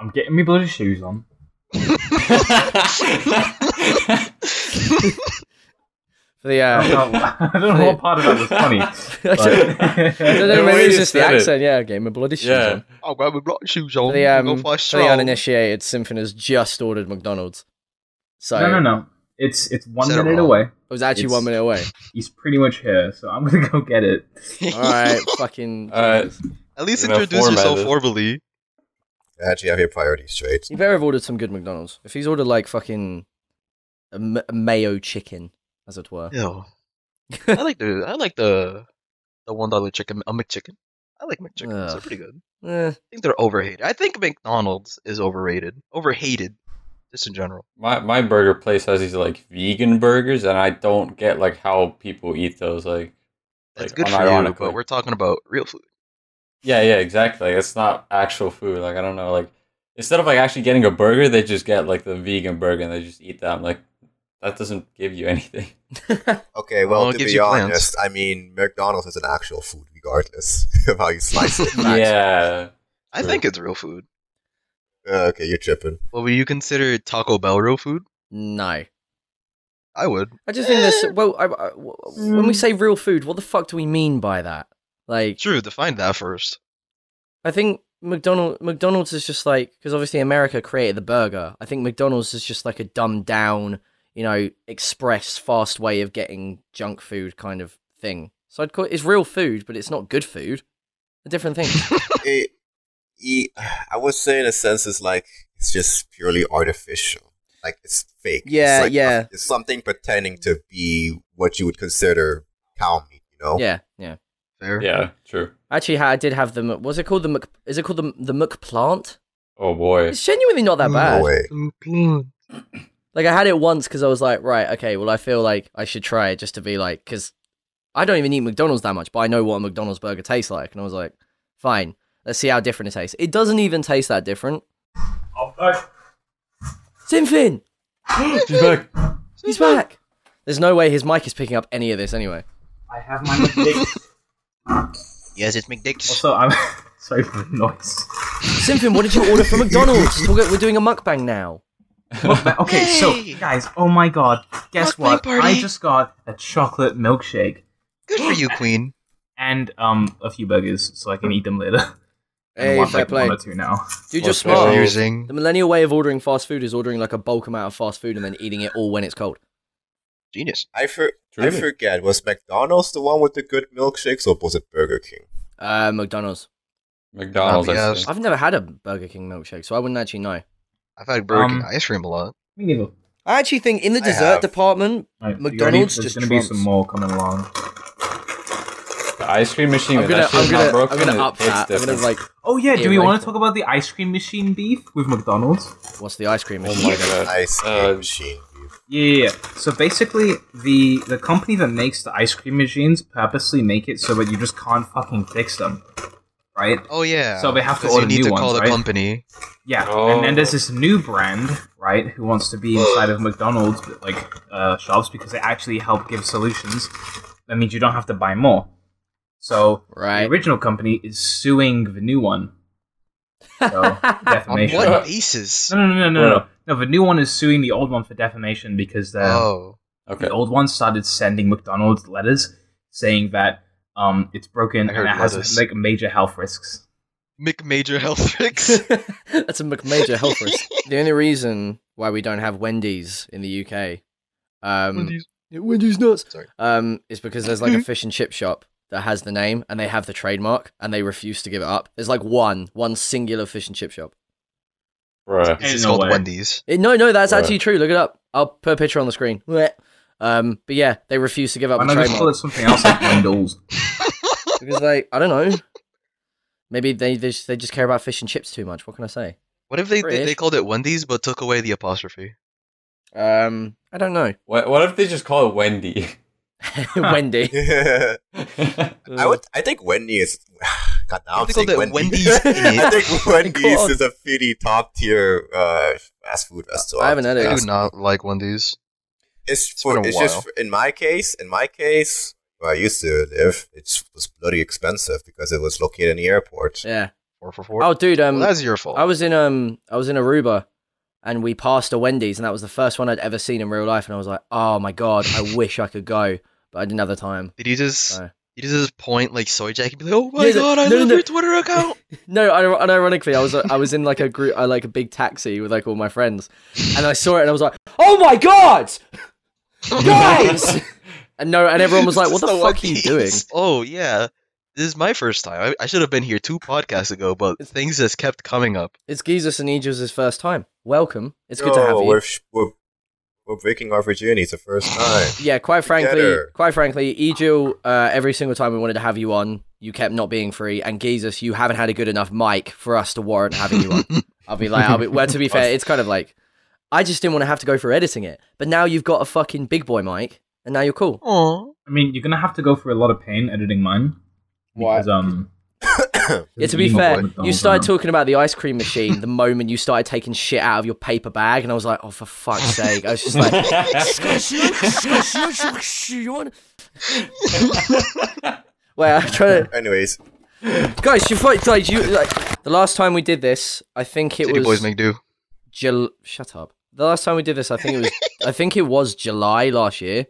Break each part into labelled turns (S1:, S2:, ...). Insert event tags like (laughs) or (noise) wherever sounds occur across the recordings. S1: I'm getting my bloody shoes on.
S2: (laughs) For the
S3: (laughs)
S1: I
S2: uh,
S1: don't know, (laughs) I don't know what part of that was funny.
S2: I don't
S1: but-
S2: know,
S3: The
S2: maybe
S3: way
S2: it's
S3: you
S2: just the
S3: said it.
S2: accent. Yeah, okay, my bloody shoes
S3: Yeah.
S2: on.
S4: I'll go with rock shoes on.
S2: For the,
S4: and go
S2: um,
S4: for a
S2: for the
S4: stroll.
S2: uninitiated, Symphon has just ordered McDonald's. So
S1: (laughs) no, no, no. It's it's one
S4: Said it
S1: minute
S4: wrong.
S1: away.
S2: it was actually one
S1: It's-
S2: minute
S4: (laughs)
S2: away.
S1: He's pretty much here, so I'm gonna go get (laughs) it.
S2: All right,
S3: (laughs)
S2: fucking.
S3: Alright.
S2: Jesus.
S4: At least
S3: You know,
S4: introduce yourself
S3: formatted.
S4: formally.
S5: Actually, have your priorities straight.
S2: He better have ordered some good McDonald's. If he's ordered like fucking a, m- a mayo chicken, as it were. (laughs)
S4: Yo, I like the I like the the one dollar chicken a McChicken. I like McChickens. They're
S2: Ugh.
S4: pretty good.
S2: Eh,
S4: I think they're overhated. I think McDonald's is overrated. Overhated, just in general.
S3: My my burger place has these like vegan burgers, and I don't get like how people eat those. Like,
S4: That's
S3: like
S4: good for you,
S3: unironically.
S4: but we're talking about real food.
S3: yeah, yeah, exactly. It's not actual food. Like, I don't know. Like, instead of like actually getting a burger, they just get like the vegan burger and they just eat that. I'm like, that doesn't give you
S2: (laughs)
S3: anything.
S5: Okay, well,
S4: Well, it
S5: to
S4: gives
S5: be
S4: you plans.
S5: honest, I mean, McDonald's is an actual food, regardless (laughs) of how you slice it.
S4: (laughs)
S3: Yeah,
S4: I
S3: True.
S4: think it's real food.
S5: Uh, okay, you're tripping.
S4: Well, would you consider Taco Bell real food?
S2: no.
S4: I would.
S2: I just think this. Well, I, I- w- when we say real food, what the fuck do we mean by that? Like,
S4: Mm. True, define that first.
S2: I think McDonald McDonald's is just like because obviously America created the burger. I think McDonald's is just like a dumbed down, you know, express fast way of getting junk food kind of thing. So I'd call it, it's real food, but it's not good food. A different
S4: (laughs)
S2: thing.
S5: It, it, I would say, in a sense, it's like it's just purely artificial. Like it's fake. It's
S2: Yeah,
S5: like-
S2: yeah.
S5: It's something pretending to be what you would consider cow meat. You know.
S2: yeah, yeah.
S4: Fair.
S3: yeah, true.
S2: Actually, ha- I did have the. Mc- Was it called the Mc? Is it called the the Mc plant?
S3: Oh boy.
S2: It's genuinely not that
S5: No
S2: bad.
S5: way.
S2: Like I had it once because I was like, right, okay, well I feel like I should try it just to be like, because I don't even eat McDonald's that much, but I know what a McDonald's burger tastes like, and I was like, fine, let's see how different it tastes. It doesn't even taste that different.
S1: Oh,
S2: Sinfin,
S3: She's back.
S2: he's back. There's no way his mic is picking up any of this anyway.
S1: I have my mistake.
S4: Yes, it's
S1: (laughs)
S4: McDicks.
S1: also, I'm (laughs) sorry for the noise.
S2: Sinfin, what did you order from McDonald's? Talk- We're doing a mukbang now.
S1: But- okay,
S4: Yay!
S1: so guys, oh my god, guess
S4: Mukbang
S1: what? I
S4: party.
S1: just got a chocolate milkshake
S4: Good for you, Queen.
S1: and um a few burgers, so I can eat them later. (laughs) And I
S2: Hey,
S1: want,
S2: fair
S1: like,
S2: play.
S1: One or two now.
S2: Dude, you're
S3: What's Oh.
S2: smart.
S3: wrong?
S4: Using.
S2: The millennial way of ordering fast food is ordering like a bulk amount of fast food and then eating it all when it's cold.
S4: Genius.
S5: I for, I
S3: Really?
S5: forget. Was McDonald's the one with the good milkshakes, or was it Burger King?
S2: Uh, McDonald's.
S3: McDonald's. I
S4: Yes.
S3: think.
S2: I've never had a Burger King milkshake, so I wouldn't actually know.
S4: I've had Burger
S1: Um,
S4: King ice cream a lot.
S1: Me neither.
S2: I actually think in the
S5: I
S2: dessert
S5: have.
S2: department,
S1: Right,
S2: McDonald's
S1: you ready? There's
S2: just
S1: gonna
S2: trumps.
S1: be some more coming along.
S3: The ice cream machine.
S2: I'm
S3: if
S2: gonna,
S3: that
S2: I'm
S3: shit's not
S2: gonna,
S3: broken,
S2: I'm gonna
S3: it
S2: up
S3: tastes
S2: that. I'm gonna
S3: different.
S2: like,
S1: Oh yeah, do
S2: Yeah,
S1: we
S2: right.
S1: want to talk about the ice cream machine beef with McDonald's?
S2: what's the ice cream
S3: Oh
S2: machine?
S3: my god.
S5: Ice cream
S3: Uh,
S5: machine. (laughs)
S1: Yeah, yeah, yeah. So basically, the the company that makes the ice cream machines purposely make it so that you just can't fucking fix them, right?
S4: Oh yeah.
S1: So they have to
S4: 'Cause
S1: order
S4: you need
S1: new
S4: to call
S1: ones,
S4: the
S1: right?
S4: company.
S1: Yeah,
S3: Oh.
S1: and then there's this new brand, right, who wants to be inside of McDonald's like uh, shops because they actually help give solutions. That means you don't have to buy more. So the
S2: Right.
S1: original company is suing the new one.
S2: (laughs)
S1: So
S4: On
S1: defamation.
S3: Sure.
S4: what
S1: (laughs)
S4: basis?
S1: No, no, no, no, no,
S3: Yeah.
S1: no. No, the new one is suing the old one for defamation because the
S4: Oh.
S3: Okay.
S1: the old one started sending McDonald's letters saying that um it's broken
S4: I
S1: and it
S4: heard
S1: has
S4: letters.
S1: like major health risks.
S4: McMajor health
S1: (laughs)
S4: fix.
S2: That's a major health risk. the only reason why we don't have Wendy's in the UK, um,
S4: Wendy's-
S2: Wendy's nuts,
S4: Sorry.
S2: um, is because there's like a fish and chip shop that has the name and they have the trademark and they refuse to give it up. There's like one, one singular fish and chip shop.
S3: Bruh.
S4: It's
S1: Ain't
S4: just
S1: no
S4: Hmm. called
S1: way.
S4: Wendy's.
S2: It, no, no, that's
S3: Right.
S2: actually true. Look it up. I'll put a picture on the screen. Bleh. Um, but yeah, they refuse to give up
S1: Why
S2: the
S1: not just call
S2: trademark.
S1: it something else like Wendell's?
S2: because like I don't know, maybe they they just, they just care about fish and chips too much. What can I say?
S4: What if they,
S2: British.
S4: they they called it Wendy's but took away the apostrophe?
S2: Um, I don't know. (laughs)
S3: What, what if they just call it Wendy?
S2: Wendy.
S5: Yeah.
S3: That's (laughs)
S5: I would. I think Wendy is. (sighs) God, now I'm
S4: They called
S5: saying
S4: it
S5: Wendy.
S4: Wendy's.
S5: (laughs)
S2: (laughs)
S5: I
S4: idiot.
S5: think Wendy's
S2: God.
S5: is a pretty top tier uh, fast food restaurant.
S2: I haven't had it.
S4: I
S5: Fast
S4: do not like Wendy's.
S5: It's,
S4: It's
S5: for,
S4: been a
S5: it's just
S4: while.
S5: for- in my case. In my case, where I used to live, it was bloody expensive because it was located in the airport.
S2: Yeah,
S4: Four for four.
S2: Oh, dude, um,
S4: Well, that's your fault.
S2: I was in um I was in Aruba and we passed a Wendy's and that was the first one I'd ever seen in real life and I was like, "Oh my god, I wish I could go, but I didn't have the time."
S4: Did you just
S2: No.
S4: did you just point like soy jack and be like, oh my
S2: Yeah, no-
S4: god, I
S2: no,
S4: love
S2: no.
S4: your Twitter account?
S2: No, I- and ironically, I was uh, I was in like a group, I like a big taxi with like all my friends, and I saw it and I was like, "Oh my god, (laughs) guys!" and no, and everyone was like, "What
S4: (laughs) This
S5: (laughs)
S2: the
S4: is
S2: fuck are you doing?"
S4: Wendy's. Oh yeah, this is my first time. I, I should have been here two podcasts ago, but things just kept coming up.
S2: It's Gizus and Eagles' first time. Welcome. It's good to have
S5: Yo,
S2: you.
S5: Oh, We're, sh- we're, we're breaking our virginity the first time.
S2: Yeah, quite frankly,
S5: Together.
S2: quite frankly, Ejil, uh, every single time we wanted to have you on, you kept not being free, and Gizus, you haven't had a good enough mic for us to warrant having you
S5: (laughs)
S2: on. I'll be like, I'll be, well, to be fair, it's kind of like, I just didn't want to have to go through editing it, but now you've got a fucking big boy mic, and now you're cool.
S4: Aw.
S1: I mean, you're gonna have to go through a lot of pain editing mine.
S2: Why?
S1: Because, um,
S2: Yeah, to be
S1: eating
S2: fair,
S1: McDonald's
S2: you started
S1: around.
S2: talking about the ice cream machine the moment you started taking shit out of your paper bag, and I was like, oh, for fuck's sake. I was just
S4: (laughs)
S2: like, (laughs) wait, I'm trying to.
S5: Anyways,
S2: Guys, you fight, like, you, like, the last time we did this, I think it
S4: City
S2: was.
S4: boys make do.
S2: Jul- Shut up. The last time we did this, I think it was. I think it was July last year.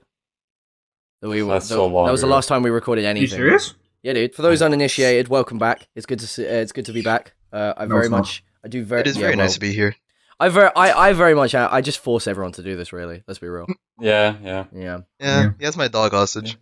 S3: (laughs)
S2: That we
S3: That's
S2: that,
S3: so long
S2: That was the
S3: ago.
S2: last time we recorded
S1: Are
S2: anything.
S1: you serious?
S2: Yeah, dude. For those uninitiated, welcome back. It's good to see, uh, it's good to be back. Uh, I
S1: No,
S2: very
S1: it's not.
S2: much. I do very.
S4: It is
S2: yeah,
S4: very
S2: well,
S4: nice to be here.
S2: I very. I, I very much. I, I just force everyone to do this. Really. Let's be
S4: (laughs)
S2: real.
S3: (laughs) yeah, yeah.
S2: Yeah.
S4: Yeah,
S1: Yeah.
S4: he has my dog hostage.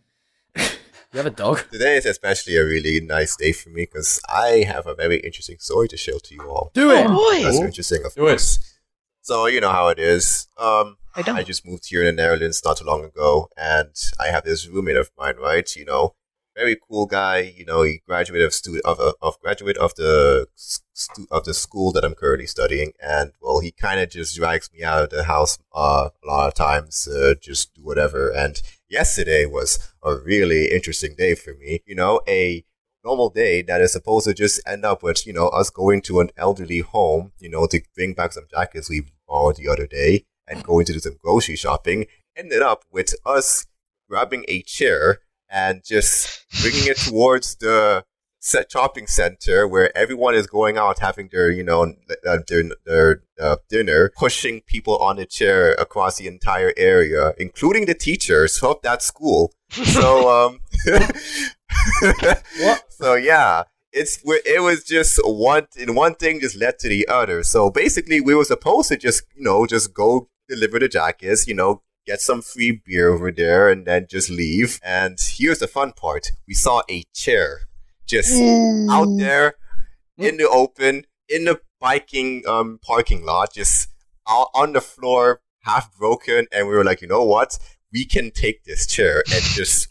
S2: You have a dog.
S5: today is especially a really nice day for me because I have a very interesting story to share to you all.
S2: Do it.
S5: That's
S3: Cool.
S5: interesting, of
S3: Do it.
S5: course. So you know how it is. Um,
S2: I
S5: I just moved here in the Netherlands not too long ago, and I have this roommate of mine, right? You know, very cool guy. You know, he graduated of stu- of, uh, of- of graduate of the s- stu- of the school that I'm currently studying, and well, he kind of just drags me out of the house uh, a lot of times, uh, just do whatever. And yesterday was a really interesting day for me. You know, a normal day that is supposed to just end up with you know us going to an elderly home, you know, to bring back some jackets we borrowed the other day and going to do some grocery shopping ended up with us grabbing a chair and just bringing it towards the set shopping center where everyone is going out having their you know uh, their, their uh, dinner pushing people on a chair across the entire area including the teachers of that school so um (laughs) so yeah it's it was just one and one thing just led to the other. So basically, we were supposed to just you know just go deliver the jackets, you know, get some free beer over there, and then just leave. And here's the fun part: we saw a chair just out there in the open in the biking um parking lot, just out on the floor, half broken. And we were like, you know what? We can take this chair and just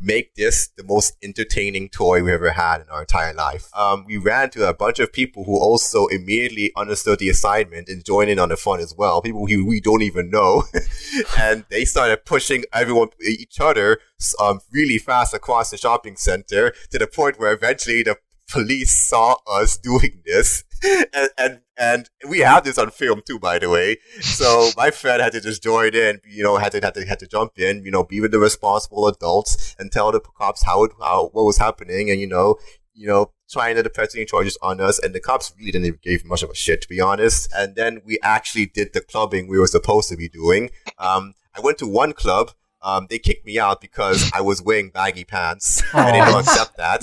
S5: make this the most entertaining toy we ever had in our entire life. Um, we ran to a bunch of people who also immediately understood the assignment and joined in on the fun as well. People who we don't even know, (laughs) and they started pushing everyone, each other, um, really fast across the shopping center to the point where eventually the police saw us doing this. (laughs) And, and and we have this on film too, by the way. So my friend had to just join in, you know, had to had to had to jump in, you know, be with the responsible adults and tell the cops how it how, what was happening, and you know, you know, trying to press any charges on us. And the cops really didn't even give much of a shit, to be honest. And then we actually did the clubbing we were supposed to be doing. Um, I went to one club. Um, they kicked me out because I was wearing baggy pants. I didn't accept that.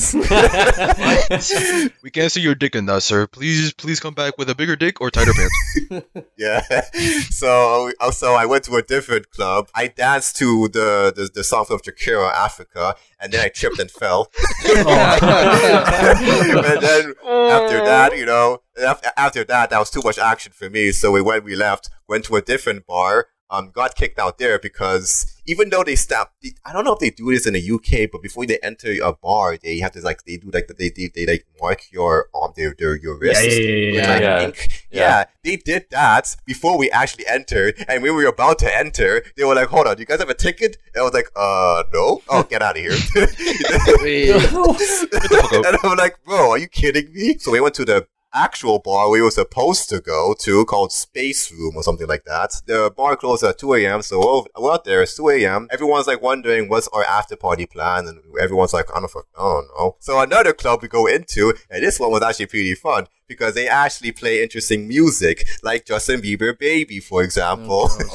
S5: (laughs)
S4: we can't see your dick in that, sir. Please, please come back with a bigger dick or tighter pants.
S2: (laughs)
S5: Yeah. (laughs) so uh, so I went to a different club. I danced to the the, the song from Shakira Africa, and then I tripped and fell. (laughs) and then (laughs)
S4: (laughs)
S5: after that, you know, af- after that, that was too much action for me. So we went, we left, went to a different bar. Um, got kicked out there because even though they stopped, I don't know if they do this in the UK, but before they enter a bar, they have to like they do like they they, they like mark your um their, their your
S1: Yeah,
S5: wrists
S1: yeah, yeah,
S5: with,
S1: yeah.
S5: like,
S3: Yeah.
S5: ink.
S3: Yeah.
S5: Yeah. they did that before we actually entered, and when we were about to enter, they were like, "Hold on, do you guys have a ticket?" And I was like, "Uh, no. Oh, get out of here." (laughs)
S4: Wait.
S2: (laughs) Oh,
S5: and I'm like, "Bro, are you kidding me?" So we went to the actual bar we were supposed to go to called Space Room or something like that. The bar closed at 2 a.m., so we're, we're out there. It's 2 a.m. Everyone's like wondering what's our after party plan, and everyone's like, I don't, fuck- I don't know. So another club we go into, and this one was actually pretty fun because they actually play interesting music, like Justin Bieber Baby, for example.
S2: Mm.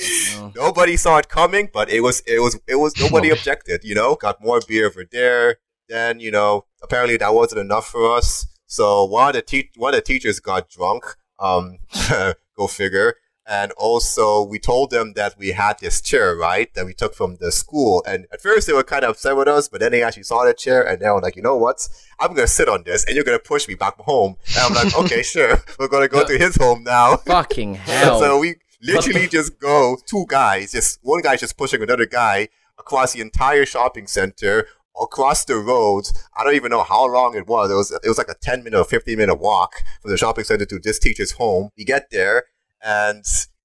S3: Hmm,
S2: Oh, boy.
S5: Nobody saw it coming, but it was it was it was nobody objected, you know? Got more beer over there. Then, you know, apparently that wasn't enough for us. So one of the te- one of the teachers got drunk. Um (laughs) go figure. And also we told them that we had this chair, right? That we took from the school. And at first they were kinda upset with us, but then they actually saw the chair and they were like, you know what? I'm gonna sit on this and you're gonna push me back home. And I'm like, okay, (laughs) sure. We're gonna go to his home now. (laughs)
S2: Fucking hell. (laughs)
S5: So we literally just go two guys, just one guy's just pushing another guy across the entire shopping center, across the roads. I don't even know how long it was. It was it was like a ten minute or fifteen minute walk from the shopping center to this teacher's home. We get there and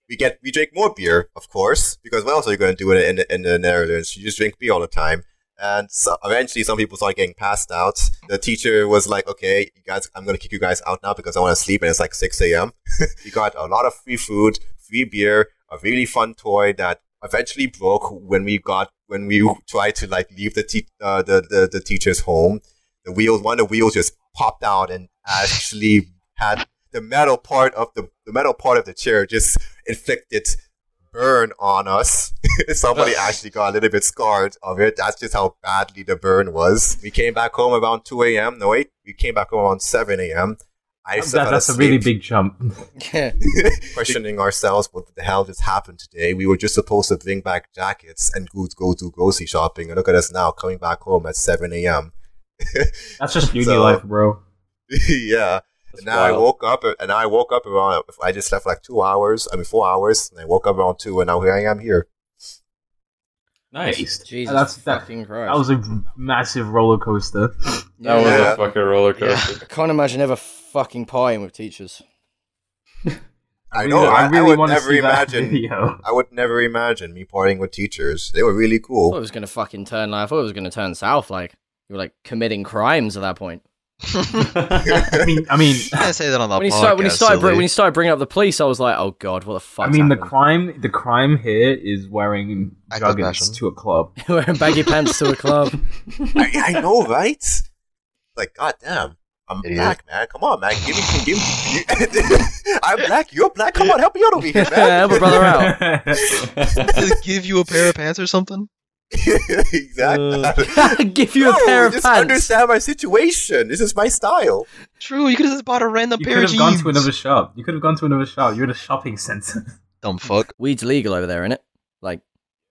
S5: we get we drink more beer, of course, because what else are you going to do in in, in the Netherlands? You just drink beer all the time. And so eventually, some people started getting passed out. The teacher was like, "Okay, you guys, I'm gonna kick you guys out now because I want to sleep, and it's like 6 a.m." we got a lot of free food, free beer, a really fun toy that eventually broke when we got when we tried to like leave the te- uh, the, the the teacher's home. The wheels, one of the wheels just popped out and actually had the metal part of the the metal part of the chair just inflicted burn on us. (laughs) Somebody actually got a little bit scarred of it. That's just how badly the burn was. We came back home around 2 a.m. No, wait. We came back home around 7 a.m. I
S1: That-
S5: fell
S1: that's a
S5: asleep
S1: really big jump.
S2: Yeah.
S5: questioning ourselves what the hell just happened today. We were just supposed to bring back jackets and go go to grocery shopping, and look at us now coming back home at 7 a.m.
S1: (laughs) That's just uni
S5: So-
S1: life, bro.
S5: (laughs) yeah.
S3: That's
S5: And now I
S3: wild.
S5: woke up, and I woke up around. I just slept like two hours. I mean, four hours, and I woke up around two, and now here I am here.
S3: Nice.
S2: Jesus
S1: That's- that-
S2: fucking Christ.
S1: That was a massive roller coaster.
S3: That was
S5: Yeah.
S3: a fucking roller
S2: Yeah.
S3: coaster.
S2: (laughs) I can't imagine ever fucking partying with teachers.
S5: I know. I, I would
S1: wanna
S5: never
S1: (laughs)
S5: imagine. (laughs)
S1: video.
S5: I would never imagine me partying with teachers. They were really
S2: I thought it
S5: cool.
S2: was gonna fucking turn. Like, I thought it was gonna turn south. Like you were like committing crimes at that point.
S1: I mean, I mean,
S4: can't say that on the
S2: When he
S4: podcast.
S5: Oh,
S2: started, when he started, bring,
S4: silly.
S2: when he started bringing up the police, I was like, oh god, what the fuck?
S1: I mean, the crime, the crime here is wearing
S4: Act of passion.
S1: juggins to a
S4: (laughs)
S1: club.
S2: (laughs) wearing baggy pants to a club. (laughs)
S5: I, I know, right? Like, goddamn. I'm
S4: Idiot.
S5: black, man. Come on, man. Give me, give me. (laughs) I'm black. You're black. Come on, help me out over here, man.
S2: Help a
S1: (laughs)
S2: brother out.
S4: Just (laughs) give you a pair of pants or something?
S5: (laughs) exactly.
S2: (laughs) Give you a
S5: No,
S2: pair of
S5: just
S2: pants.
S5: understand my situation. This is my style.
S4: True, you could have just bought a random
S1: you
S4: pair
S1: could
S4: of
S1: have
S4: jeans.
S1: gone to another shop. You could have gone to another shop. You're in a shopping center. (laughs)
S4: Dumb fuck.
S2: Weed's legal over there, isn't it? Like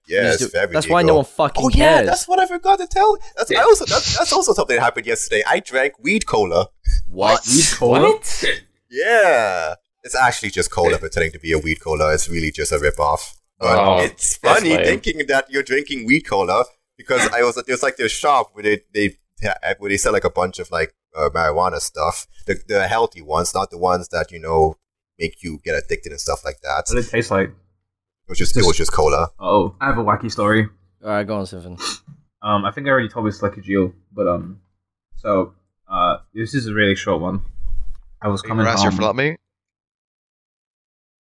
S2: you
S5: Yeah,
S2: just
S5: it's
S2: do-
S5: very
S2: that's why no
S5: legal.
S2: one fucking
S5: Oh yeah,
S2: cares.
S5: that's what I forgot to tell. That's I also that's, that's also something that happened yesterday. I drank weed cola.
S2: what?
S1: What?
S5: Yeah, it's actually just cola pretending to be a weed cola. It's really just a ripoff. But
S3: Oh,
S5: it's funny
S3: lame.
S5: thinking that you're drinking weed cola because I was there's like this shop where they they ha- where they sell like a bunch of like uh, marijuana stuff, the the healthy ones, not the ones that you know make you get addicted and stuff like that.
S1: What did it taste like?
S5: It was just it was just cola.
S1: Oh, I have a wacky story.
S2: All right, go on, Stephen.
S1: Um, I think I already told this like a deal, but um, so uh, this is a really short one. I was
S4: You
S1: coming
S4: harass your
S1: home.
S4: flatmate?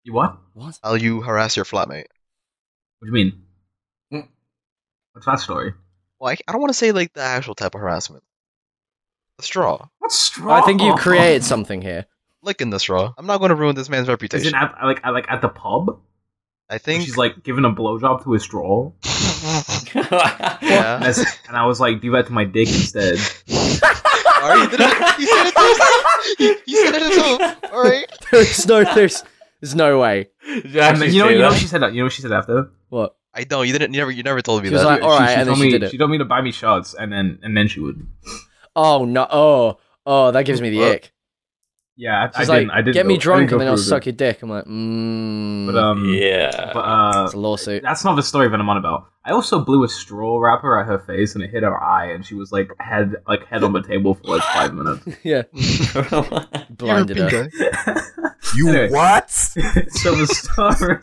S1: You what? What
S2: What?
S4: I'll you harass your flatmate?
S1: do you mean?
S4: Hmm.
S3: Mm.
S1: What's that story?
S4: Well, I, I don't want to say like the actual type of harassment. The straw.
S1: What's straw?
S2: I think you created something here. (laughs)
S4: Licking the straw. I'm not going to ruin this man's
S1: Is
S4: reputation.
S1: it at like at, like at the pub?
S4: I think. (laughs)
S1: She's like giving a blowjob to a straw,
S4: yeah. (laughs)
S1: and, it's- and I was like, do that to my dick instead.
S4: Alright, he, did
S1: (laughs)
S4: it. he said it himself. He, he said
S3: (laughs)
S4: it himself. Alright.
S2: There's no, there's, there's no way.
S3: Did you
S1: And
S3: actually
S1: then, you know,
S3: say
S1: you know what
S3: that?
S1: she said. You know what she said after.
S2: What?
S4: I don't. You didn't. You never. You never told me
S2: She
S4: that.
S1: (laughs)
S2: was like, all right,
S1: she, she
S2: and then
S1: told
S2: she
S1: me
S2: did it.
S1: she told me to buy me shots, and then and then she would.
S2: Oh no! Oh, oh, that gives me the
S4: What?
S2: ick.
S1: Yeah, I, I
S2: She's
S1: didn't.
S2: like,
S1: I didn't
S2: get me
S1: go- I
S2: drunk
S1: didn't go
S2: and then I'll
S1: through with
S2: suck
S1: it.
S2: your dick. I'm like, mmm.
S1: But um,
S3: (laughs) yeah.
S1: but uh,
S2: it's a
S1: (laughs)
S2: lawsuit. (laughs)
S1: That's not the story that I'm on about. I also blew a straw wrapper at her face and it hit her eye, and she was like head like head on the table for like five minutes. (laughs)
S2: yeah,
S4: You're a
S2: blinded her.
S4: pink
S5: You
S1: Anyway.
S5: what?
S1: so the story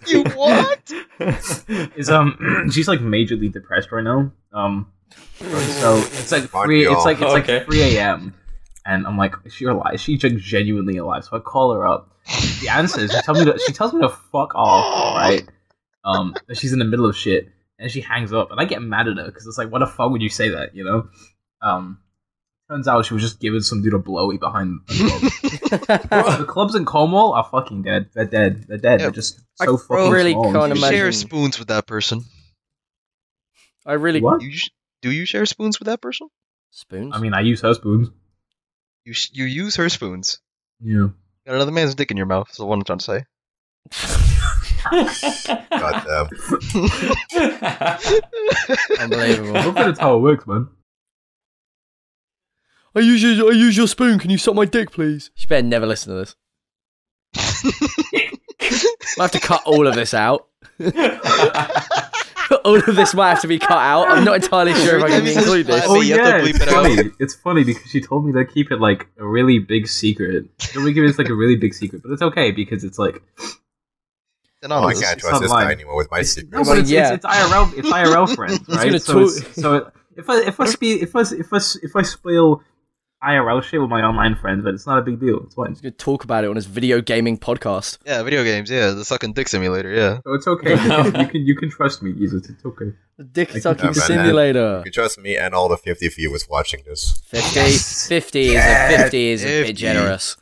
S4: guy. (laughs) You
S1: (laughs)
S4: what?
S1: is um (clears throat) she's like majorly depressed right now. Um, so it's like
S5: Fuck
S1: three. It's
S5: y'all.
S1: like it's like
S3: Okay.
S1: three a.m. and I'm like, is she alive? Is she like, genuinely alive? So I call her up. The answer is she tells me to, she tells me to fuck off, right? Um, that she's in the middle of shit, and she hangs up, and I get mad at her because it's like, what the fuck would you say that, you know? Um, turns out she was just giving some dude a blowy behind.
S5: (laughs)
S1: The, club. the clubs in Cornwall are fucking dead. They're dead. They're dead.
S4: Yeah.
S1: They're just
S2: I
S1: so fucking
S2: really
S1: small.
S2: can't
S4: You
S2: imagine-
S4: share spoons with that person.
S2: (laughs) I really
S1: What?
S4: You sh- do you share spoons with that person?
S2: spoons.
S1: I mean, I use her spoons.
S4: You sh- you use her spoons.
S1: Yeah.
S4: Got another man's dick in your mouth. Is what I'm trying to
S1: (laughs)
S4: say. (laughs)
S5: God damn.
S2: Oh
S1: (laughs)
S2: unbelievable.
S1: Hopefully that's how it works,
S4: (laughs)
S1: man.
S2: I use your I use your spoon. Can you suck my dick, please? You better never listen to this. I have to cut all of this out. (laughs) all of this might have to be cut out. I'm not entirely sure if I can
S4: Everything is
S2: include this.
S4: fine. Oh, you have to bleep
S1: it's
S4: it out.
S1: funny. It's funny because she told me to keep it like a really big secret. Don't we give it like a really big secret, but it's okay because it's like
S4: Then
S5: Oh, I
S4: honest.
S5: can't
S1: it's
S5: trust this
S1: online.
S5: guy anymore with my
S1: no,
S5: secrets.
S1: but it's,
S2: yeah.
S1: it's, it's IRL. It's IRL friends,
S2: gonna
S1: right? So,
S2: tweet-
S1: it's, so it, if I if I spe- if I if I if I spill IRL shit with my online friends, but it's not a big deal. It's fine.
S2: He's gonna talk about it on his video gaming podcast.
S4: yeah, video games. Yeah, the sucking dick simulator. Yeah.
S1: So it's okay. you can you can trust me, Jesus. It's okay.
S2: The dick
S1: can
S2: sucking
S5: have that.
S2: simulator.
S5: You trust me and all the 50 viewers watching this.
S2: 50, 50 is a 50 is a bit
S4: 50.
S2: generous.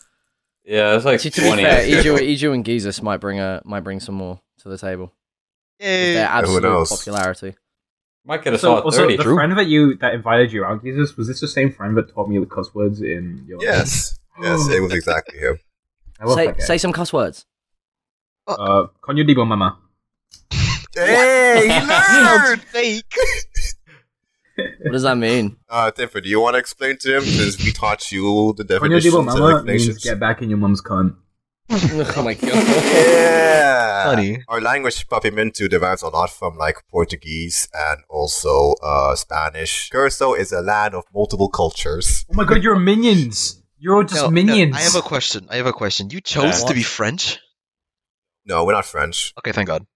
S3: yeah, it's like
S2: Actually, to be
S3: twenty.
S2: fair, Ijo, Ijo and Jesus might bring a might bring some more to the table. With
S1: (laughs)
S4: Yay.
S2: their absolute
S5: knows?
S2: popularity.
S3: (laughs) Might get us
S1: So,
S3: all at
S1: also,
S3: thirty.
S1: the friend that you that invited you out, Jesus, was this the same friend that taught me the cuss words in your?
S5: Yes. Yes, it was exactly him.
S1: I love
S2: say
S1: that guy.
S2: say some cuss words.
S1: uh, coño digo mamá.
S5: Hey,
S4: (laughs)
S5: he learned!
S4: fake.
S2: What does that mean? (laughs)
S5: (laughs) (laughs) Uh, Tiffany, do you want to explain to him since we taught you the
S1: Coño
S5: definitions
S1: digo
S5: and
S1: mamá means
S5: explanations?
S1: get back in your mum's cunt.
S2: oh my god.
S5: Yeah,
S4: Honey.
S5: Our language Papiamento derives a lot from like Portuguese and also uh, Spanish. Curacao is a land of multiple cultures.
S1: Oh my god, you're minions. You're just minions.
S4: I have a question. I have a question. You chose
S3: Yeah.
S4: to be French?
S5: No, we're not French.
S4: Okay, thank God.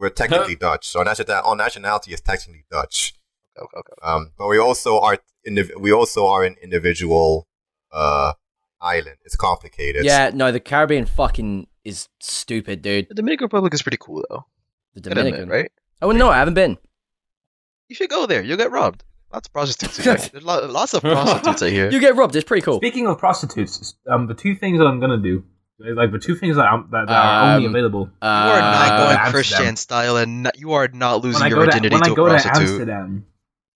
S5: We're technically Dutch. Our, national- our nationality is technically Dutch.
S4: Okay, okay, okay.
S5: Um, but we also are indiv- we also are an individual uh, island. It's complicated.
S2: Yeah, no, the Caribbean fucking is stupid, dude.
S4: The Dominican Republic is pretty cool, though.
S2: The
S4: Gotta admit,
S2: Dominican.
S4: right?
S2: Oh no, I haven't been.
S4: You should go there. You'll get robbed. Lots of prostitutes.
S1: (laughs)
S4: Here. There's lo- lots of prostitutes out here.
S2: You get robbed. It's pretty cool.
S1: Speaking of prostitutes, um, the two things that I'm gonna do, like the two things that, I'm, that, that are only
S2: Um,
S1: available.
S4: You are
S1: Uh,
S4: not going
S1: Amsterdam.
S4: Christian style, and not, you are not
S1: When
S4: losing
S1: I
S4: your
S1: go to
S4: virginity
S1: when
S4: to,
S1: I
S4: a
S1: go to
S4: prostitute.
S1: Amsterdam,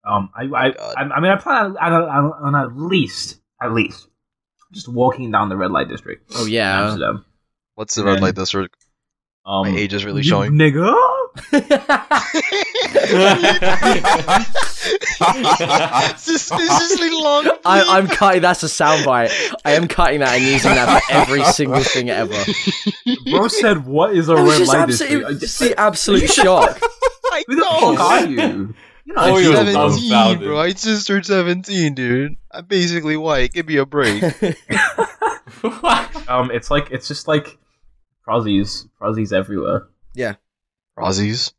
S1: um, I I,
S4: God.
S1: I I mean I plan on, on, on, on at least at least just walking down the red light district.
S2: Oh,
S1: in
S2: yeah.
S1: Amsterdam.
S4: What's the red
S1: And-
S4: light district?
S1: Um,
S4: My age is really
S1: you (laughs)
S4: showing. (laughs)
S1: nigga.
S2: Uh,
S1: (laughs)
S4: Suspiciously long.
S2: (laughs) I, I'm cutting. That's a soundbite. I am cutting that and using that for every single thing ever.
S1: Bro said, "What
S4: (laughs)
S1: is a
S2: It was
S1: red
S2: just
S1: light
S2: absolute,
S1: district?" I-
S2: just the absolute shock. (laughs)
S4: I
S1: Who the
S4: know.
S1: fuck are
S4: (laughs)
S1: you? You're not
S3: Oh,
S1: a
S3: you're
S1: human.
S3: dumb.
S4: Seventeen,
S3: dumbfounded.
S4: bro. I just turned seventeen, dude. I'm basically white. Give me
S2: (laughs)
S4: a break.
S3: (laughs)
S1: (laughs) Um, it's like it's just like prozzies, prozzies everywhere.
S4: Razzies.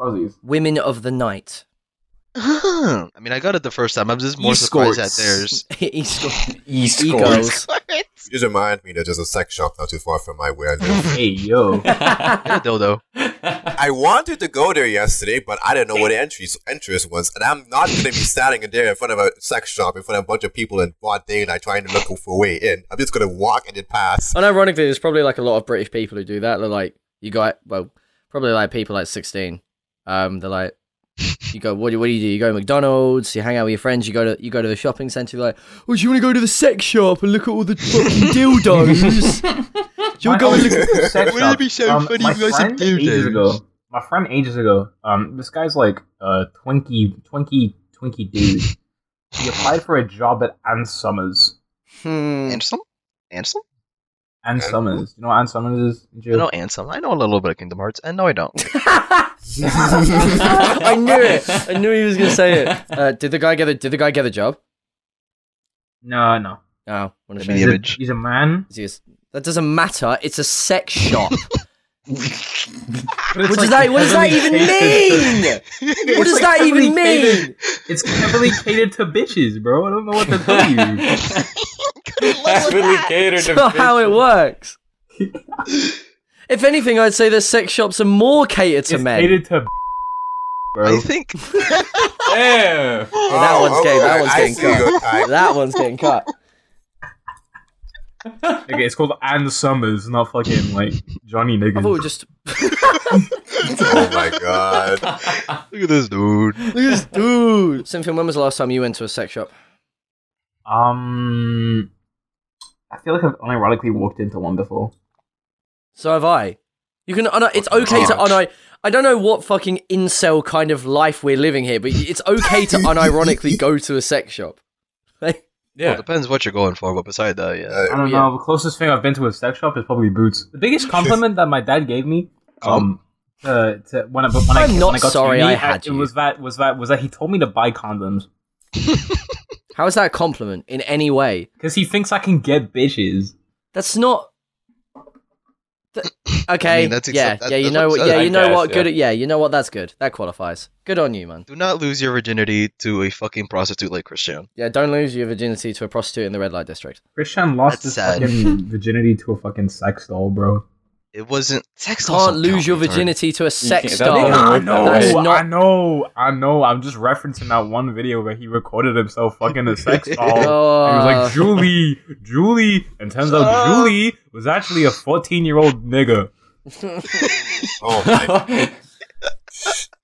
S1: Prozzies.
S2: Women of the night. (laughs)
S4: I mean, I got it the first time. I'm just more surprised at
S2: (laughs)
S4: theirs.
S2: East
S3: East
S2: egos.
S4: (laughs)
S5: You just remind me there's just a sex shop not too far from my where I live.
S1: Hey yo.
S2: (laughs)
S4: (laughs) Yeah, dildo.
S3: (laughs)
S5: I wanted to go there yesterday, but I didn't know what the entrance entrance was, and I'm not going to be standing in there in front of a sex shop in front of a bunch of people in broad daylight trying to look for a way in. I'm just going to walk and then pass.
S2: And ironically, there's probably like a lot of British people who do that. They're like, you got well, probably like people like 16. Um, they're like, you go, what do what do you do? You go to McDonald's, you hang out with your friends, you go to you go to the shopping centre. They're like, oh, do you want to go to the sex shop and look at all the fucking dildos? do you
S1: My-
S2: want to go and
S1: (laughs) Wouldn't
S2: look?
S1: it
S4: Wouldn't it be so funny
S1: Um, my
S4: if you guys
S1: friend
S4: did
S1: ages
S4: this?
S1: ago. My friend ages ago. Um, this guy's like a Twinkie, Twinkie, Twinkie dude. he applied for a job at Ann Summers.
S2: Hmm.
S4: Ansem? Ansem?
S1: Ann Summers. You know what Ann Summers is?
S4: I know Ansem. I know a little bit of Kingdom Hearts, and no, I don't.
S2: (laughs) I knew it. I knew he was gonna say it. Uh, did the guy get the Did the guy get the job?
S1: (laughs) No, no.
S2: Oh, what a shame.
S4: Give me
S1: He's a,
S4: image.
S1: he's a man. (laughs)
S2: Is he a s- That doesn't matter. It's a sex shop.
S1: But it's
S2: What
S1: like
S2: does that? What does that
S1: heavily (laughs)
S2: even
S1: catered to-
S2: mean? What
S1: (laughs) It's
S2: does
S1: like
S2: that
S1: heavily
S2: even
S1: catered-
S2: mean?
S1: It's heavily catered to bitches, bro. I don't know what
S3: (laughs)
S1: to tell you.
S3: Heavily catered
S2: That's
S3: to
S2: not (laughs) how it
S1: (laughs)
S3: bitches.
S2: works. if anything, I'd say the sex shops are more catered to
S1: it's
S2: men.
S1: catered to bro.
S4: I think
S3: Damn.
S2: Well, that
S5: Oh,
S2: one's gay. That
S5: okay,
S2: one's
S5: I
S2: getting
S5: see your
S2: cut.
S5: type.
S2: That one's getting cut.
S1: Okay, it's called Ann Summers, not fucking like Johnny
S2: I thought
S1: Niggas.
S2: we were
S5: (laughs)
S2: just
S5: Oh my god.
S4: look at this dude.
S2: look at this dude. Cynthia, when was the last time you went to a sex shop?
S1: Um, I feel like I've unironically walked into one before.
S2: So have I. You can. Un- it's okay to
S4: Fuck.
S2: un. I don't know what fucking incel kind of life we're living here, but it's okay to unironically go to a sex shop. (laughs) Like,
S4: Well,
S3: Yeah.
S4: depends what you're going for, but beside that, yeah.
S5: Uh,
S1: I don't
S2: Oh, Yeah.
S1: know. The closest thing I've been to a sex shop is probably Boots. The biggest compliment that my dad gave me,
S4: Oh.
S1: um, to, to when I but when I
S2: I'm
S1: when
S2: not
S1: I got
S2: sorry
S1: to uni,
S2: I had
S1: it
S2: you.
S1: was that was that was that he told me to buy condoms
S2: how is that a compliment in any way?
S1: because he thinks I can get bitches.
S2: That's not. Th- okay.
S4: mean, that's
S2: yeah.
S4: accept- that-
S2: yeah. You
S4: that's
S2: know what?
S4: acceptable.
S2: Yeah. You
S3: I
S2: know
S3: guess,
S2: what?
S3: yeah.
S2: Good. Yeah. You know what? That's good. That qualifies. Good on you, man.
S4: Do not lose your virginity to a fucking prostitute like Christian.
S2: Yeah. Don't lose your virginity to a prostitute in the red light district.
S1: Christian lost
S4: That's
S1: his
S4: sad. (laughs)
S1: fucking virginity to a fucking sex doll, bro.
S4: It wasn't sex.
S2: Can't
S4: doesn't
S2: lose
S4: count,
S2: your
S4: retard.
S2: virginity to a sex
S3: can't- that doesn't
S2: doll.
S3: work that
S2: That's
S3: way.
S2: not-
S1: I know, I know. I'm just referencing that one video where he recorded himself fucking a sex doll. And he was
S2: Oh,
S1: like, Julie, Julie. And turns out Julie was actually a 14 year old nigga.
S5: Oh my (laughs)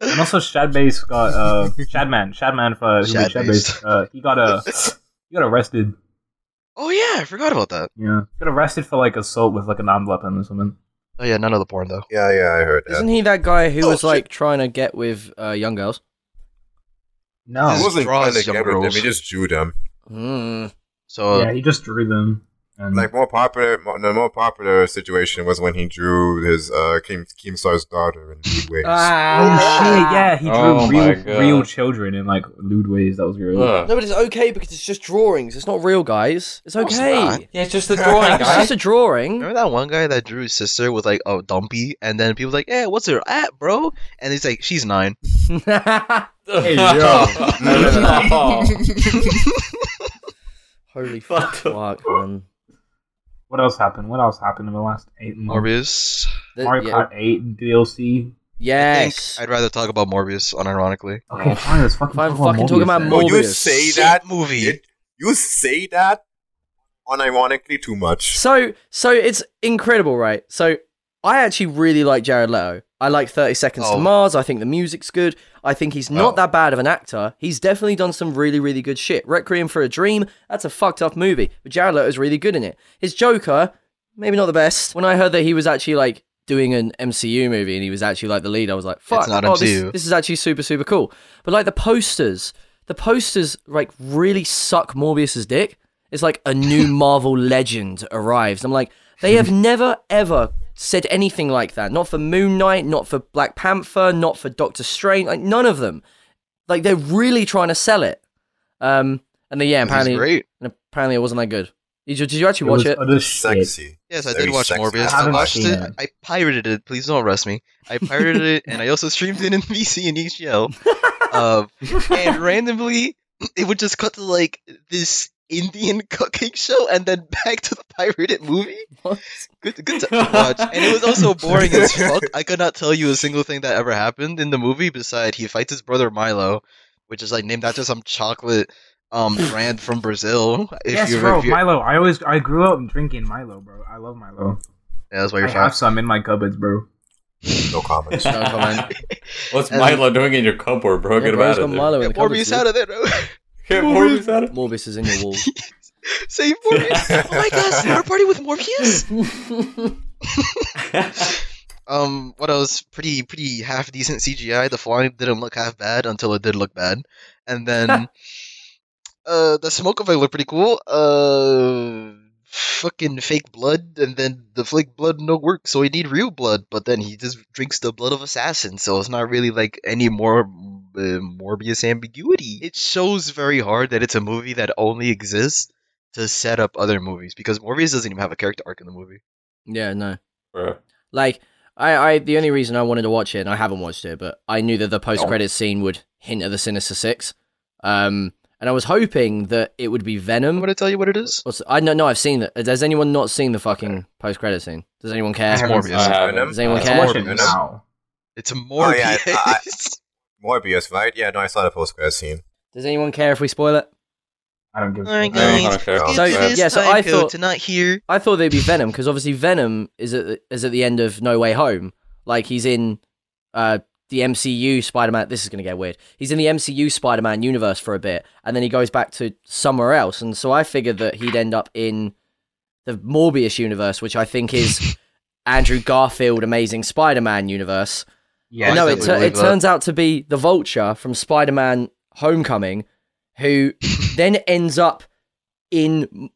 S1: And also, Shadbase got, uh, Shadman, Shadman for who made
S4: Shadbase.
S1: Shadbase. Uh, he got a, he got arrested.
S4: Oh yeah, I forgot about that.
S1: Yeah. He got arrested for like assault with like an armed weapon or something.
S4: Oh yeah, none of the porn though.
S5: Yeah, yeah, I heard
S2: (laughs)
S5: that.
S2: Isn't he that guy who
S5: Oh,
S2: was
S5: shit.
S2: like trying to get with uh, young girls?
S1: No.
S5: He wasn't
S4: Draws
S5: trying to
S4: young
S5: get with them.
S4: girls.
S5: He just drew them.
S2: Hmm.
S4: So
S1: yeah, he just drew them. And
S5: Like more popular, more, the more popular situation was when he drew his uh Kim Keemstar's daughter in Big Ways.
S2: Ah,
S1: oh shit, yeah, he drew
S3: Oh my
S1: real,
S3: God.
S1: real children in like lewd ways. That was really.
S3: Ugh.
S2: No, but it's okay because it's just drawings. It's not real, guys. It's
S4: course not.
S2: okay.
S3: Yeah, it's just the (laughs) drawing,
S2: It's just
S3: guys.
S2: a drawing.
S4: remember that one guy that drew his sister with like a dumpy, and then people like, "Hey, what's her at, bro?" And he's like, "She's nine.
S1: Hey, yo.
S2: (laughs) Holy
S3: Fuck.
S2: fuck, fuck man.
S1: What else happened? What else happened in the last eight months?
S4: Morbius.
S2: The-
S1: Mario
S2: yeah.
S1: Kart 8 DLC.
S2: Yes.
S4: I'd rather talk about Morbius, unironically.
S1: Okay, fine, let's fucking
S2: Fine,
S1: talk about
S2: fucking talk
S1: Morbius
S2: about
S1: then.
S5: Oh, you
S2: Morbius.
S5: say
S4: Shit
S5: that
S4: movie.
S5: You, you say that unironically too much.
S2: So so it's incredible, right? So I actually really like Jared Leto. I like 30 Seconds
S4: Oh.
S2: to Mars. I think the music's good. I think he's not
S4: Oh.
S2: that bad of an actor. He's definitely done some really, really good shit. Requiem for a Dream, that's a fucked up movie, but Jared Leto's really good in it. His Joker, maybe not the best. When I heard that he was actually like doing an MCU movie and he was actually like the lead, I was like, fuck,
S4: not
S2: oh, this,
S4: MCU.
S2: this is actually super, super cool. But like the posters, the posters like really suck Morbius's dick. It's like a
S4: (laughs)
S2: new Marvel legend arrives. I'm like, they have never ever said anything like that. Not for Moon Knight, not for Black Panther, not for Doctor Strange. Like none of them. Like they're really trying to sell it. Um, and then yeah,
S4: He's
S2: apparently,
S4: great.
S2: and apparently it wasn't that good. Did you, did you actually
S1: It
S2: watch
S1: was
S2: it?
S1: utter shit.
S5: Sexy.
S4: Yes, I
S5: Very
S4: did watch
S5: sexy.
S4: Morbius.
S1: I
S4: I,
S1: haven't
S4: watched
S1: seen
S4: it.
S1: it.
S4: I pirated it. Please don't arrest me. I pirated it, and I also streamed it in (laughs) VC and HDL. Uh, and randomly, (clears throat) it would just cut to like this Indian (laughs) cooking show, and then back to the pirated movie.
S2: (laughs)
S4: Good, good to watch. And it was also boring as fuck. I could not tell you a single thing that ever happened in the movie. Beside, he fights his brother Milo, which is like named after some chocolate um brand from Brazil. If
S1: yes,
S4: you
S1: bro,
S4: if you-
S1: Milo. I always I grew up drinking Milo, bro. I love Milo.
S4: yeah, that's why
S1: I
S4: you're
S1: have
S4: fat.
S1: some in my cupboards, bro.
S5: No comments.
S2: No comment.
S3: What's
S4: And-
S3: Milo doing in your cupboard, bro?
S2: Yeah,
S3: Get
S2: bro,
S3: about
S2: it's
S3: it.
S2: got Milo in
S4: Get
S2: the cupboard,
S4: Morbius
S2: dude.
S4: out of there, bro.
S3: Get Morbius out
S2: (laughs)
S3: of
S2: Morbius is in your wall.
S4: Save Morbius. oh my gosh, Star Party with Morbius? (laughs) Um, what else? Pretty, pretty half decent CGI. The flying didn't look half bad until it did look bad, and then, uh, the smoke effect looked pretty cool. Uh, fucking fake blood, and then the fake blood no work, so he need real blood. But then he just drinks the blood of assassins, so it's not really like any more uh, Morbius ambiguity. It shows very hard that it's a movie that only exists to set up other movies because Morbius doesn't even have a character arc in the movie.
S2: yeah, no.
S3: Bro.
S2: Like I, I the only reason I wanted to watch it, and I haven't watched it, but I knew that the post credit scene would hint at the Sinister Six, um, and I was hoping that it would be Venom.
S4: I'm gonna tell you what it is.
S2: What's- I no no I've seen it. Has anyone not seen the fucking post credit scene? Does anyone care?
S4: It's
S3: (laughs)
S4: Morbius.
S3: I haven't.
S5: Venom?
S2: Does anyone
S5: Uh,
S1: I'm
S2: care?
S1: watching it
S5: Morbius.
S1: now.
S4: It's
S5: Oh, yeah,
S4: Morbius.
S5: I- (laughs) Morbius, right? Yeah, no, I saw the post credit scene.
S2: Does anyone care if we spoil it?
S1: I don't give a
S4: Alright,
S1: shit.
S3: I
S4: guys.
S3: don't wanna share.
S5: So,
S4: It's
S2: So
S3: Yeah.
S4: this
S2: yeah, so
S4: time
S2: I
S4: code
S2: thought-
S4: to not hear.
S2: I thought they'd be Venom because obviously Venom is at the, is at the end of No Way Home. Like he's in uh, the MCU Spider-Man. This is gonna get weird. He's in the MCU Spider-Man universe for a bit, and then he goes back to somewhere else. And so I figured that he'd end up in the Morbius universe, which I think is (laughs) Andrew Garfield Amazing Spider-Man universe.
S1: Yeah,
S2: no,
S4: I
S2: it,
S4: totally
S2: tur-
S4: believe
S2: it
S4: that.
S2: turns out to be the Vulture from Spider-Man Homecoming,
S4: (laughs)
S2: who then ends up in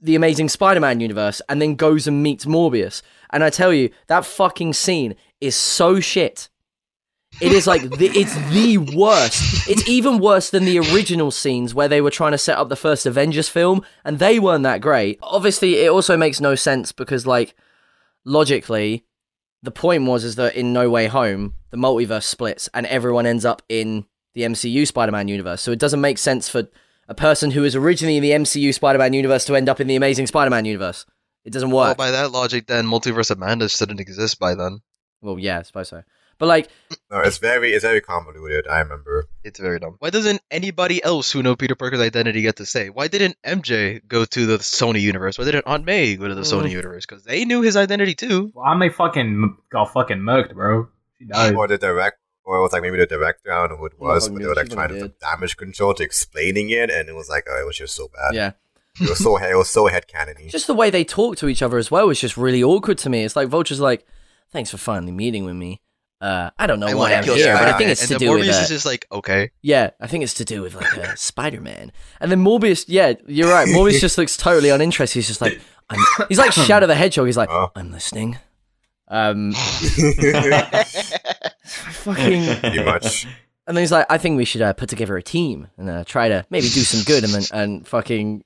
S2: the Amazing Spider-Man universe and then goes and meets Morbius. And I tell you, that fucking scene is so shit. It is like the, it's the worst. It's even worse than the original scenes where they were trying to set up the first Avengers film, and they weren't that great. Obviously, it also makes no sense because, like, logically, the point was is that in No Way Home, the multiverse splits and everyone ends up in the MCU Spider-Man universe. So it doesn't make sense for a person who was originally in the MCU Spider-Man universe to end up in the Amazing Spider-Man universe. It doesn't
S4: Well,
S2: work.
S4: by that logic, then Multiverse of Madness shouldn't exist by then.
S2: well, yeah, I suppose so. But like,
S5: No, it's very, it's very convoluted. I remember.
S4: It's very dumb. Why doesn't anybody else who know Peter Parker's identity get to say? Why didn't MJ go to the Sony universe? Why didn't Aunt May go to the
S2: Mm.
S4: Sony universe? Because they knew his identity too.
S1: well, I may fucking got fucking murked, bro. She died.
S5: Or the direct, or it was like maybe the director. I don't know who it
S2: Oh my
S5: was,
S2: God,
S5: but
S2: yeah,
S5: they were like
S2: she's
S5: trying
S2: gonna
S5: to
S2: do
S5: do damage control to explaining it, and it was like, oh, it was just so bad.
S2: yeah,
S5: It was so, it was so headcanony. (laughs)
S2: just the way they talk to each other as well was just really awkward to me. It's like Vulture's like, "Thanks for finally meeting with me. Uh, I don't know why
S4: wanna
S2: I'm
S4: kill
S2: here, but I
S4: Spider-Man."
S2: think it's
S4: and
S2: to
S4: then
S2: do
S4: Morbius
S2: with uh,
S4: is just like, okay,
S2: Yeah, I think it's to do with like (laughs) a Spider Man. And then Morbius, yeah, you're right. Morbius just looks totally uninterested. He's just like,
S4: (laughs)
S2: I'm, he's like Shadow the Hedgehog. He's like,
S5: Oh.
S2: I'm listening. Um,
S4: (laughs)
S2: fucking.
S3: (laughs)
S5: Pretty much.
S2: And then he's like, I think we should uh, put together a team and uh, try to maybe do some good. And then and fucking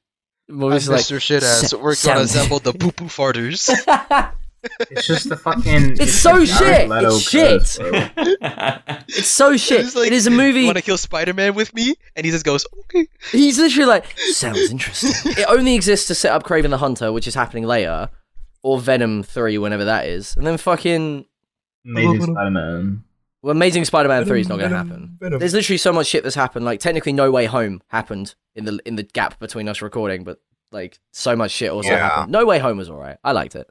S2: Morbius is like,
S4: Mr. Shitass,
S2: "Sa-
S4: we're gonna
S2: sound-
S4: assemble the poo poo farters.
S1: It's just the fucking.
S2: It's so
S1: the
S2: shit.
S1: Jared Leto
S2: It's
S1: curse,
S2: shit.
S1: bro.
S2: (laughs) it's so shit.
S4: It's like,
S2: it is a
S4: You
S2: movie.
S4: want to kill Spider Man with me? And he just goes, okay.
S2: He's literally like,
S4: (laughs)
S2: sounds interesting. it only exists to set up Craven the Hunter, which is happening later, or Venom 3, whenever that is. And then fucking.
S1: Amazing Spider-Man.
S2: Well, Amazing Spider-Man three is not going to happen. There's literally so much shit that's happened. Like technically, No Way Home happened in the in the gap between us recording, but like so much shit also
S5: Yeah.
S2: happened. No Way Home was alright. I liked it.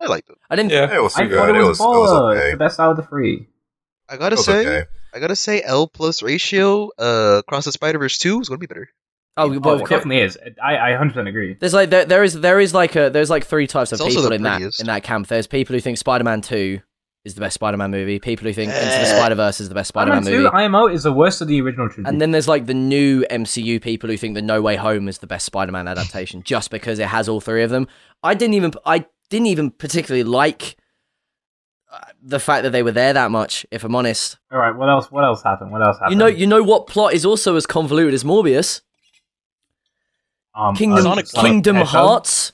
S4: I liked it.
S2: I didn't.
S3: Yeah. (laughs)
S5: (laughs) It was
S1: I
S5: too
S1: thought
S5: good.
S1: it was, baller. It's
S5: okay.
S1: The best out of the three.
S4: I
S5: It
S4: gotta
S5: was
S4: say,
S5: okay.
S4: I gotta say, L plus ratio, uh, Cross the Spider Verse 2 is gonna be better.
S2: Oh, well,
S1: Oh,
S2: of
S1: it
S2: course.
S1: definitely is. I I 100% agree.
S2: There's like there, there is there is like a there's like three types of
S4: It's also
S2: people
S4: the
S2: in that
S4: prettiest.
S2: in that camp. There's people who think Spider-Man two is the best Spider-Man movie. People who think Into the
S4: Eh.
S2: Spider-Verse is the best Spider-Man
S1: Spider-Man 2
S2: movie.
S1: IMO is the worst of the original trilogy.
S2: And then there's like the new MCU people who think that No Way Home is the best Spider-Man adaptation just because it has all three of them. I didn't even I didn't even particularly like uh, the fact that they were there that much, if I'm honest.
S1: All right, what else? What else happened? What else happened?
S2: You know, you know what plot is also as convoluted as Morbius?
S1: um,
S2: Kingdom
S4: Sonic- Sonic
S2: Kingdom
S1: Echo?
S2: Hearts.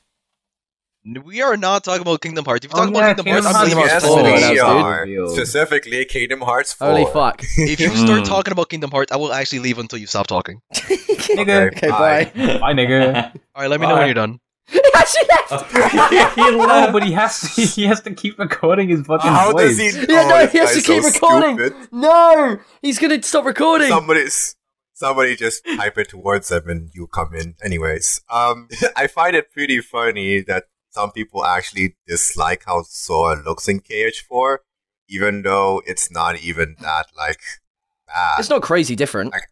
S4: N- We are not talking about Kingdom Hearts. If
S1: Oh,
S4: you're talking
S1: yeah,
S4: about Kingdom,
S1: Kingdom
S4: Hearts,
S2: Hearts
S4: I'm leaving
S2: is
S4: this
S2: awesome.
S4: video.
S2: Yes,
S5: we
S2: dude.
S5: are.
S1: Revealed.
S5: Specifically, Kingdom Hearts 4.
S2: Holy fuck!
S4: If you start
S5: (laughs)
S3: Mm.
S4: talking about Kingdom Hearts, I will actually leave until you stop talking.
S1: Nigga.
S5: Okay, bye.
S2: (laughs)
S1: Bye, nigga.
S4: All right, let me know when
S1: Alright.
S4: you're done.
S2: Actually, yes.
S3: Uh,
S1: he left, but he has to. He has to keep recording his fucking
S5: How
S1: voice.
S5: does he?
S2: Yeah, no,
S5: this
S2: he has to
S5: guy's
S2: keep
S5: so
S2: recording.
S5: stupid.
S2: No, he's gonna stop recording.
S5: Somebody, somebody just type it towards him, and you come in. Anyways, um, (laughs) I find it pretty funny that some people actually dislike how Sora looks in KH4, even though it's not even that like bad.
S2: It's not crazy different.
S5: Like-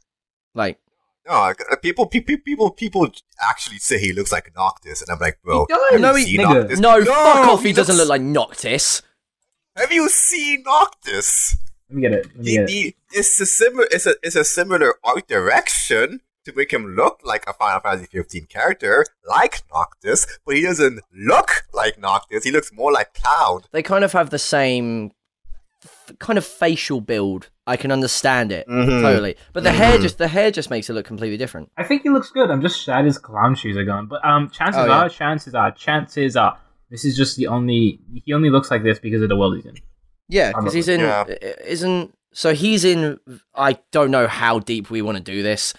S2: Like,
S5: No, like, uh, people, pe- pe- people, people actually say he looks like Noctis, and I'm like, bro,
S1: He does.
S5: have
S2: No,
S5: you
S1: he-
S5: seen
S1: nigga.
S5: Noctis?
S2: no, fuck off. He, doesn't
S5: looks-
S2: look like Noctis.
S5: Have you seen Noctis?
S1: Let me get it. Let me
S5: He,
S1: get it.
S5: he- it's a similar, it's a, it's a similar art direction to make him look like a Final Fantasy 15 character, like Noctis, but he doesn't look like Noctis. He looks more like Cloud.
S2: They kind of have the same f- kind of facial build. I can understand it
S4: Mm-hmm.
S2: totally, but the hair
S5: Mhm.
S2: just the hair just makes it look completely different.
S1: I think he looks good. I'm just sad his clown shoes are gone. But um, chances
S2: Oh, yeah.
S1: are, chances are, chances are, This is just the only he only looks like this because of the world he's in.
S2: Yeah, because he's in
S5: Yeah.
S2: isn't so he's in. I don't know how deep we want to do this.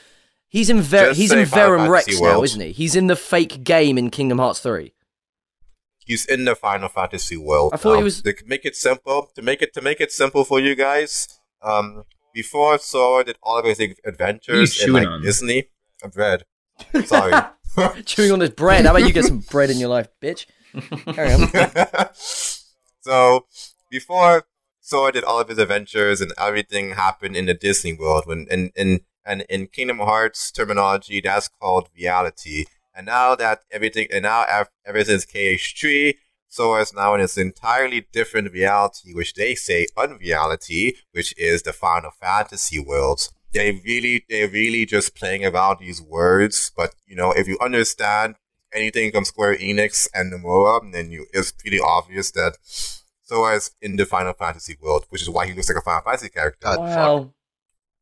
S2: He's in Ver-
S5: Just
S2: he's
S5: say
S2: in
S5: Final
S2: Verum Rex
S5: Fantasy
S2: now,
S5: World.
S2: isn't he? He's in the fake game in Kingdom Hearts
S5: (laughs)
S2: three.
S5: He's in the Final Fantasy world.
S2: I thought he
S5: now.
S2: was-
S5: to make it simple. To make it to make it simple for you guys. Um, before Sword and all of his adventures
S1: What are
S5: in
S1: you chewing
S5: like
S1: on?
S5: Disney, I'm red.
S2: (laughs)
S5: Sorry.
S2: Chewing on this bread. How about you get some bread in your life,
S5: (laughs)
S2: bitch? Carry on.
S5: so before Sora did all of his adventures and everything happened in the Disney world when in in and in Kingdom Hearts terminology that's called reality. And now that everything and now af- ever since KH3, Sora is now in this entirely different reality, which they say unreality, which is the Final Fantasy world. They really they're really just playing about these words, but you know, if you understand anything from Square Enix and Nomura, then you it's pretty obvious that Sora is in the Final Fantasy world, which is why he looks like a Final Fantasy character.
S4: God.
S2: wow,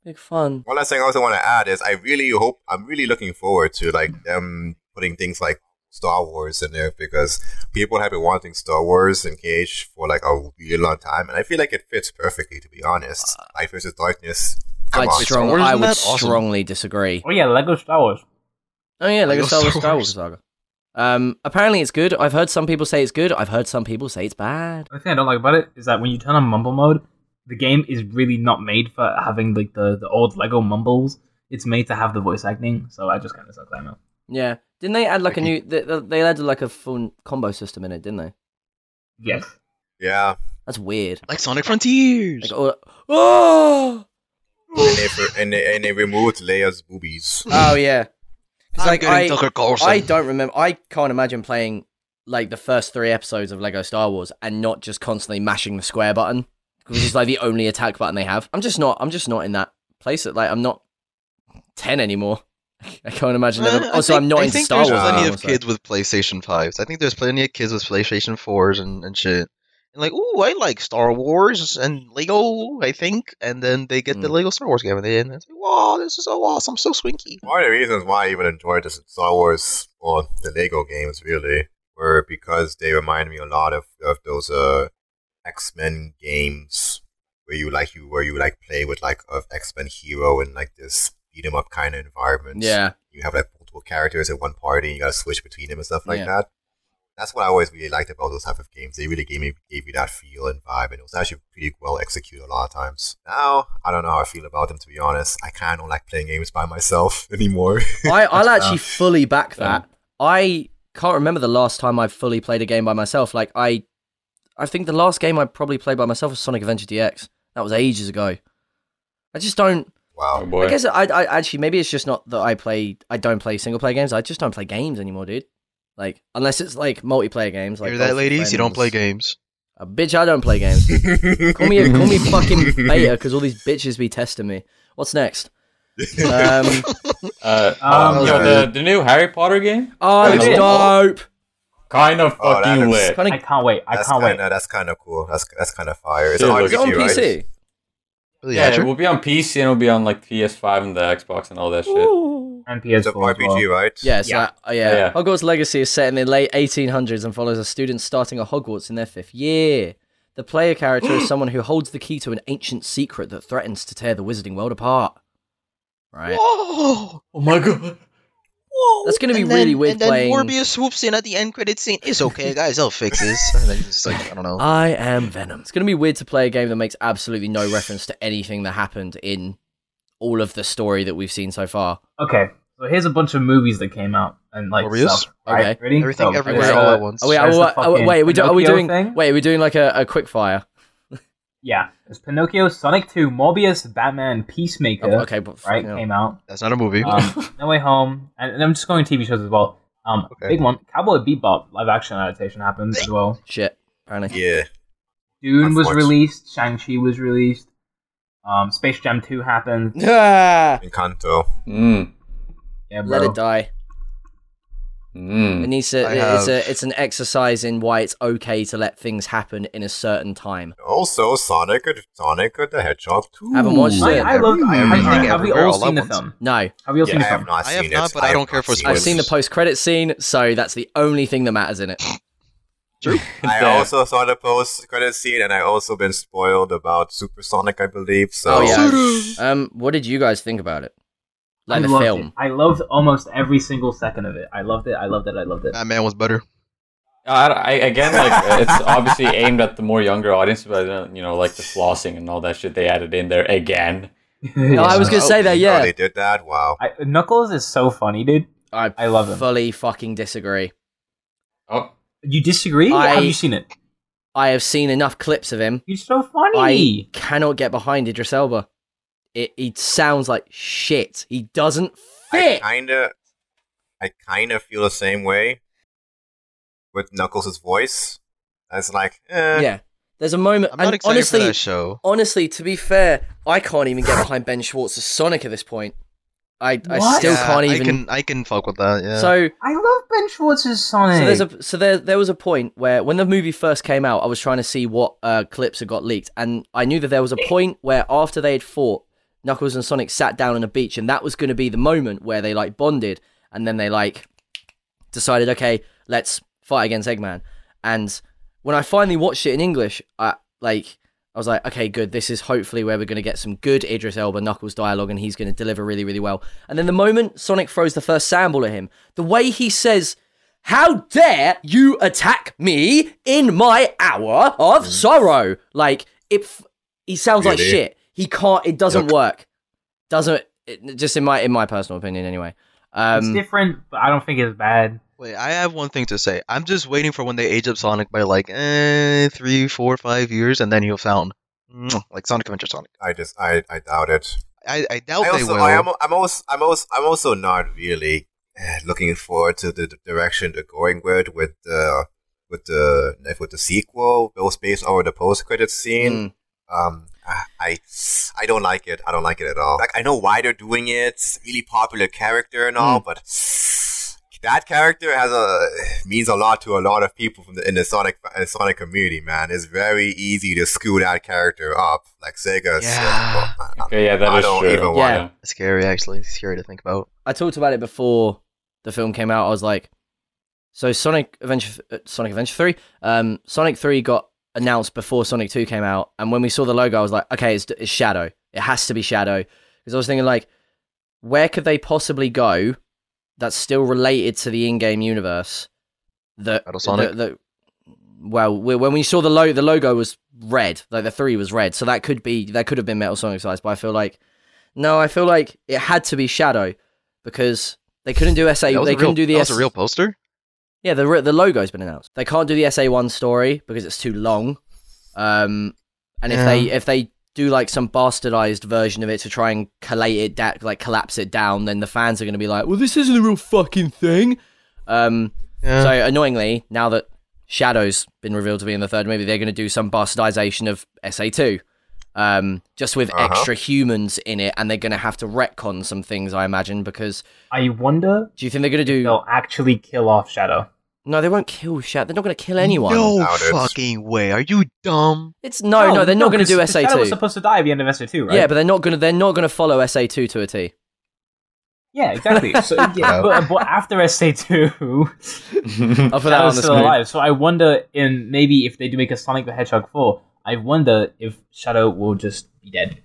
S2: big fun.
S5: One last thing I also want to add is I really hope I'm really looking forward to like them putting things like Star Wars in there because people have been wanting Star Wars in Cage for like a really long time, and I feel like it fits perfectly. To be honest, Light versus Darkness. Come
S2: I'd
S5: on,
S4: strong-
S2: strong,
S4: Star Wars
S2: I
S4: in
S2: would
S4: that? Awesome.
S2: strongly disagree.
S1: Oh yeah, Lego Star Wars.
S2: Oh yeah, Lego
S4: Lego
S2: Star Wars,
S4: Star
S2: Star Wars
S4: Wars.
S2: Saga. Um, apparently it's good. I've heard some people say it's good. I've heard some people say it's bad.
S1: The thing I don't like about it is that when you turn on Mumble mode, the game is really not made for having like the, the old Lego mumbles. It's made to have the voice acting, so I just kind of suck that out.
S2: Yeah, didn't they add like a new? They, they added like a full combo system in it, didn't they?
S1: Yes.
S5: yeah,
S2: That's weird.
S4: Like Sonic Frontiers.
S2: Like, all, (gasps)
S4: (laughs)
S2: oh,
S5: and they, and they and they removed Leia's boobies.
S2: oh yeah. 'Cause,
S4: I'm
S2: like,
S4: getting
S2: I-
S4: Tucker Carlson.
S2: I don't remember. I can't imagine playing like the first three episodes of Lego Star Wars and not just constantly mashing the square button, which is like the only attack button they have. I'm just not. I'm just not in that place. That like I'm not ten anymore. I can't imagine.
S4: Uh,
S2: Ever.
S4: I
S2: also, I'm
S4: think-
S2: not
S4: I
S2: in
S4: think
S2: Star Wars.
S4: There's plenty
S2: anymore,
S4: of
S2: so-
S4: kids with PlayStation fives. I think there's plenty of kids with PlayStation fours and, and shit. And like, ooh, I like Star Wars and Lego. I think, and then they get the
S2: Hmm.
S4: Lego Star Wars game, and they and it's like, wow, this is so awesome, so swinky.
S5: One of the reasons why I even enjoyed the Star Wars or the Lego games really were because they remind me a lot of, of those uh, X Men games where you like you where you like play with like of X Men hero and like this beat 'em up kind of environment.
S2: Yeah,
S5: you have like multiple characters in one party and you gotta switch between them and stuff like
S2: Yeah.
S5: that. That's what I always really liked about those type of games. They really gave me gave you that feel and vibe, and it was actually pretty well executed a lot of times. Now I don't know how I feel about them to be honest. I kind of don't like playing games by myself (laughs) anymore.
S2: I, I'll
S5: That's
S2: actually
S5: bad.
S2: fully back that. I can't remember the last time I fully played a game by myself. Like I, I think the last game I probably played by myself was Sonic Adventure DX. That was ages ago. I just don't.
S3: Oh
S5: wow.
S3: boy.
S2: I guess I, I actually maybe it's just not that I play I don't play single player games. I just don't play games anymore, dude. Like unless it's like multiplayer games. Like
S4: Hear that,
S2: Golf with
S4: ladies? You don't
S2: Friends.
S4: play games.
S2: A Uh, bitch, I don't play games. call me a, call
S4: (laughs)
S2: me fucking beta because all these bitches be testing me. What's
S4: (laughs)
S2: next? Um,
S3: Uh,
S1: Um,
S3: you know,
S5: okay.
S3: the, the new Harry Potter game?
S2: oh, it looks
S3: Yeah.
S2: dope.
S3: Kind of
S5: Oh, that
S3: fucking
S5: looks-
S3: lit.
S2: Kind
S1: I
S2: of.
S1: can't wait. I
S5: That's
S1: can't
S5: kinda,
S1: wait.
S5: That's kind of cool. That's that's kind of fire. It's
S3: Yeah,
S5: an
S3: it
S5: RPG,
S3: looks
S2: Is it on
S5: right?
S2: PC?
S4: Really,
S3: Yeah,
S4: Andrew?
S3: it will be on PC and it'll be on like PS5 and the Xbox and all that shit.
S2: Ooh.
S1: And
S5: It's an
S1: PS4 as well.
S5: RPG, right?
S2: Yeah, so
S1: Yeah.
S2: that- oh, yeah.
S3: Yeah.
S2: Hogwarts Legacy is set in the late 1800s and follows a student starting a Hogwarts in their fifth year. The player character
S4: (gasps)
S2: is someone who holds the key to an ancient secret that threatens to tear the Wizarding world apart. Right.
S4: Whoa!
S3: Oh my god.
S4: Whoa!
S2: That's gonna be
S4: and
S2: really
S4: then,
S2: weird
S4: And then
S2: playing-
S4: Morbius swoops in at the end credit scene. It's okay, guys. I'll fix this. And then it's like, I don't know.
S2: (laughs) I am Venom. It's going to be weird to play a game that makes absolutely no reference to anything that happened in all of the story that we've seen so far.
S1: Okay, so here's a bunch of movies that came out and like
S4: Morbius?
S1: stuff. Right?
S2: Okay.
S1: Ready?
S4: Everything,
S1: So,
S4: everywhere,
S1: there's,
S4: all
S1: uh,
S4: at once.
S2: Oh, wait,
S1: There's the
S2: oh, wait, oh, wait,
S1: fucking
S2: wait, are we, do, are we
S1: Pinocchio
S2: doing?
S1: thing.
S2: Wait, are we doing like a, a quick fire?
S1: Yeah, it's Pinocchio, Sonic Two, Morbius, Batman, Peacemaker.
S2: Oh, okay, but
S1: Right,
S2: fucking hell.
S1: came
S4: (laughs)
S1: out.
S4: That's not a movie.
S1: Um, no Way Home, and, and I'm just going TV shows as well. Um,
S4: Okay.
S1: big one, Cowboy Bebop live action adaptation happened as well.
S2: shit. Apparently,
S5: Yeah.
S1: Dune was
S5: Unfortunate.
S1: released. Shang Chi was released. Um, Space Jam Two happened.
S2: Ah,
S5: Encanto.
S3: Mm.
S1: Yeah, bro.
S2: let it die. It
S3: Mm.
S2: needs to.
S4: I
S2: It's
S4: have-
S2: a. It's an exercise in why it's okay to let things happen in a certain time.
S5: Also, Sonic, Sonic the Hedgehog 2.
S2: Haven't watched
S1: I,
S2: it.
S1: I love. I,
S5: Everything
S1: I- have we
S4: everywhere,
S1: all
S4: all at
S1: seen the
S4: once.
S1: film?
S2: No,
S1: Have we all
S5: Yeah,
S1: seen
S5: I
S1: the
S5: have
S1: film?
S5: not
S4: I
S5: seen
S4: have
S5: it.
S4: not, but I
S5: have
S4: don't care
S5: not
S4: for
S5: seen
S2: I've
S5: it.
S2: seen the post-credit scene, so that's the only thing that matters in it.
S4: True.
S3: (laughs)
S5: I
S3: Damn.
S5: also saw the post credit scene, and I also been spoiled about Supersonic, I believe. So
S2: Oh, yeah.
S4: Suru.
S2: Um, what did you guys think about it? Like
S1: I
S2: the
S1: loved
S2: film.
S1: It. I loved almost every single second of it. I loved it. I loved it. I loved it.
S4: That man was better.
S3: I, I again like it's obviously aimed at the more younger audience, but I don't, you know, like the flossing and all that shit they added in there again.
S2: (laughs) No, I was gonna
S5: Oh,
S2: say that,
S5: oh,
S2: yeah.
S5: they did that. Wow.
S1: (laughs) I, Knuckles is so funny, dude.
S2: I,
S1: I love him.
S2: Fully fucking disagree.
S3: Oh,
S1: You disagree?
S2: I-
S1: Have you seen it?
S2: I have seen enough clips of him.
S1: He's so
S2: I
S1: funny.
S2: cannot get behind Idris Elba. It, he sounds like shit. He doesn't fit.
S5: I kinda, I kinda feel the same way with Knuckles' voice. It's like, eh,
S2: yeah. There's a moment.
S4: I'm not
S2: and
S4: excited
S2: honestly,
S4: for that show.
S2: honestly, to be fair, I can't even get behind Ben Schwartz's Sonic at this point. I, I
S1: What?
S2: still
S4: Yeah,
S2: can't even.
S4: I can, I can fuck with that. Yeah.
S2: So
S1: I, love Ben Schwartz's Sonic.
S2: So there's a so there there was a point where when the movie first came out, I was trying to see what uh, clips had got leaked, and I knew that there was a point where after they had fought, Knuckles and Sonic sat down on a beach, and that was going to be the moment where they like bonded, and then they like decided, okay, let's fight against Eggman. And when I finally watched it in English, I like I was like, okay, good. This is hopefully where we're going to get some good Idris Elba Knuckles dialogue, and he's going to deliver really, really well. And then the moment Sonic throws the first sandball at him, the way he says, "How dare you attack me in my hour of sorrow!" Like it, f- he sounds like
S5: Mm. Really?
S2: shit. He can't. It doesn't
S5: Yuck.
S2: work. Doesn't. It, just in my in my personal opinion, anyway. Um,
S1: it's different, but I don't think it's bad.
S4: Wait, I have one thing to say. I'm just waiting for when they age up Sonic by like eh, three, four, five years, and then he'll sound mwah, like Sonic Adventure Sonic.
S5: I just, I, I doubt it.
S4: I, I doubt
S5: I
S4: they
S5: also,
S4: will.
S5: I am, I'm also, I'm also, I'm also not really eh, looking forward to the d- direction they're going with with the with the with the sequel. Those based over the post credit scene.
S2: mm.
S4: Hmm.
S5: Um, I, I don't like it. I don't like it at all. Like I know why they're doing it. It's a really popular character and
S4: Hmm.
S5: all, but that character has a means a lot to a lot of people from the, in the Sonic uh, Sonic community. Man, it's very easy to screw that character up. Like Sega. uh,
S4: Yeah.
S3: okay, yeah,
S5: I
S3: that is
S5: don't
S3: true.
S5: even
S3: yeah.
S2: want
S3: yeah.
S2: it.
S4: Scary, actually. Scary to think about.
S2: I talked about it before the film came out. I was like, so Sonic Adventure, uh, Sonic Adventure Three, um, Sonic Three got announced before Sonic Two came out, and when we saw the logo, I was like, okay, it's, it's Shadow. It has to be Shadow because I was thinking like, where could they possibly go that's still related to the in-game universe? That
S4: Battle Sonic?
S2: that- that- well, we- when we saw the lo- the logo was red, like the three was red, so that could be that could have been Metal Sonic size, but I feel like no, I feel like it had to be Shadow because they couldn't do SA.
S4: that was
S2: They
S4: a real,
S2: couldn't do the
S4: that was
S2: S-
S4: a real poster.
S2: yeah, the re- the logo's been announced. They can't do the SA one story because it's too long. Um, and if
S4: Yeah.
S2: they if they do like some bastardized version of it to try and collate it da- like collapse it down, then the fans are going to be like, "Well, this isn't a real fucking thing." Um,
S4: Yeah.
S2: so annoyingly, now that Shadow's been revealed to be in the third movie, they're going to do some bastardization of SA2, um, just with
S5: Uh-huh.
S2: extra humans in it, and they're going to have to retcon some things, I imagine. Because
S1: I wonder
S2: do you think they're going to do?
S1: they'll actually kill off Shadow.
S2: No, they won't kill Shadow. They're not going to kill anyone.
S4: No
S5: Doubt it.
S4: fucking way. Are you dumb?
S2: It's no, no, they're not going to do
S1: 'cause- 'cause
S2: SA
S1: Shadow
S2: two.
S1: was supposed to die at the end of SA two, right?
S2: Yeah, but they're not going to they're not going to follow SA two to a T.
S1: yeah, exactly. So yeah,
S4: (laughs) Yeah.
S1: but, but after SA two,
S2: (laughs) I'll put that on
S1: Shadow's
S2: the
S1: still
S2: screen.
S1: alive. So I wonder, in maybe if they do make a Sonic the Hedgehog four, I wonder if Shadow will just be dead.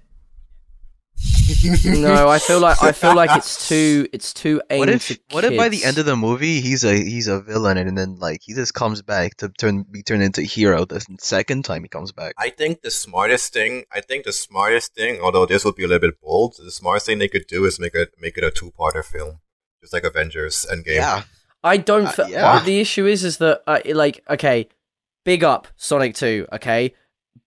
S2: No, I feel like I feel like it's too it's too aimed.
S4: What if
S2: to
S4: what if by the
S2: kids.
S4: end of the movie he's a he's a villain and then like he just comes back to turn be turned into a hero the second time he comes back.
S5: I think the smartest thing, I think the smartest thing, although this would be a little bit bold, the smartest thing they could do is make it make it a two-parter film, just like Avengers Endgame.
S4: Yeah.
S2: I don't.
S4: Uh,
S2: fe-
S4: yeah.
S2: The issue is, is that uh, it, like, okay, big up Sonic Two. Okay,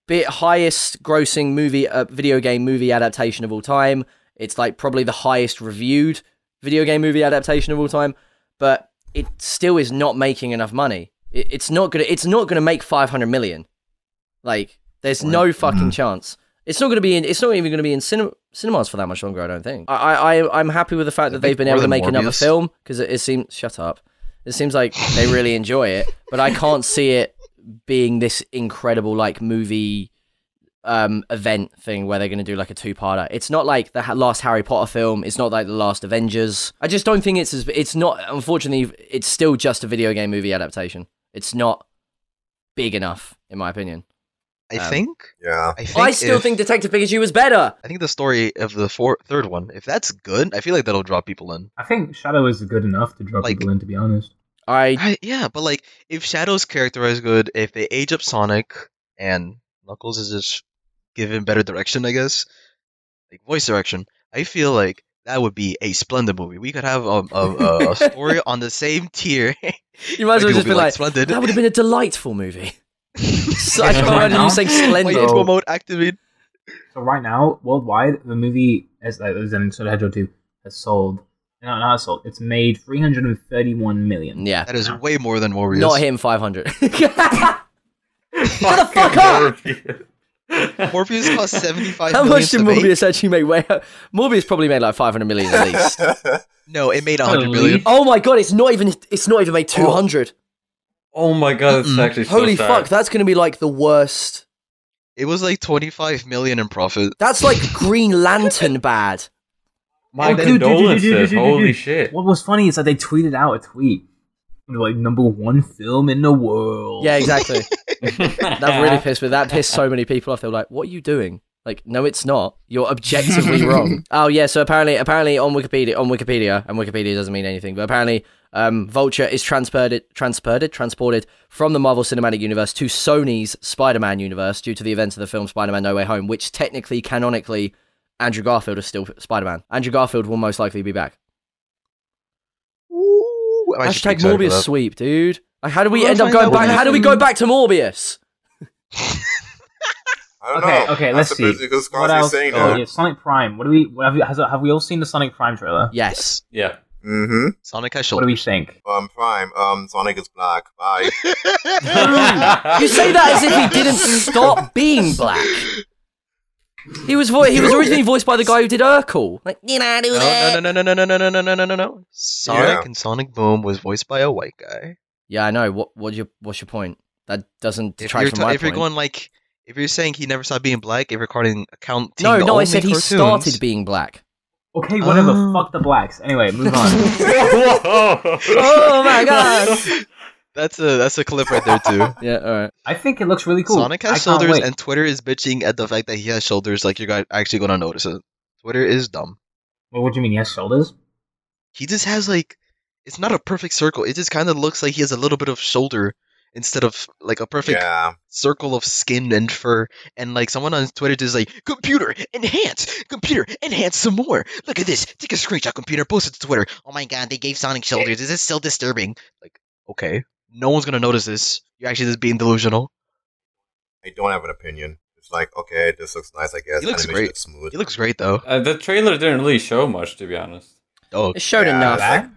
S2: bit highest grossing movie, uh, video game movie adaptation of all time. It's like probably the highest reviewed video game movie adaptation of all time, but it still is not making enough money. It, it's not gonna. It's not gonna make five hundred million. Like, there's no fucking
S4: Mm-hmm.
S2: chance. It's not gonna be in. It's not even gonna be in cinema. Cinemas for that much longer, I don't think. I, I, I- I'm happy with the fact
S4: They
S2: that they've
S4: make
S2: been
S4: more
S2: able to
S4: than
S2: make another
S4: Morbius.
S2: film because it, it seems. Shut up. It seems like they really enjoy it, but I can't see it being this incredible like movie um event thing where they're going to do like a two-parter. It's not like the ha- last Harry Potter film, it's not like the last Avengers. I just don't think it's as it's not unfortunately it's still just a video game movie adaptation. It's not big enough, in my opinion.
S4: I
S2: Um,
S4: think.
S5: (laughs) Yeah.
S4: I think.
S2: I still
S4: if-
S2: think Detective Pikachu was better.
S4: I think the story of the four, third one, if that's good, I feel like that'll draw people in.
S1: I think Shadow is good enough to draw
S4: Like-
S1: people in. To be honest,
S2: I
S4: I, yeah, but like if Shadow's character is good, if they age up Sonic and Knuckles is just given better direction, I guess, like voice direction, I feel like that would be a splendid movie. We could have a, a, a, a (laughs) story on the same tier. (laughs)
S2: you might as well
S4: Like, it would
S2: just be like,
S4: splendid.
S2: that would have been a delightful (laughs) movie. so I
S1: Yeah,
S2: can't
S1: right
S2: imagine
S1: now-
S2: you saying
S4: My
S2: splendid.
S1: Wait,
S4: intro mode activate.
S1: so right now worldwide, the movie as uh, as in Soda Hedgehog two has sold. No, not has sold. It's made three hundred and thirty-one million.
S2: Yeah,
S4: That is way more than Warriors. (laughs)
S2: not hitting (laughs) 500. How
S3: Shut
S2: the fuck up!
S4: Morpheus cost
S2: (laughs)
S4: seventy five.
S2: much did
S4: to make?
S2: Morbius actually make? Way Morbius probably made like 500 million at least. (laughs)
S4: No, it made
S1: At
S4: hundred million.
S1: least-
S2: oh my god, it's not even it's not even made 200.
S3: Oh my god, it's
S4: Mm-mm.
S3: actually so
S2: Holy
S3: sad.
S2: fuck, that's going to be like the worst.
S4: It was like twenty five million in profit.
S2: That's like Green Lantern bad.
S3: My
S1: Oh, dude, dude, dude,
S3: condolences.
S1: dude, dude, dude,
S3: Holy
S1: dude.
S3: shit.
S1: What was funny is that they tweeted out a tweet like number one film in the world.
S2: Yeah, exactly. That
S1: (laughs)
S2: (laughs)
S3: that
S2: really pissed me. That pissed so many people off. They were like, "What are you doing?" Like, no, it's not. You're objectively wrong. Oh yeah. So apparently, apparently on Wikipedia, on Wikipedia, and Wikipedia doesn't mean anything, but apparently, um, Vulture is transported, transported, transported from the Marvel Cinematic Universe to Sony's Spider-Man universe due to the events of the film Spider-Man: No Way Home, which technically, canonically, Andrew Garfield is still Spider-Man. Andrew Garfield will most likely be back.
S4: Ooh, I'm actually
S2: Hashtag
S4: pretty excited for
S2: Morbius
S4: that.
S2: sweep, dude. Like, how do we
S4: We'll
S2: end up
S4: find
S2: going
S4: out
S2: back?
S4: when
S2: How do we
S4: it's-
S2: go back to Morbius?
S5: I don't
S1: Okay,
S5: know.
S1: okay,
S5: I'm
S1: let's see.
S5: surprised Because
S1: What
S5: Crosby's
S1: else?
S5: saying
S1: Oh,
S5: that.
S1: yeah, Sonic Prime. What do we? What have, you, has, have we all seen the Sonic Prime trailer?
S2: Yes.
S3: Yeah.
S5: Mm-hmm.
S4: Sonic has
S1: What do
S4: shoulders.
S1: we think?
S5: Um, Prime. Um, Sonic is black. Bye.
S2: (laughs) You say that as if he didn't stop being black. He was vo- he was originally voiced by the guy who did Urkel. Like, you know, I do that.
S4: No, no, no, no, no, no, no, no, no, no, no, no. Sonic and Sonic Boom was voiced by a white guy.
S2: Yeah, I know. What what's your what's your point? That doesn't
S4: If
S2: detract
S4: you're
S2: from
S4: ta-
S2: my
S4: if you're
S2: point.
S4: going like, if you're saying he never stopped being black, if you're counting counting
S2: no, no,
S4: the
S2: I
S4: only
S2: said he
S4: cartoons,
S2: started being
S4: (laughs)
S2: black.
S1: Okay, whatever.
S4: Oh.
S1: Fuck the blacks. Anyway, move
S4: (laughs)
S1: on.
S3: (laughs)
S2: Oh my god.
S4: That's a that's a clip right there
S2: (laughs)
S4: too.
S2: (laughs) yeah, all right.
S1: I think it looks really cool.
S4: Sonic
S1: I
S4: has
S1: can't
S4: shoulders,
S1: wait.
S4: and Twitter is bitching at the fact that he has shoulders. Like you're got- actually gonna notice it. Twitter is dumb.
S1: Well, what do you mean? He has shoulders.
S4: He just has like, it's not a perfect circle. It just kind of looks like he has a little bit of shoulder instead of like a (laughs) perfect
S5: yeah.
S4: circle of skin and fur, and like someone on Twitter just like, computer enhance, computer enhance some more. Look at this, take a screenshot, computer, post it to Twitter. Oh my god, they gave Sonic shoulders. Is this still disturbing? Like, okay, no one's gonna notice this. You're actually just being delusional.
S5: I don't have an opinion. It's like, okay, this looks nice, I guess.
S4: He looks
S5: Animation
S4: great.
S5: looks smooth.
S4: He looks great though.
S3: Uh, the trailer didn't really show much, to be honest.
S4: Oh,
S2: It showed
S5: Yeah,
S2: enough.
S5: that-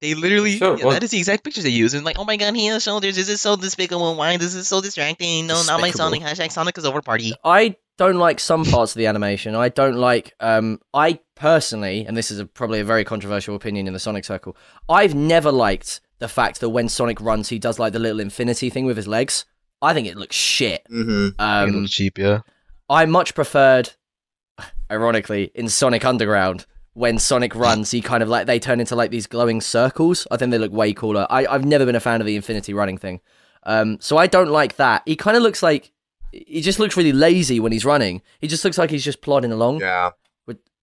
S4: they literally
S3: Sure,
S4: yeah,
S3: well-
S4: that is the exact picture they use. And like, oh my god, he has shoulders. Is this so despicable? Why this is so distracting? No, not my Sonic.
S2: Despicable.
S4: Hashtag Sonic is over party.
S2: I don't like some parts of the animation. I don't like. Um, I personally, and this is a, probably a very controversial opinion in the Sonic circle. I've never liked the fact that when Sonic runs, he does like the little infinity thing with his legs. I think it looks shit.
S5: Mm-hmm.
S4: Um,
S2: Um,
S4: cheap, yeah.
S2: I much preferred, ironically, in Sonic Underground when
S5: (laughs)
S2: Sonic runs, he kind of like they turn into like these glowing circles. I think they look way cooler. I, I've never been a fan of the infinity running thing, um, so I don't like that. He kind of looks like he just looks really lazy when he's running. He just looks like he's just plodding along,
S5: Yeah.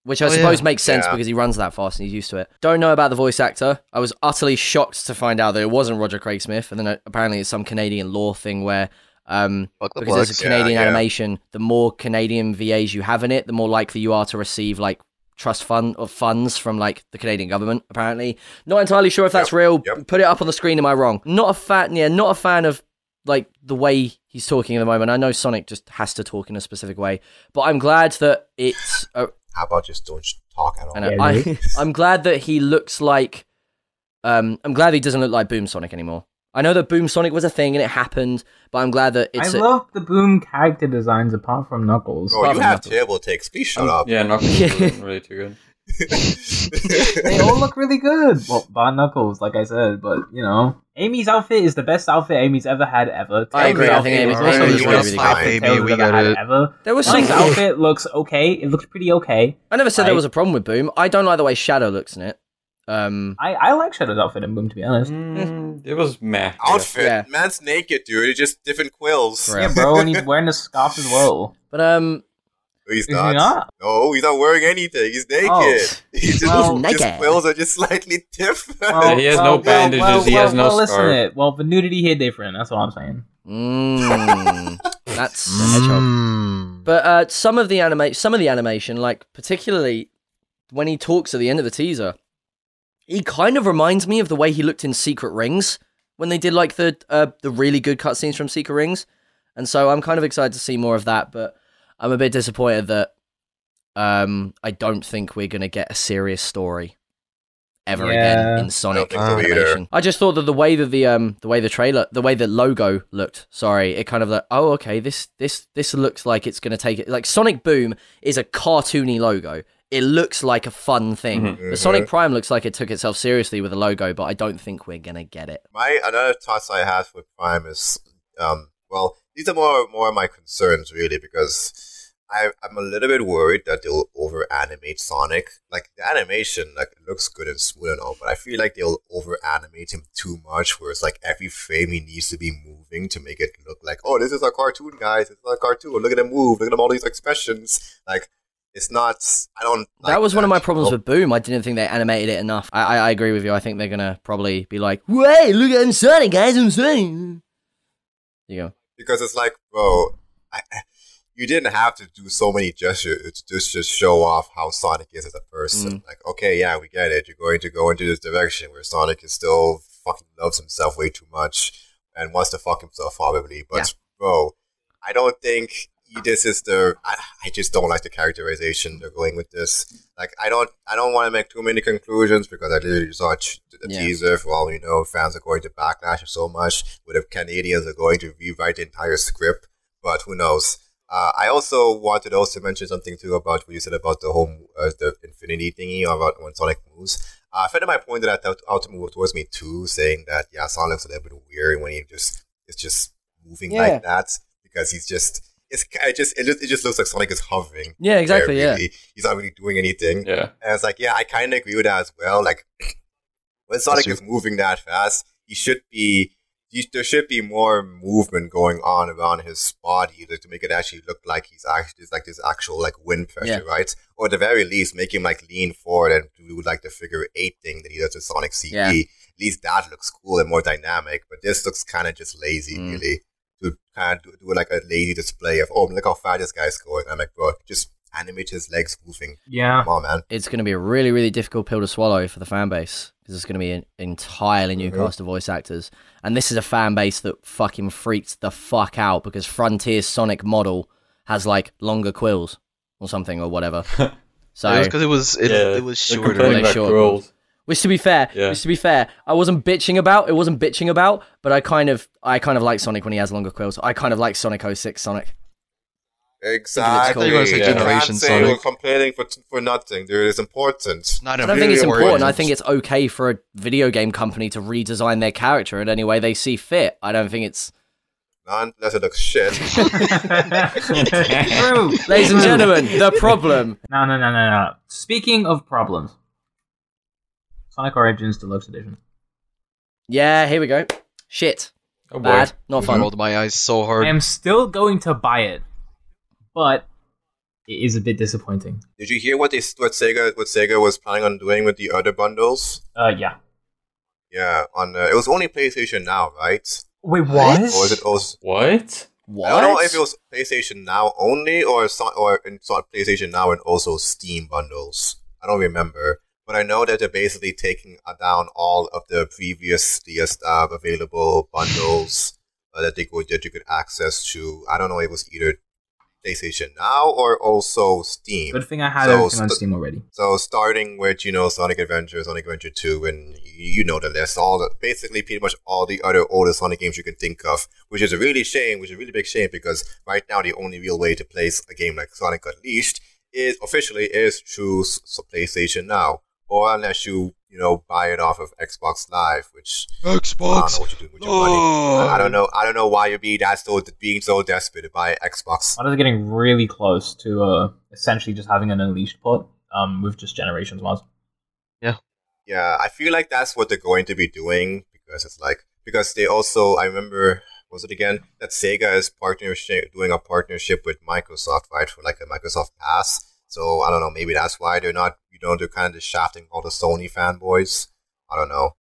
S2: which I
S4: Oh, yeah.
S2: suppose makes sense
S5: Yeah.
S2: because he runs that fast and he's used to it. Don't know about the voice actor. I was utterly shocked to find out that it wasn't Roger Craig Smith, and then uh, apparently it's some Canadian law thing where. Um,
S4: Fuck the
S2: because it's
S4: plugs.
S2: a
S5: Yeah,
S2: Canadian
S5: yeah.
S2: animation, the more Canadian VAs you have in it, the more likely you are to receive like trust fund or funds from like the Canadian government. Apparently, not entirely sure if that's real.
S5: yep.
S2: Put it up on the screen. Am I wrong? Not a fan. Yeah, not a fan of like the way he's talking at the moment. I know Sonic just has to talk in a specific way, but I'm glad that it's. Uh,
S5: How about just don't sh- talk at all?
S2: I know.
S1: Yeah,
S2: I, (laughs) I'm glad that he looks like. Um, I'm glad he doesn't look like Boom Sonic anymore. I know that Boom Sonic was a thing and it happened, but I'm glad that
S1: I
S2: it's. a-
S1: love the Boom character designs apart from Knuckles.
S5: Bro, Oh, you
S2: Probably
S5: have
S2: not.
S5: terrible takes. Please shut up.
S3: Yeah, not
S2: (laughs) Yeah.
S3: really too good.
S5: (laughs)
S1: (laughs) they all look really good. Well, bar Knuckles, like I said, but you know, Amy's outfit is the best outfit Amy's ever had ever.
S2: I agree,
S1: Tails'
S2: I think
S1: outfit
S2: Amy's
S1: is
S2: also
S1: also
S2: looks
S1: the
S2: really,
S1: best
S2: really
S1: outfit
S4: good.
S1: Tails
S4: Amy, we
S1: has ever
S4: got
S1: had
S2: (laughs)
S4: it.
S1: ever.
S2: There was
S1: Monk's
S2: some.
S1: outfit looks okay. It looks pretty okay.
S2: I never said
S1: Right.
S2: there was a problem with Boom. I don't like the way Shadow looks in it. Um,
S1: I, I like Shadow's outfit in Boom, to be honest.
S3: Mm, it was meh.
S5: Outfit,
S2: Yeah.
S5: man's naked, dude. It's just different quills.
S2: Correct.
S1: Yeah, bro, and he's wearing a scarf as well.
S2: but um,
S5: He's
S1: Is he
S5: not.
S1: not?
S5: No, he's not wearing anything. He's naked. (laughs) He's just,
S1: Well-
S5: his
S2: Oh. Naked.
S5: quills are just slightly (laughs) different.
S3: (laughs) Yeah, he has no bandages, he has no
S1: well, listen
S3: scarf.
S1: to it. Well, the nudity here different. That's what I'm saying.
S2: (laughs) mm, that's the hedgehog. But uh, some of the anima- some of the animation, like particularly when he talks at the end of the teaser, he kind of reminds me of the way he looked in Secret Rings when they did like the uh, the really good cutscenes from Secret Rings, and so I'm kind of excited to see more of that. But I'm a bit disappointed that um, I don't think we're gonna get a serious story ever
S1: Yeah.
S2: again in Sonic
S5: think so either.
S2: animation. I just thought that the way that the um the way the trailer the way the logo looked, sorry, it kind of like oh okay this this this looks like it's gonna take it like Sonic Boom is a cartoony logo. It looks like a fun thing.
S3: Mhm.
S2: But Sonic Prime looks like it took itself seriously with a logo, but I don't think we're gonna get it.
S5: My another thoughts I have with Prime is, um, well, these are more more of my concerns really because I I'm a little bit worried that they'll over animate Sonic. Like the animation, like it looks good and smooth and all, but I feel like they'll over animate him too much, where it's like every frame he needs to be moving to make it look like, oh, this is a cartoon, guys. It's a cartoon. Look at him move. Look at him all these expressions. Like it's not. I don't.
S2: that
S5: like
S2: was one of my
S5: you
S2: problems
S5: know?
S2: with Boom. I didn't think they animated it enough. I, I, I agree with you. I think they're gonna probably be like, "Wait, look at I'm Sonic, guys! I'm Sonic." You go.
S5: because it's like, bro, I, I- you didn't have to do so many gestures to just just show off how Sonic is as a person. Like, okay, yeah, we get it. You're going to go into this direction where Sonic is still fucking loves himself way too much and wants to fuck himself probably. But bro, I don't think this is the. I, I just don't like the characterization they're going with this. Like, I don't, I don't want to make too many conclusions because I literally saw a, ch- a
S2: Yeah.
S5: teaser. For all we know, fans are going to backlash so much. What if Canadians are going to rewrite the entire script? But who knows? Uh, I also wanted also to mention something too about what you said about the whole uh, the infinity thingy about when Sonic moves. Uh, I found my point that I thought Ultimate moved towards me too, saying that yeah, Sonic's a little bit weird when he just is just moving like that because he's just it's ki- it just it just it just looks like Sonic is hovering.
S2: Yeah, exactly.
S5: where
S2: Yeah.
S5: really He's not really doing anything.
S3: Yeah.
S5: And it's like, yeah, I kind of agree with that as well. Like, (clears throat) when Sonic
S4: true.
S5: is moving that fast, he should be, he, there should be more movement going on around his body like, to make it actually look like he's actually it's like this actual like wind pressure, right? Or at the very least, make him like lean forward and do like the figure eight thing that he does with Sonic CD.
S2: Yeah.
S5: At least that looks cool and more dynamic. But this looks kind of just lazy,
S2: Mm.
S5: really. To kind of do, do like a lazy display of, oh, look how fast this guy's going. I'm like, bro, just animate his legs moving.
S1: Yeah. (laughs)
S5: Come on, man.
S2: It's going to be a really, really difficult pill to swallow for the fan base because it's going to be an entirely new
S5: Mhm.
S2: cast of voice actors, and this is a fan base that fucking freaked the fuck out because Frontier's Sonic model has like longer quills or something or whatever. So
S4: it was because it was it,
S3: yeah,
S4: it was
S3: they're
S4: shorter.
S3: complaining
S2: Really
S3: about
S2: short.
S3: girls.
S2: Which to be fair,
S3: Yeah.
S2: which to be fair, I wasn't bitching about. It wasn't bitching about, but I kind of, I kind of like Sonic when he has longer quills. I kind of like Sonic 06 Sonic.
S5: Exactly.
S2: I thought you were gonna
S3: say
S5: You can't
S4: Generation
S5: say
S4: Sonic.
S5: we're complaining for, for nothing, dude. It's important.
S4: Not
S2: I don't think
S4: really
S2: it's
S5: Video
S2: important. I
S5: games.
S2: think it's okay for a video game company to redesign their character in any way they see fit. I don't think it's,
S5: Not unless it looks
S2: (laughs)
S5: shit.
S1: True.
S2: ladies
S5: (laughs)
S2: and gentlemen, the problem.
S1: No, no, no, no, no. Speaking of problems, Sonic Origins Deluxe Edition.
S2: Yeah, here we go. Shit,
S3: Oh boy.
S2: bad, not (laughs)
S4: I
S2: fun.
S4: rolled my eyes so
S1: I
S4: hard.
S1: am still going to buy it, but it is a bit disappointing.
S5: Did you hear what they what Sega what Sega was planning on doing with the other bundles?
S1: Uh, yeah.
S5: Yeah, on uh, it was only PlayStation Now, right?
S1: Wait,
S4: What?
S1: what?
S5: Or is it also?
S3: What?
S2: What?
S5: Mm-hmm. I don't know if it was PlayStation Now only or so- or in so- PlayStation Now and also Steam bundles. I don't remember, but I know that they're basically taking uh, down all of the previous the, uh, available bundles uh, that they could that you could access to. I don't know. It was either PlayStation Now or also Steam.
S1: Good thing I had
S5: So,
S1: everything on
S5: st-
S1: Steam already.
S5: So starting with you know Sonic Adventure, Sonic Adventure Two, and y- you know the list, all the, basically pretty much all the other older Sonic games you can think of, which is a really shame, which is a really big shame because right now the only real way to play s- a game like Sonic Unleashed is officially is through s- s- PlayStation Now, or unless you you know buy it off of Xbox Live, which I don't know
S4: Xbox.
S5: what you're doing with your money.
S4: No.
S5: I I don't know. I don't know why you're being that so being so desperate to buy Xbox.
S1: Sonic is getting really close to uh, essentially just having an unleashed port um, with just Generations mods.
S5: Yeah, I feel like that's what they're going to be doing because it's like because they also I remember was it again that Sega is partnership doing a partnership with Microsoft right for like a Microsoft Pass. So I don't know, maybe that's why they're not you know they're kind of just shafting all the Sony fanboys. I don't know.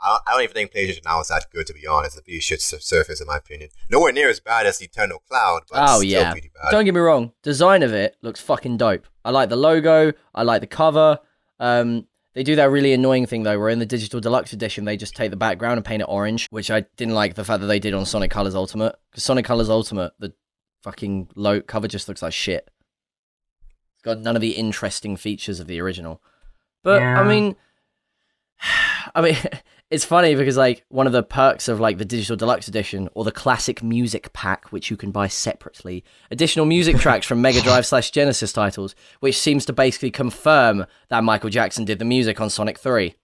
S5: I I don't even think PlayStation Now is that good, to be honest. The PS should sur- surface, in my opinion. Nowhere near as bad as Nintendo Cloud, but
S2: Oh,
S5: still
S2: yeah.
S5: pretty bad.
S2: Don't get me wrong, design of it looks fucking dope. I like the logo, I like the cover. Um, they do that really annoying thing though, where in the digital deluxe edition they just take the background and paint it orange, which I didn't like the fact that they did on Sonic Colors Ultimate. Because Sonic Colors Ultimate, the fucking low cover just looks like shit. It's got none of the interesting features of the original. But I
S1: Yeah.
S2: mean, (sighs) I mean, (laughs) it's funny because like one of the perks of like the digital deluxe edition or the classic music pack, which you can buy separately, additional music tracks from Mega Drive slash Genesis titles, which seems to basically confirm that Michael Jackson did the music on Sonic Three,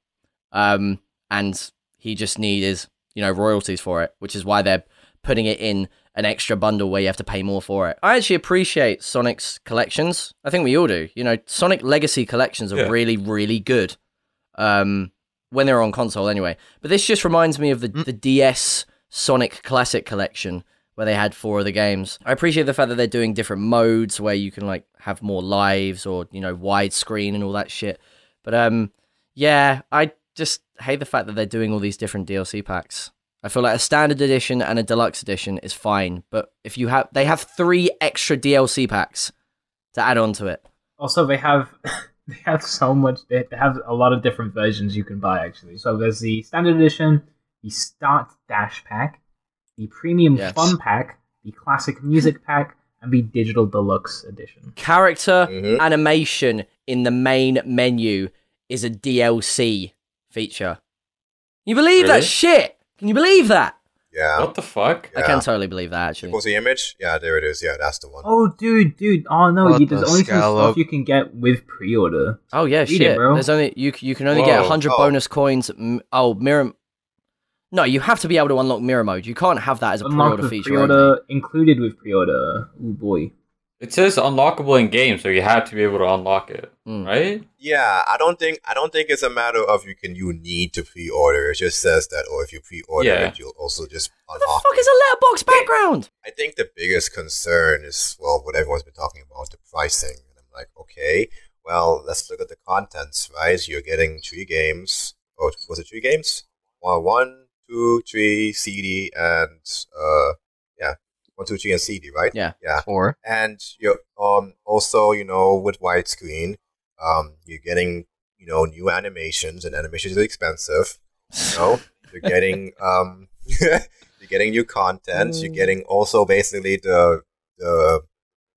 S2: um, and he just needed you know royalties for it, which is why they're putting it in an extra bundle where you have to pay more for it. I actually appreciate Sonic's collections. I think we all do. You know, Sonic Legacy collections are
S3: Yeah.
S2: really, really good. Um, when they're on console, anyway. But this just reminds me of the,
S4: Mm.
S2: the DS Sonic Classic collection where they had four of the games. I appreciate the fact that they're doing different modes where you can like have more lives or you know widescreen and all that shit. But um, yeah, I just hate the fact that they're doing all these different DLC packs. I feel like a standard edition and a deluxe edition is fine, but if you have, they have three extra DLC packs to add on to it.
S1: Also, they have (laughs) they have so much. They they have a lot of different versions you can buy actually. So there's the standard edition, the Start Dash Pack, the Premium
S2: Yes.
S1: Fun Pack, the Classic
S2: (laughs)
S1: Music Pack, and the Digital Deluxe Edition.
S2: Character
S5: Mhm.
S2: animation in the main menu is a DLC feature. You believe
S3: Really?
S2: that shit? Can you believe that?
S5: Yeah.
S3: What the fuck?
S2: I
S5: Yeah.
S2: can totally believe that actually.
S5: What's the image? Yeah, there it is. Yeah, that's the one.
S1: Oh, dude, dude. Oh no,
S4: What
S1: you, there's
S4: the
S1: only some
S4: scallop.
S1: stuff you can get with pre-order.
S2: Oh yeah,
S1: Read it,
S2: shit.
S1: bro.
S2: There's only you. c- You can only get
S3: Whoa,
S2: hundred
S5: oh.
S2: bonus coins. m- Oh, mirror. No, you have to be able to unlock mirror mode. You can't have that as a
S1: Unlocked
S2: pre-order
S1: with
S2: feature.
S1: pre-order,
S2: only.
S1: included with pre-order. Oh boy.
S3: It says unlockable in game, so you have to be able to unlock it,
S2: Mm.
S3: right?
S5: Yeah, I don't think I don't think it's a matter of you can you need to pre-order. It just says that, or if you pre-order
S3: Yeah.
S5: it, you'll also just
S2: What the
S5: unlock.
S2: fuck
S5: it.
S2: is a letterbox background?
S5: I think the biggest concern is well, what everyone's been talking about the pricing. And I'm like, okay, well, let's look at the contents, right? You're getting three games. Oh, was it three games? Well, one, two, three, CD, and uh, yeah, one, two, three, and CD, right?
S2: Yeah.
S5: yeah
S4: Four.
S5: and you um also you know with widescreen um you're getting you know new animations and animations are expensive (laughs) you know you're getting um (laughs) you're getting new content you're getting also basically the the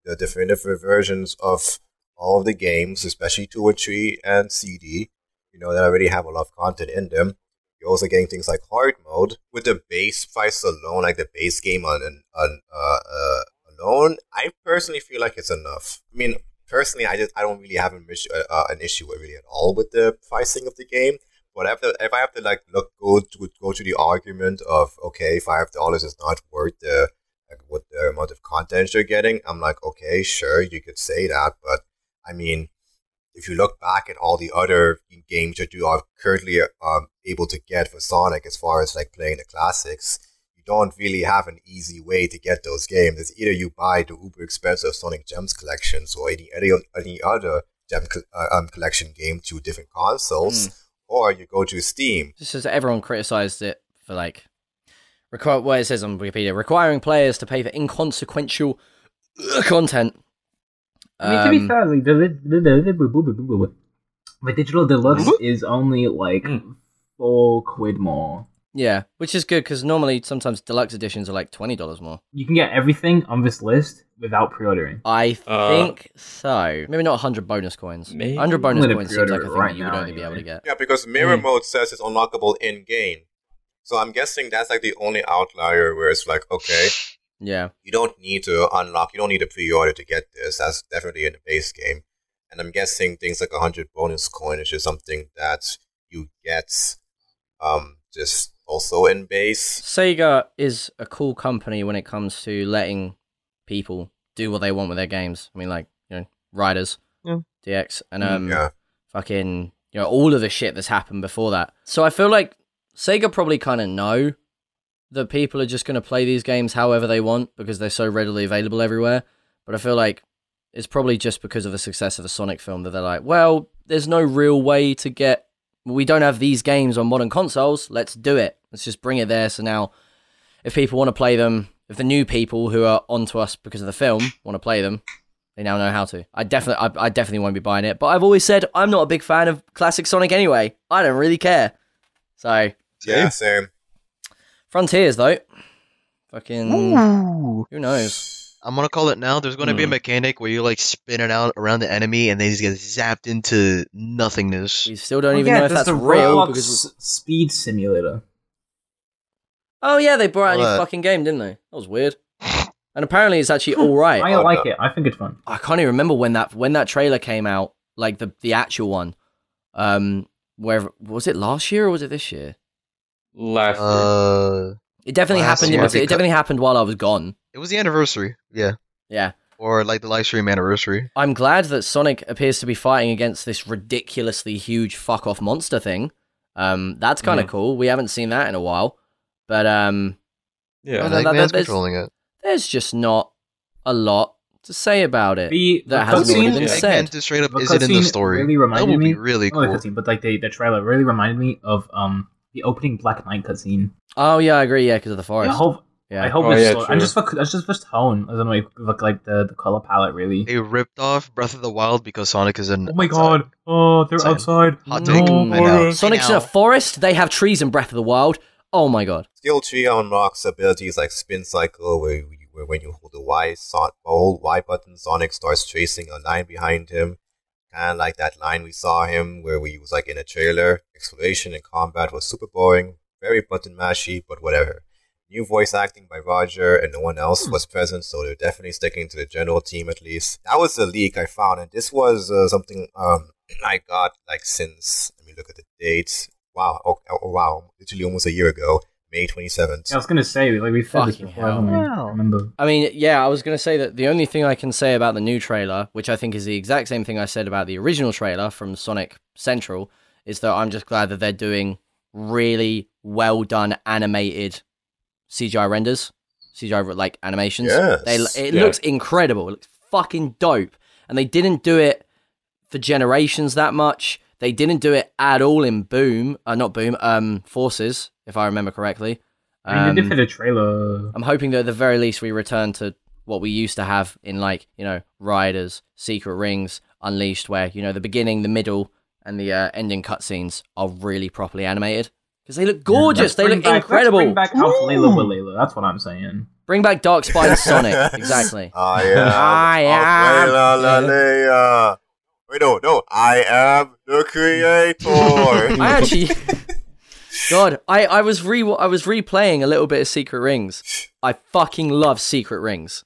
S5: the definitive versions of all of the games especially two or three and cd you know that already have a lot of content in them you're also getting things like hard mode with the base price alone, like the base game on an on, uh, uh, alone. I personally feel like it's enough. I mean, personally, I just I don't really have an issue uh, uh, an issue really at all with the pricing of the game. But if, the, if I have to like look go to go to the argument of okay, five dollars is not worth the like, what the amount of content you're getting, I'm like okay, sure, you could say that, but I mean, if you look back at all the other games that you are currently um, able to get for Sonic, as far as like playing the classics, you don't really have an easy way to get those games. It's either you buy the uber expensive Sonic Gems collections or any any, any other gem col- uh, um, collection game to different consoles, or you go to Steam.
S2: Just as everyone criticised it for like, require what it says on Wikipedia, requiring players to pay for inconsequential content.
S1: I mean, to be
S2: Um,
S1: fair, like, the, the, the, the, the, the digital deluxe is only like
S2: Hmm.
S3: Mm.
S1: four quid more.
S2: yeah, which is good because normally sometimes deluxe editions are like twenty dollars more.
S1: You can get everything on this list without pre-ordering.
S2: I
S3: Uh,
S2: think so. Maybe not 100 bonus coins.
S3: Maybe.
S2: 100 bonus
S1: I'm gonna
S2: coins seems
S1: pre-order
S2: like a
S1: it
S2: thing
S1: right
S2: that you would
S1: now
S2: only be able to
S1: anyway.
S2: get.
S5: Yeah, because mirror
S3: Mm.
S5: mode says it's unlockable in game. So I'm guessing that's like the only outlier where it's like, okay,
S2: Yeah.
S5: you don't need to unlock, you don't need a pre-order to get this. That's definitely in the base game. And I'm guessing things like 100 bonus coin is just something that you get um, just also in base.
S2: Sega is a cool company when it comes to letting people do what they want with their games. I mean, like, you know, Riders,
S4: Yeah.
S2: DX, and
S4: Mm,
S2: um,
S5: yeah.
S2: fucking you know all of the shit that's happened before that. So I feel like Sega probably kind of know that people are just going to play these games however they want because they're so readily available everywhere. But I feel like it's probably just because of the success of a Sonic film that they're like, well, there's no real way to get. We don't have these games on modern consoles. Let's do it. Let's just bring it there. So now, if people want to play them, if the new people who are onto us because of the film want to play them, they now know how to. I definitely, I, I definitely won't be buying it. But I've always said I'm not a big fan of classic Sonic anyway. I don't really care. So
S5: Yeah, same.
S2: Frontiers though, (laughs) fucking
S4: Ooh.
S2: who knows?
S4: I'm gonna call it now. There's gonna be a
S3: Hmm.
S4: mechanic where you like spin it out around the enemy and they just get zapped into nothingness.
S2: We still don't even know if
S1: there's
S2: that's
S1: the
S2: real
S1: Roblox
S2: because.
S1: speed simulator.
S2: Oh yeah, they brought out a new
S4: Well, uh,
S2: fucking game, didn't they? That was weird. And apparently, it's actually all right.
S1: I
S5: Oh,
S1: like
S5: no.
S1: it. I think it's fun.
S2: I can't even remember when that when that trailer came out, like the the actual one. Um, where was it last year or was it this year?
S3: Last year.
S4: Uh,
S2: It definitely
S4: Last
S2: happened.
S4: year,
S2: in between- it
S4: because-
S2: definitely happened while I was gone.
S4: it was the anniversary. Yeah.
S2: Yeah,
S4: Or like the live stream anniversary.
S2: I'm glad that Sonic appears to be fighting against this ridiculously huge fuck off monster thing. Um, that's kind of cool. We haven't seen that in a while, but um,
S3: Yeah.
S4: And
S2: no, that-
S4: Eggman's
S2: that- that's-
S4: controlling it.
S2: there's just not a lot to say about it.
S1: The,
S2: that
S1: the
S2: hasn't already
S1: cutscene,
S2: been
S3: Yeah.
S2: said.
S4: Eggman just straight up
S1: the
S4: isn't in the
S1: cutscene
S4: story.
S1: really
S4: that
S1: reminded
S4: would
S1: me.
S4: be really
S1: Not the
S4: cool.
S1: cutscene, but like they, the trailer really reminded me of um the opening Black Knight cutscene.
S2: Oh yeah, I agree. Yeah, because of the
S1: I
S2: forest.
S1: hope.
S2: Yeah.
S1: I hope
S3: Oh,
S1: it's
S3: yeah,
S1: slow-
S3: true.
S1: and just for that's just for tone. I don't know, look like the, the color palette really.
S4: They ripped off Breath of the Wild because Sonic is in.
S1: oh my
S4: outside.
S1: god! Oh, they're
S4: Same.
S1: outside.
S4: Hot
S1: no,
S4: take. I know.
S2: Sonic's in
S4: (laughs)
S2: a forest. They have trees in Breath of the Wild. Oh my god.
S5: Skill tree unlocks abilities like spin cycle, where, you, where when you hold the Y, son- hold Y button, Sonic starts tracing a line behind him, kind of like that line we saw him where we was like in a trailer. Exploration and combat was super boring, very button mashy, but whatever. New voice acting by Roger and no one else was present, so they're definitely sticking to the general team at least. That was the leak I found, and this was uh, something um, (clears throat) I got like since. Let me look at the dates. Wow, oh, oh wow, literally almost a year ago. May 27th.
S1: I was gonna say like we said this
S2: Fucking
S1: before.
S2: hell.
S1: haven't we?
S4: Wow.
S1: Remember?
S2: I mean, yeah, I was going to say that the only thing I can say about the new trailer, which I think is the exact same thing I said about the original trailer from Sonic Central, is that I'm just glad that they're doing really well done animated CGI renders, CGI re- like animations.
S5: Yes.
S2: They, it
S3: Yeah.
S2: looks incredible. It looks fucking dope. And they didn't do it for generations that much. They didn't do it at all in Boom, uh, not Boom, um, Forces, if I remember correctly.
S1: I mean, they
S2: Um,
S1: did fit a trailer.
S2: I'm hoping that at the very least we return to what we used to have in like you know Riders, Secret Rings, Unleashed, where you know the beginning, the middle, and the uh, ending cutscenes are really properly animated because they look gorgeous.
S1: Let's
S2: they
S1: bring
S2: look
S1: back- let's
S2: incredible.
S1: Bring back Alpha
S4: Ooh.
S1: Layla with Layla. That's what I'm saying.
S2: Bring back
S1: (laughs)
S2: Dark
S5: (laughs)
S2: Spider Sonic. exactly.
S5: I am.
S2: (laughs) I am.
S5: Aqualalea. Wait, no, no. I am the
S2: (laughs)
S1: (laughs)
S5: creator.
S2: I actually. (laughs) God, I, I was re I was replaying a little bit of Secret Rings. I fucking love Secret Rings.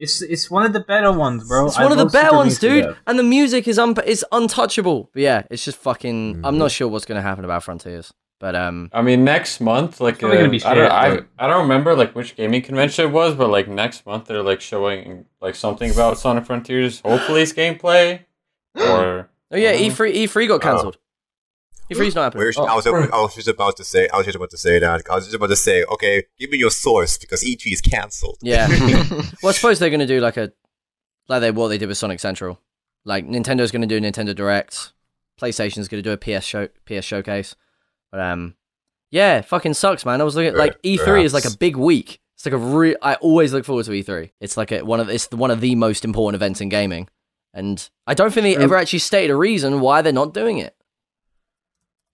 S1: It's it's one of the better ones, bro.
S2: It's
S1: I
S2: one of the
S1: love
S2: better
S1: Super
S2: ones,
S1: Beast to
S2: dude.
S1: death.
S2: And the music is un- is untouchable. But yeah, it's just fucking. I'm not sure what's gonna happen about Frontiers, but um,
S3: I mean, next month, like uh,
S1: probably gonna be
S3: I don't,
S1: shit,
S3: I,
S1: but-
S3: I don't remember like which gaming convention it was, but like next month they're like showing like something about Sonic Frontiers. Hopefully, it's gameplay or
S2: oh yeah,
S3: Uh-huh.
S2: E3 E3 got cancelled. E3's not happening. Oh.
S5: Where I, was, I was just about to say. I was just about to say that. I was just about to say. Okay, give me your source because E3 is canceled.
S4: (laughs)
S2: Yeah. well, I suppose they're gonna do like a like they what they did with Sonic Central. Like Nintendo's gonna do a Nintendo Direct. PlayStation's gonna do a PS show PS showcase. But um, yeah, it fucking sucks, man. I was looking at, like
S5: Yeah,
S2: E3 is like a
S5: perhaps.
S2: big week. It's like a re- I always look forward to E3. It's like a, one of it's the, one of the most important events in gaming. And I don't think they
S1: True.
S2: ever actually stated a reason why they're not doing it.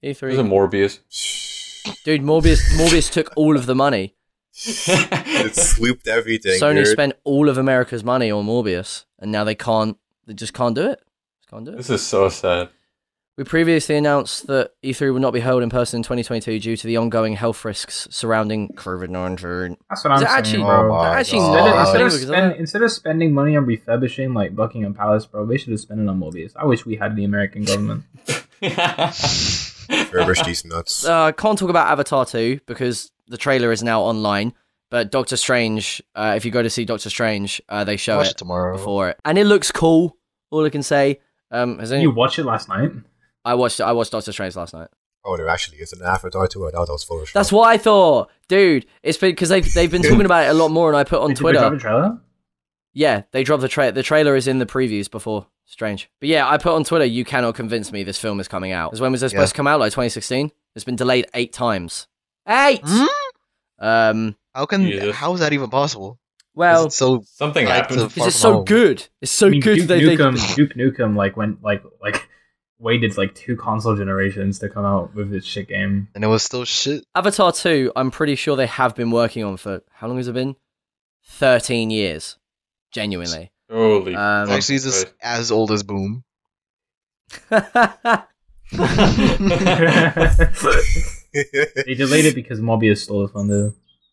S3: is it
S2: E3, (laughs)
S3: Morbius?
S2: dude, Morbius Morbius took all of the money.
S5: It swooped everything.
S2: Sony
S5: dude.
S2: spent all of America's money on Morbius, and now they can't. They just can't do it. Just can't do it.
S3: this is so
S2: (laughs)
S3: sad.
S2: We previously announced that E3 would not be held in person in 2022 due to the ongoing health risks surrounding COVID-19.
S1: That's what I'm
S2: Is it
S1: saying,
S2: actually-
S1: bro.
S4: Oh my
S2: actually
S4: God.
S1: Instead of,
S2: not
S1: instead, of
S2: believable, 'cause I
S1: spend,
S2: don't-
S1: instead of spending money on refurbishing like Buckingham Palace, bro, they should have spent it on Morbius. I wish we had the American
S2: (laughs)
S1: government.
S5: Furbish these nuts.
S2: uh, can't talk about Avatar 2 because the trailer is now online. But Doctor Strange, uh, if you go to see Doctor Strange, uh, they (laughs) show
S4: Watch
S2: it
S4: it tomorrow.
S2: before it, and it looks cool. All I can say. Um, has any-
S1: you watch it last night?
S2: I watched I watched Doctor Strange last night.
S5: Oh, there actually is an Avatar too. I thought that was Photoshop. (laughs)
S2: That's what I thought, dude. It's been because they've they've been talking about it a lot more, and I put on
S1: Did they drop a
S2: Twitter.
S1: trailer?
S2: Yeah, they dropped the trailer. The trailer is in the previews before. Strange, but yeah, I put on Twitter. You cannot convince me this film is coming out. 'Cause when was this
S4: Yeah.
S2: supposed to come out? Like 2016. It's been delayed eight times. Eight.
S4: Hmm?
S2: Um.
S4: How can?
S3: Jesus.
S4: How is that even possible? Is
S2: Well,
S4: it so
S3: Something
S4: Like
S3: happened.
S4: the-
S2: It's
S4: Far
S2: just
S4: from
S2: so
S4: home.
S2: good. It's so
S1: I mean,
S2: good.
S1: Duke
S2: They, they,
S1: Nukem,
S2: (laughs)
S1: Duke Nukem, like went like (laughs) like waited like two console generations to come out with this shit game.
S4: and it was still shit.
S2: Avatar two. I'm pretty sure they have been working on for how long has it been? Thirteen years, genuinely. (laughs)
S3: Holy.
S2: Um,
S3: fuck,
S4: Actually, it's just
S3: right.
S4: as old as Boom.
S1: (laughs) they delayed it because Mobius stole the thunder.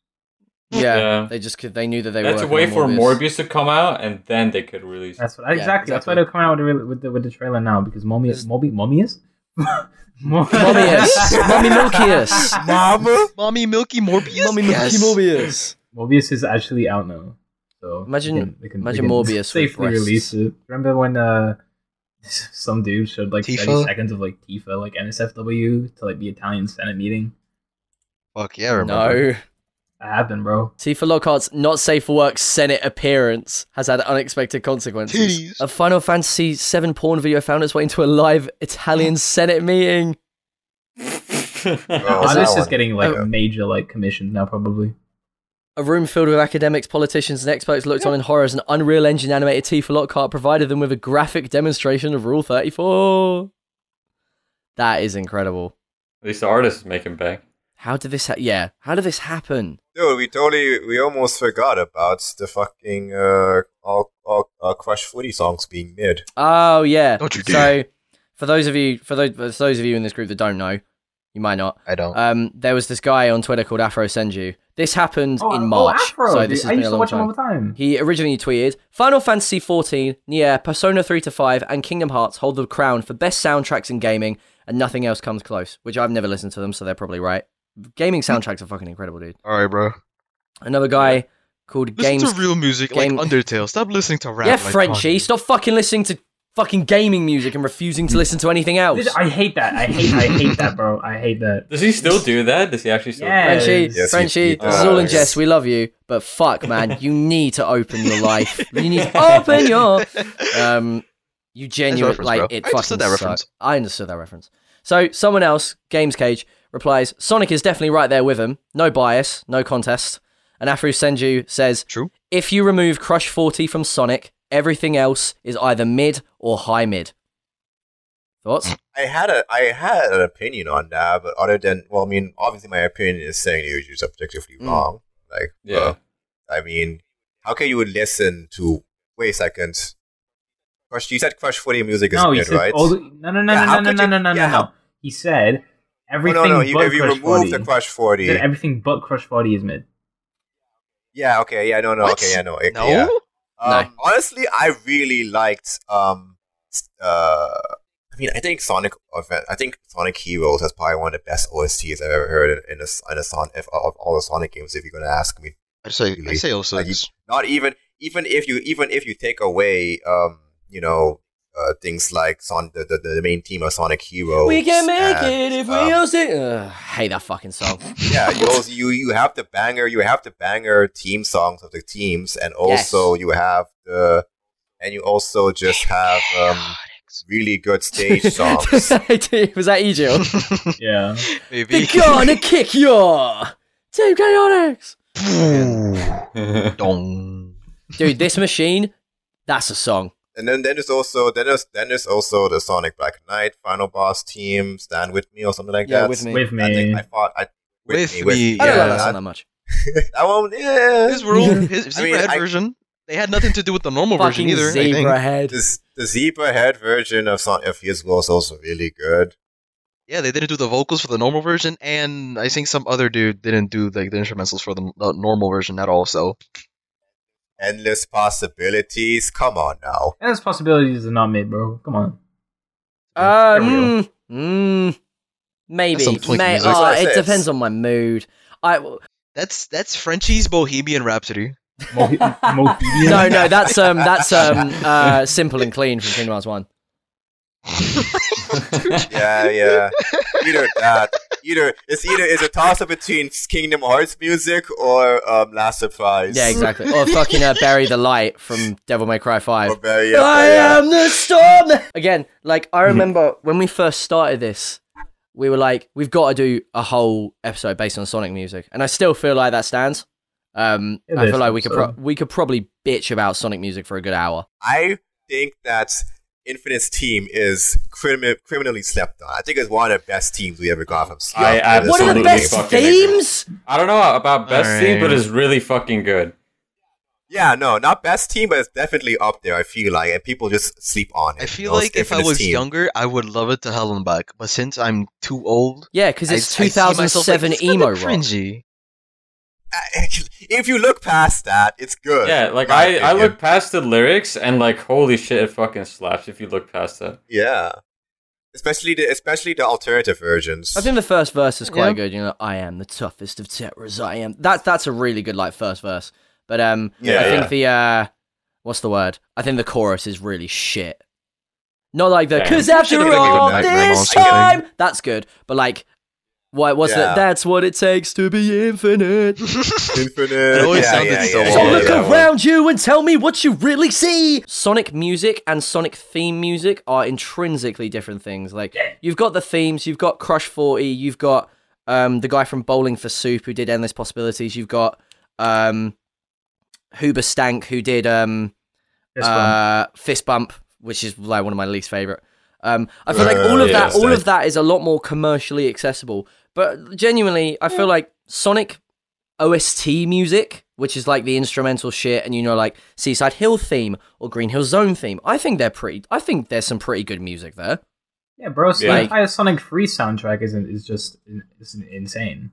S2: (laughs) yeah,
S3: Yeah.
S2: they just could. They knew that
S3: They
S2: they were
S3: had to
S2: working
S3: wait for
S2: on Morbius.
S3: Morbius to come out, and then they could release. it. (laughs)
S1: That's what exactly. That's why
S2: exactly.
S1: they're coming out with the, real- with the with the trailer now because Mobius,
S2: Is-
S1: Mobi, (laughs) Mobius, (laughs)
S2: Mobius, Mommy Milkius,
S4: Mama, (laughs) mommy, Milky Morbius.
S2: Mommy
S4: Yes.
S2: Morbius.
S1: Mobius is actually out now. So
S2: Imagine-
S1: they can, they can,
S2: imagine
S1: they can
S2: Morbius
S1: (laughs)
S2: with
S1: safely
S2: breasts.
S1: release it. Remember when uh, (laughs) some dude showed like thirty
S4: Tifa?
S1: seconds of like Tifa, like NSFW, to like the Italian Senate meeting?
S4: Fuck yeah, I remember.
S2: No,
S1: That happened, bro.
S2: Tifa Lockhart's not safe for work Senate appearance has had unexpected consequences.
S4: Titties.
S2: A Final Fantasy VII porn video found its way into a live
S4: (laughs)
S2: Italian Senate meeting.
S5: Oh,
S1: Oh,
S5: that
S1: this is
S5: one.
S1: getting like
S5: Oh.
S1: major like commissions now, probably.
S2: A room filled with academics, politicians, and experts looked on in horror as an Unreal Engine animated Tifa Lockhart provided them with a graphic demonstration of Rule 34. That is incredible.
S3: At least the artist is making bank.
S2: How did this? Ha- yeah, how did this happen?
S5: Dude, we totally, we almost forgot about the fucking uh, all, all uh, Crush Footy songs being mid.
S2: Oh yeah.
S4: Don't you
S2: so,
S4: dare.
S2: for those of you, for those, for those of you in this group that don't know, you might not.
S4: I don't.
S1: Oh.
S2: Um, there was this guy on Twitter called Afro Senju. This happened in March.
S1: Oh, Afro,
S2: so
S1: dude.
S2: this has
S1: I
S2: been
S1: used
S2: a
S1: to
S2: long
S1: watch him
S2: time.
S1: all the time.
S2: He originally tweeted Final Fantasy XIV, Nier, Persona 3 to 5, and Kingdom Hearts hold the crown for best soundtracks in gaming, and nothing else comes close. Which I've never listened to them, so they're probably right. Gaming
S1: Hmm.
S2: soundtracks are fucking incredible, dude.
S4: All right, bro.
S2: Another guy called
S4: Listen
S2: Games.
S4: to real music
S2: game-
S4: like Undertale. Stop listening to rap.
S2: yeah,
S4: like
S2: Frenchie,
S4: Kanye.
S2: stop fucking listening to fucking gaming music and refusing to listen to anything else.
S1: This- I hate that. I hate. I hate that, bro. I hate that.
S5: (laughs)
S3: Does he still do that? Does he actually still?
S1: Yeah.
S3: Do
S2: Frenchie,
S5: Yes, he-
S2: Frenchie,
S5: he
S2: this is all in
S5: does.
S2: jest. We love you, but fuck,
S5: (laughs)
S2: man, you need to open your life. You need to open
S4: (laughs)
S2: your Uh, um, you genuinely
S4: reference,
S2: like
S4: bro.
S2: it.
S4: I
S2: fucking
S4: understood that
S2: sucked.
S4: reference.
S2: I understood that reference. So someone else, Games Cage, replies: Sonic is definitely right there with him. No bias, no contest. And Afro Senju says:
S4: True.
S2: If you remove Crush Forty from Sonic, everything else is either mid or high mid. Thoughts?
S5: I had a, I had an opinion on that, but other than, well, I mean, obviously my opinion is saying you're just objectively
S2: Mm.
S5: wrong. Like,
S3: Yeah.
S5: uh, I mean, how can you listen to? Wait a second. Crush, you said Crush Footy music is
S1: No, he
S5: mid,
S1: said.
S5: right?
S1: All the, no, no, no,
S5: Yeah, how
S1: no, no,
S5: could
S1: no,
S5: you-
S1: no, no,
S5: yeah,
S1: no. He said
S5: Oh,
S1: everything
S5: no, no. You,
S1: but
S5: if you
S1: Crush
S5: remove
S1: 40.
S5: the Crush
S1: He
S5: Forty,
S1: said everything but Crush Forty is mid.
S5: yeah, okay, yeah, no, no,
S4: What?
S5: okay, yeah, no, okay,
S4: No.
S5: yeah.
S2: No.
S5: Um, Honestly, I really liked. Um, s- uh, I mean, I think Sonic. Advan- I think Sonic Heroes has probably one of the best OSTs I've ever heard in, in a, s- in a Son- if, of all the Sonic games. If you're gonna ask me,
S4: I say, I
S5: Really?
S4: say also.
S5: Like, not even even if you even if you take away, um, you know, uh, things like Son- the, the the main team of Sonic Heroes.
S2: we can make
S5: and,
S2: it if we
S5: Oh, um,
S2: all sing. Ugh, I hate that fucking song.
S4: (laughs)
S5: yeah, you also you you have the banger, you have the banger team songs of the teams, and also you have the, and you also just have um, really good
S2: (laughs)
S5: stage songs.
S2: Was that you,
S4: (laughs)
S2: Jill?
S1: Yeah.
S4: Maybe.
S2: They're
S4: (laughs)
S2: gonna kick your Team Chaotix.
S4: Dong.
S2: Dude, this machine, that's a song.
S5: and then then there's also then there's then there's also the Sonic Black Knight final boss team, Stand with me or something like
S2: Yeah,
S5: that.
S2: with me.
S1: With
S5: I
S1: me.
S5: think I thought I
S4: With
S5: with
S4: Me,
S2: I don't
S5: yeah,
S2: like that song
S5: that,
S2: that much.
S5: (laughs) that one yeah.
S2: (laughs)
S4: His rule, his
S5: I mean,
S4: Zebrahead
S5: I-
S4: version. They had nothing to do with the normal version
S2: Fucking
S4: either. I
S2: zebra
S4: think.
S2: head.
S5: This, the zebra head version of Sonic of his was also really good.
S4: Yeah, they didn't do the vocals for the normal version, and I think some other dude didn't do like the instrumentals for the, the normal version at all. So
S5: Endless possibilities. Come on now.
S1: And those possibilities are not mid, bro. Come on.
S4: There we go.
S2: Um, mm, maybe.
S4: That's some twink
S2: May-
S4: music.
S2: oh,
S5: That's what I
S2: it
S5: said.
S2: depends on my mood. I no
S4: that's that's Frenchie's Bohemian Rhapsody.
S2: (laughs)
S1: Mo- Mohidian.
S2: uh, no that's um that's um uh simple and clean from Kingdom Hearts One.
S5: Yeah, yeah. Either that, either it's either it's a toss up between Kingdom Hearts music or um, Last Surprise.
S2: Yeah, exactly. Or fucking uh, bury the light from Devil May Cry Five.
S5: Or very, yeah,
S2: I
S5: yeah.
S2: am the storm. (laughs) Mm-hmm. Again, like I remember when we first started this, we were like, we've got to do a whole episode based on Sonic music, and I still feel like that stands. Um,
S1: It
S2: I
S1: is
S2: feel like we could pro-
S1: awesome.
S2: we could probably bitch about Sonic music for a good hour.
S5: I think that Infinite's team is crimi- criminally slept on. I think it's one of the best teams we ever got from. Seattle.
S3: I
S5: Yeah, that's
S2: One of the
S3: Absolutely
S2: best
S3: fucking
S2: themes.
S3: I don't know about best team, but
S4: Alright.
S3: it's really fucking good.
S5: Yeah, no, not best team, but it's definitely up there. I feel like, and people just sleep on (laughs) it.
S4: I feel
S5: you know, it's
S4: like if I
S5: Infinite's
S4: was
S5: team.
S4: younger, I would love it to hell and back. But since I'm too old,
S2: Yeah, because
S4: I-
S2: it's
S4: I see myself like,
S2: 2007
S4: it's kinda
S2: emo rock.
S5: (laughs)
S4: cringy.
S5: I- (laughs) if you look past that, it's good.
S3: Yeah, like
S5: My
S3: I, I
S5: opinion.
S3: look past the lyrics and like holy shit, it fucking slaps if you look past that.
S5: Yeah, especially the especially the alternative versions.
S2: I think the first verse is quite
S4: Yeah.
S2: good. You know, I am the toughest of terrors. I am. That's that's a really good like first verse. But um,
S5: Yeah,
S2: I
S5: yeah.
S2: think the uh, what's the word? I think the chorus is really shit. Not like the
S3: Damn.
S2: because after
S5: Should've given me
S2: all
S5: the
S4: Nightmare
S2: this
S4: Monster thing.
S2: time, that's good. But like, what what's
S5: Yeah.
S2: that? That's what it takes to be infinite.
S5: Infinite.
S4: It always
S5: yeah,
S4: sounded
S5: yeah,
S4: so
S5: yeah,
S2: So
S5: yeah,
S4: old.
S2: look
S5: yeah.
S3: one.
S2: around you and tell me what you really see. Sonic music and Sonic theme music are intrinsically different things. Like you've got the themes, you've got Crush Forty, you've got um, the guy from Bowling for Soup who did Endless Possibilities. You've got um, Huber Stank who did um,
S1: This one.
S2: uh, fist bump, which is like one of my least favorite. Um, I feel like
S5: Uh,
S2: all of
S3: yeah,
S2: that, all
S5: that's-
S2: of that is a lot more commercially accessible. But genuinely, I feel like Sonic OST music, which is like the instrumental shit, and you know, like Seaside Hill theme or Green Hill Zone theme. I think they're pretty. I think there's some pretty good music there.
S1: Yeah, bro. So
S2: Yeah.
S1: The entire Sonic Three soundtrack is is just is insane.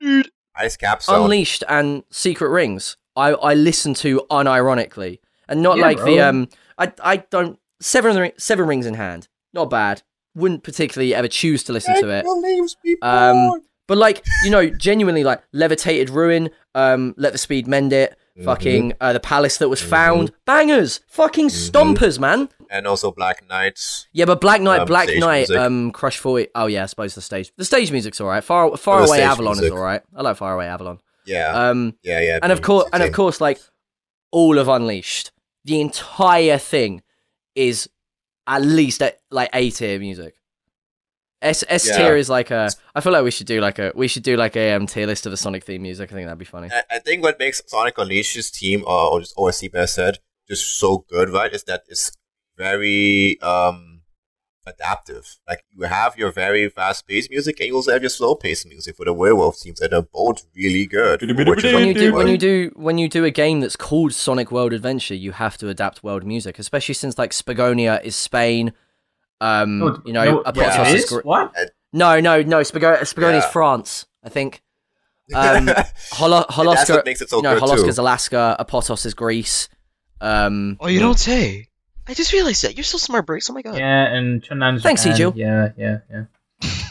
S4: Dude,
S5: Ice capsule.
S2: Unleashed and Secret Rings, I I listen to unironically, and not
S1: Yeah,
S2: like the
S1: bro.
S2: um. I I don't seven Ring- seven rings in hand. Not bad. Wouldn't particularly ever choose to listen to it. Um, but like you know, genuinely like levitated ruin, um, let the speed mend it.
S5: Mm-hmm.
S2: Fucking uh, the palace that was found, bangers, fucking
S5: Mm-hmm.
S2: stompers, man.
S5: and also Black Knights.
S2: Yeah, but Black Knight,
S5: Um,
S2: Black
S5: stage
S2: Knight,
S5: music.
S2: um, Crush Forty. Oh yeah, I suppose the stage, the stage music's all right. Far,
S5: Oh,
S2: far
S5: the
S2: away
S5: stage
S2: Avalon is
S5: music. Uh,
S2: all right. I like Far Away Avalon.
S5: Yeah,
S2: Um,
S5: yeah, yeah.
S2: and of course, and of course, like all of Unleashed, the entire thing is at least at, like A tier music. S S
S5: Yeah.
S2: tier is like a. I feel like we should do like a. We should do like a um, tier list of the Sonic theme music. I think that'd be funny.
S5: I, I think what makes Sonic Unleashed's team, uh, or just OSC better said, just so good, right, is that it's very um adaptive. Like you have your very fast paced music, and you also have your slow paced music for the werewolf teams, and they're both really good. for which is
S2: When you do
S5: what they
S2: when you
S5: want.
S2: do when you do a game that's called Sonic World Adventure, you have to adapt world music, especially since like Spagonia is Spain. Um,
S1: No,
S2: you know,
S1: no,
S2: a
S5: yeah.
S1: yeah,
S2: podcast
S1: it
S2: is
S1: is?
S2: Gre-
S1: what?
S2: no, no, no. Spago- Spagonia is
S5: Yeah.
S2: France, I
S5: (laughs)
S2: think. Um, Holo-
S5: And that's
S2: Holoska,
S5: what makes it so
S2: no,
S5: good too.
S2: Holoska's Alaska, Apotos is Greece.
S4: (laughs)
S2: Um,
S4: oh, you don't say. I just realized that. You're so smart, Briggs. Oh my god.
S1: Yeah, and Chunan's
S2: Thanks,
S1: Japan.
S2: Egil.
S1: Yeah, yeah, yeah.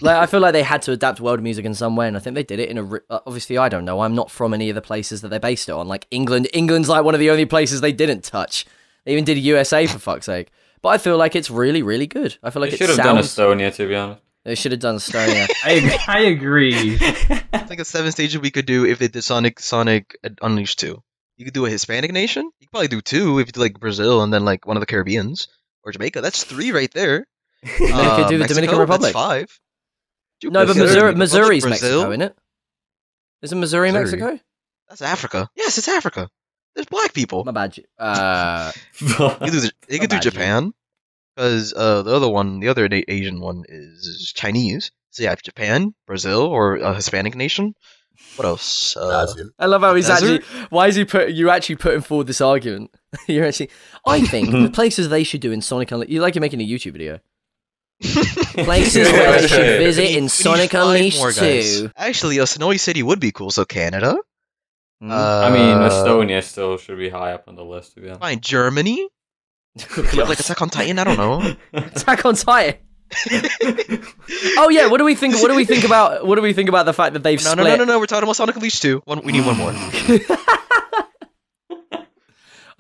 S2: like I feel like they had to adapt world music in some way, and I think they did it in a. Ri- uh, obviously, I don't know. I'm not from any of the places that they based it on. Like England, England's like one of the only places they didn't touch. They even did USA for fuck's sake. But I feel like it's really, really good. I feel like
S3: they
S2: it
S3: should have
S2: sounds.
S3: done Estonia to be honest.
S2: they should have
S3: (laughs)
S2: done Estonia.
S1: I I agree.
S2: (laughs)
S4: It's like a seven stages we could do if they did Sonic Sonic Unleashed two. You could do a Hispanic nation. You could probably do two if you do like Brazil and then like one of the Caribbeans or Jamaica. That's three
S2: (laughs)
S4: right there.
S2: could
S4: Uh,
S2: do the Dominican
S4: Mexico,
S2: Republic.
S4: That's five.
S2: no, but Missouri,
S4: Jupiter, Dominican Republic,
S2: Missouri's
S4: Brazil.
S2: Mexico, isn't it? Isn't Missouri,
S1: Missouri.
S2: Mexico?
S4: That's Africa. Yes, it's Africa. There's black people.
S2: My bad. Uh,
S4: (laughs) You could do, you could do
S2: Imagine.
S4: Japan because uh, the other one, the other Na- Asian one, is Chinese. So yeah, Japan, Brazil, or a Hispanic nation. What else? Uh,
S5: Brazil.
S2: I love how he's
S4: Desert?
S2: actually. Why is he put? You actually putting forward this argument? (laughs) You're actually. I think
S4: (laughs)
S2: the places they should do in Sonic Unleashed. You like you're making a YouTube video.
S4: (laughs)
S2: (laughs) Places
S5: Yeah,
S2: where they
S5: that's
S2: should
S5: right.
S4: We
S2: visit
S4: need- we
S2: in
S4: need
S2: Sonic
S4: five
S2: Unleashed
S4: more guys.
S2: Two.
S4: Actually, Osnoi City would be cool. So Canada.
S3: (laughs)
S2: Mm.
S3: I mean,
S4: Uh,
S3: Estonia still should be high up on the list to be honest.
S4: Fine, Germany. Could have
S3: (laughs)
S4: like Attack on (laughs) Titan. I
S2: (laughs)
S4: don't know.
S2: Attack on Titan. (laughs) Oh yeah, what do we think? What do we think about? What do we think about the fact that they've
S4: no,
S2: split?
S4: no, no, no, no. We're talking about Sonic Unleashed two. One, we need one more.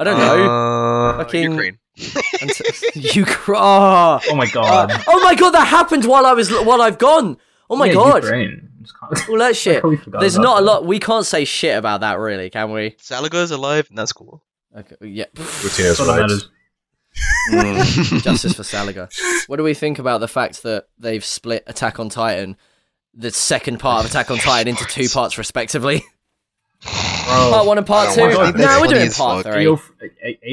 S2: I don't know.
S4: Uh,
S2: Fucking-
S4: Ukraine.
S2: (laughs) And so- (laughs) you cry.
S1: Oh my god.
S2: oh my god, that happened while I was while I've gone. Oh my
S1: Yeah,
S2: god,
S1: Ukraine. Just (laughs) can't-
S2: all that shit.
S1: totally forgot
S2: There's
S1: about
S2: not a
S1: that.
S2: lot we can't say shit about that, really, can we?
S4: Salaga is alive, and that's cool.
S2: Okay, yeah.
S5: Gutierrez
S1: That's what that
S5: rights.
S1: is.
S4: (laughs)
S2: Justice for Saliga. What do we think about the fact that they've split Attack on Titan, the second part of Attack on Titan, into two parts respectively? (laughs) part one and part
S5: Oh, I
S2: two.
S5: don't
S2: No,
S5: watch that.
S2: we're
S5: That's
S2: doing
S4: funny as
S2: part
S4: fuck.
S2: three.
S1: AO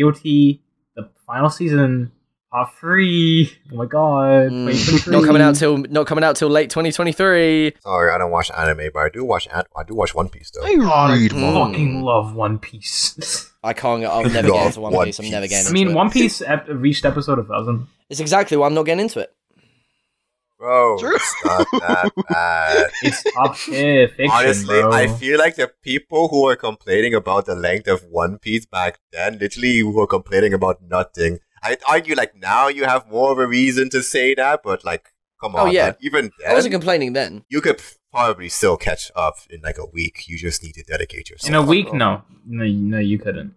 S1: A- AOT, the final season, part three. Oh my god.
S2: Mm,
S1: 2023.
S2: not coming out till not coming out till late 2023.
S5: Sorry, I don't watch anime, but I do watch an- I do watch One Piece though.
S1: God, I
S4: read
S5: Mm.
S2: manga.
S1: fucking love One Piece.
S2: I can't. I'll never get
S5: Love
S2: into One
S5: One
S2: Piece. I'm never
S5: Piece.
S2: getting.
S1: I
S2: Into
S1: mean,
S2: it.
S1: One Piece ep- reached episode 1000.
S2: It's exactly why I'm not getting into it.
S5: Bro,
S4: True.
S5: it's (laughs) not that bad.
S1: It's
S5: (laughs)
S1: up there, fiction,
S5: Honestly,
S1: bro.
S5: I feel like the people who are complaining about the length of One Piece back then literally were complaining about nothing. I'd argue like now you have more of a reason to say that, but like come
S2: Oh,
S5: on,
S2: yeah.
S5: like, even
S2: I wasn't
S5: then
S2: complaining then.
S5: you could probably still catch up in like a week. You just need to dedicate yourself.
S1: In a week, no. No, you- no, you couldn't.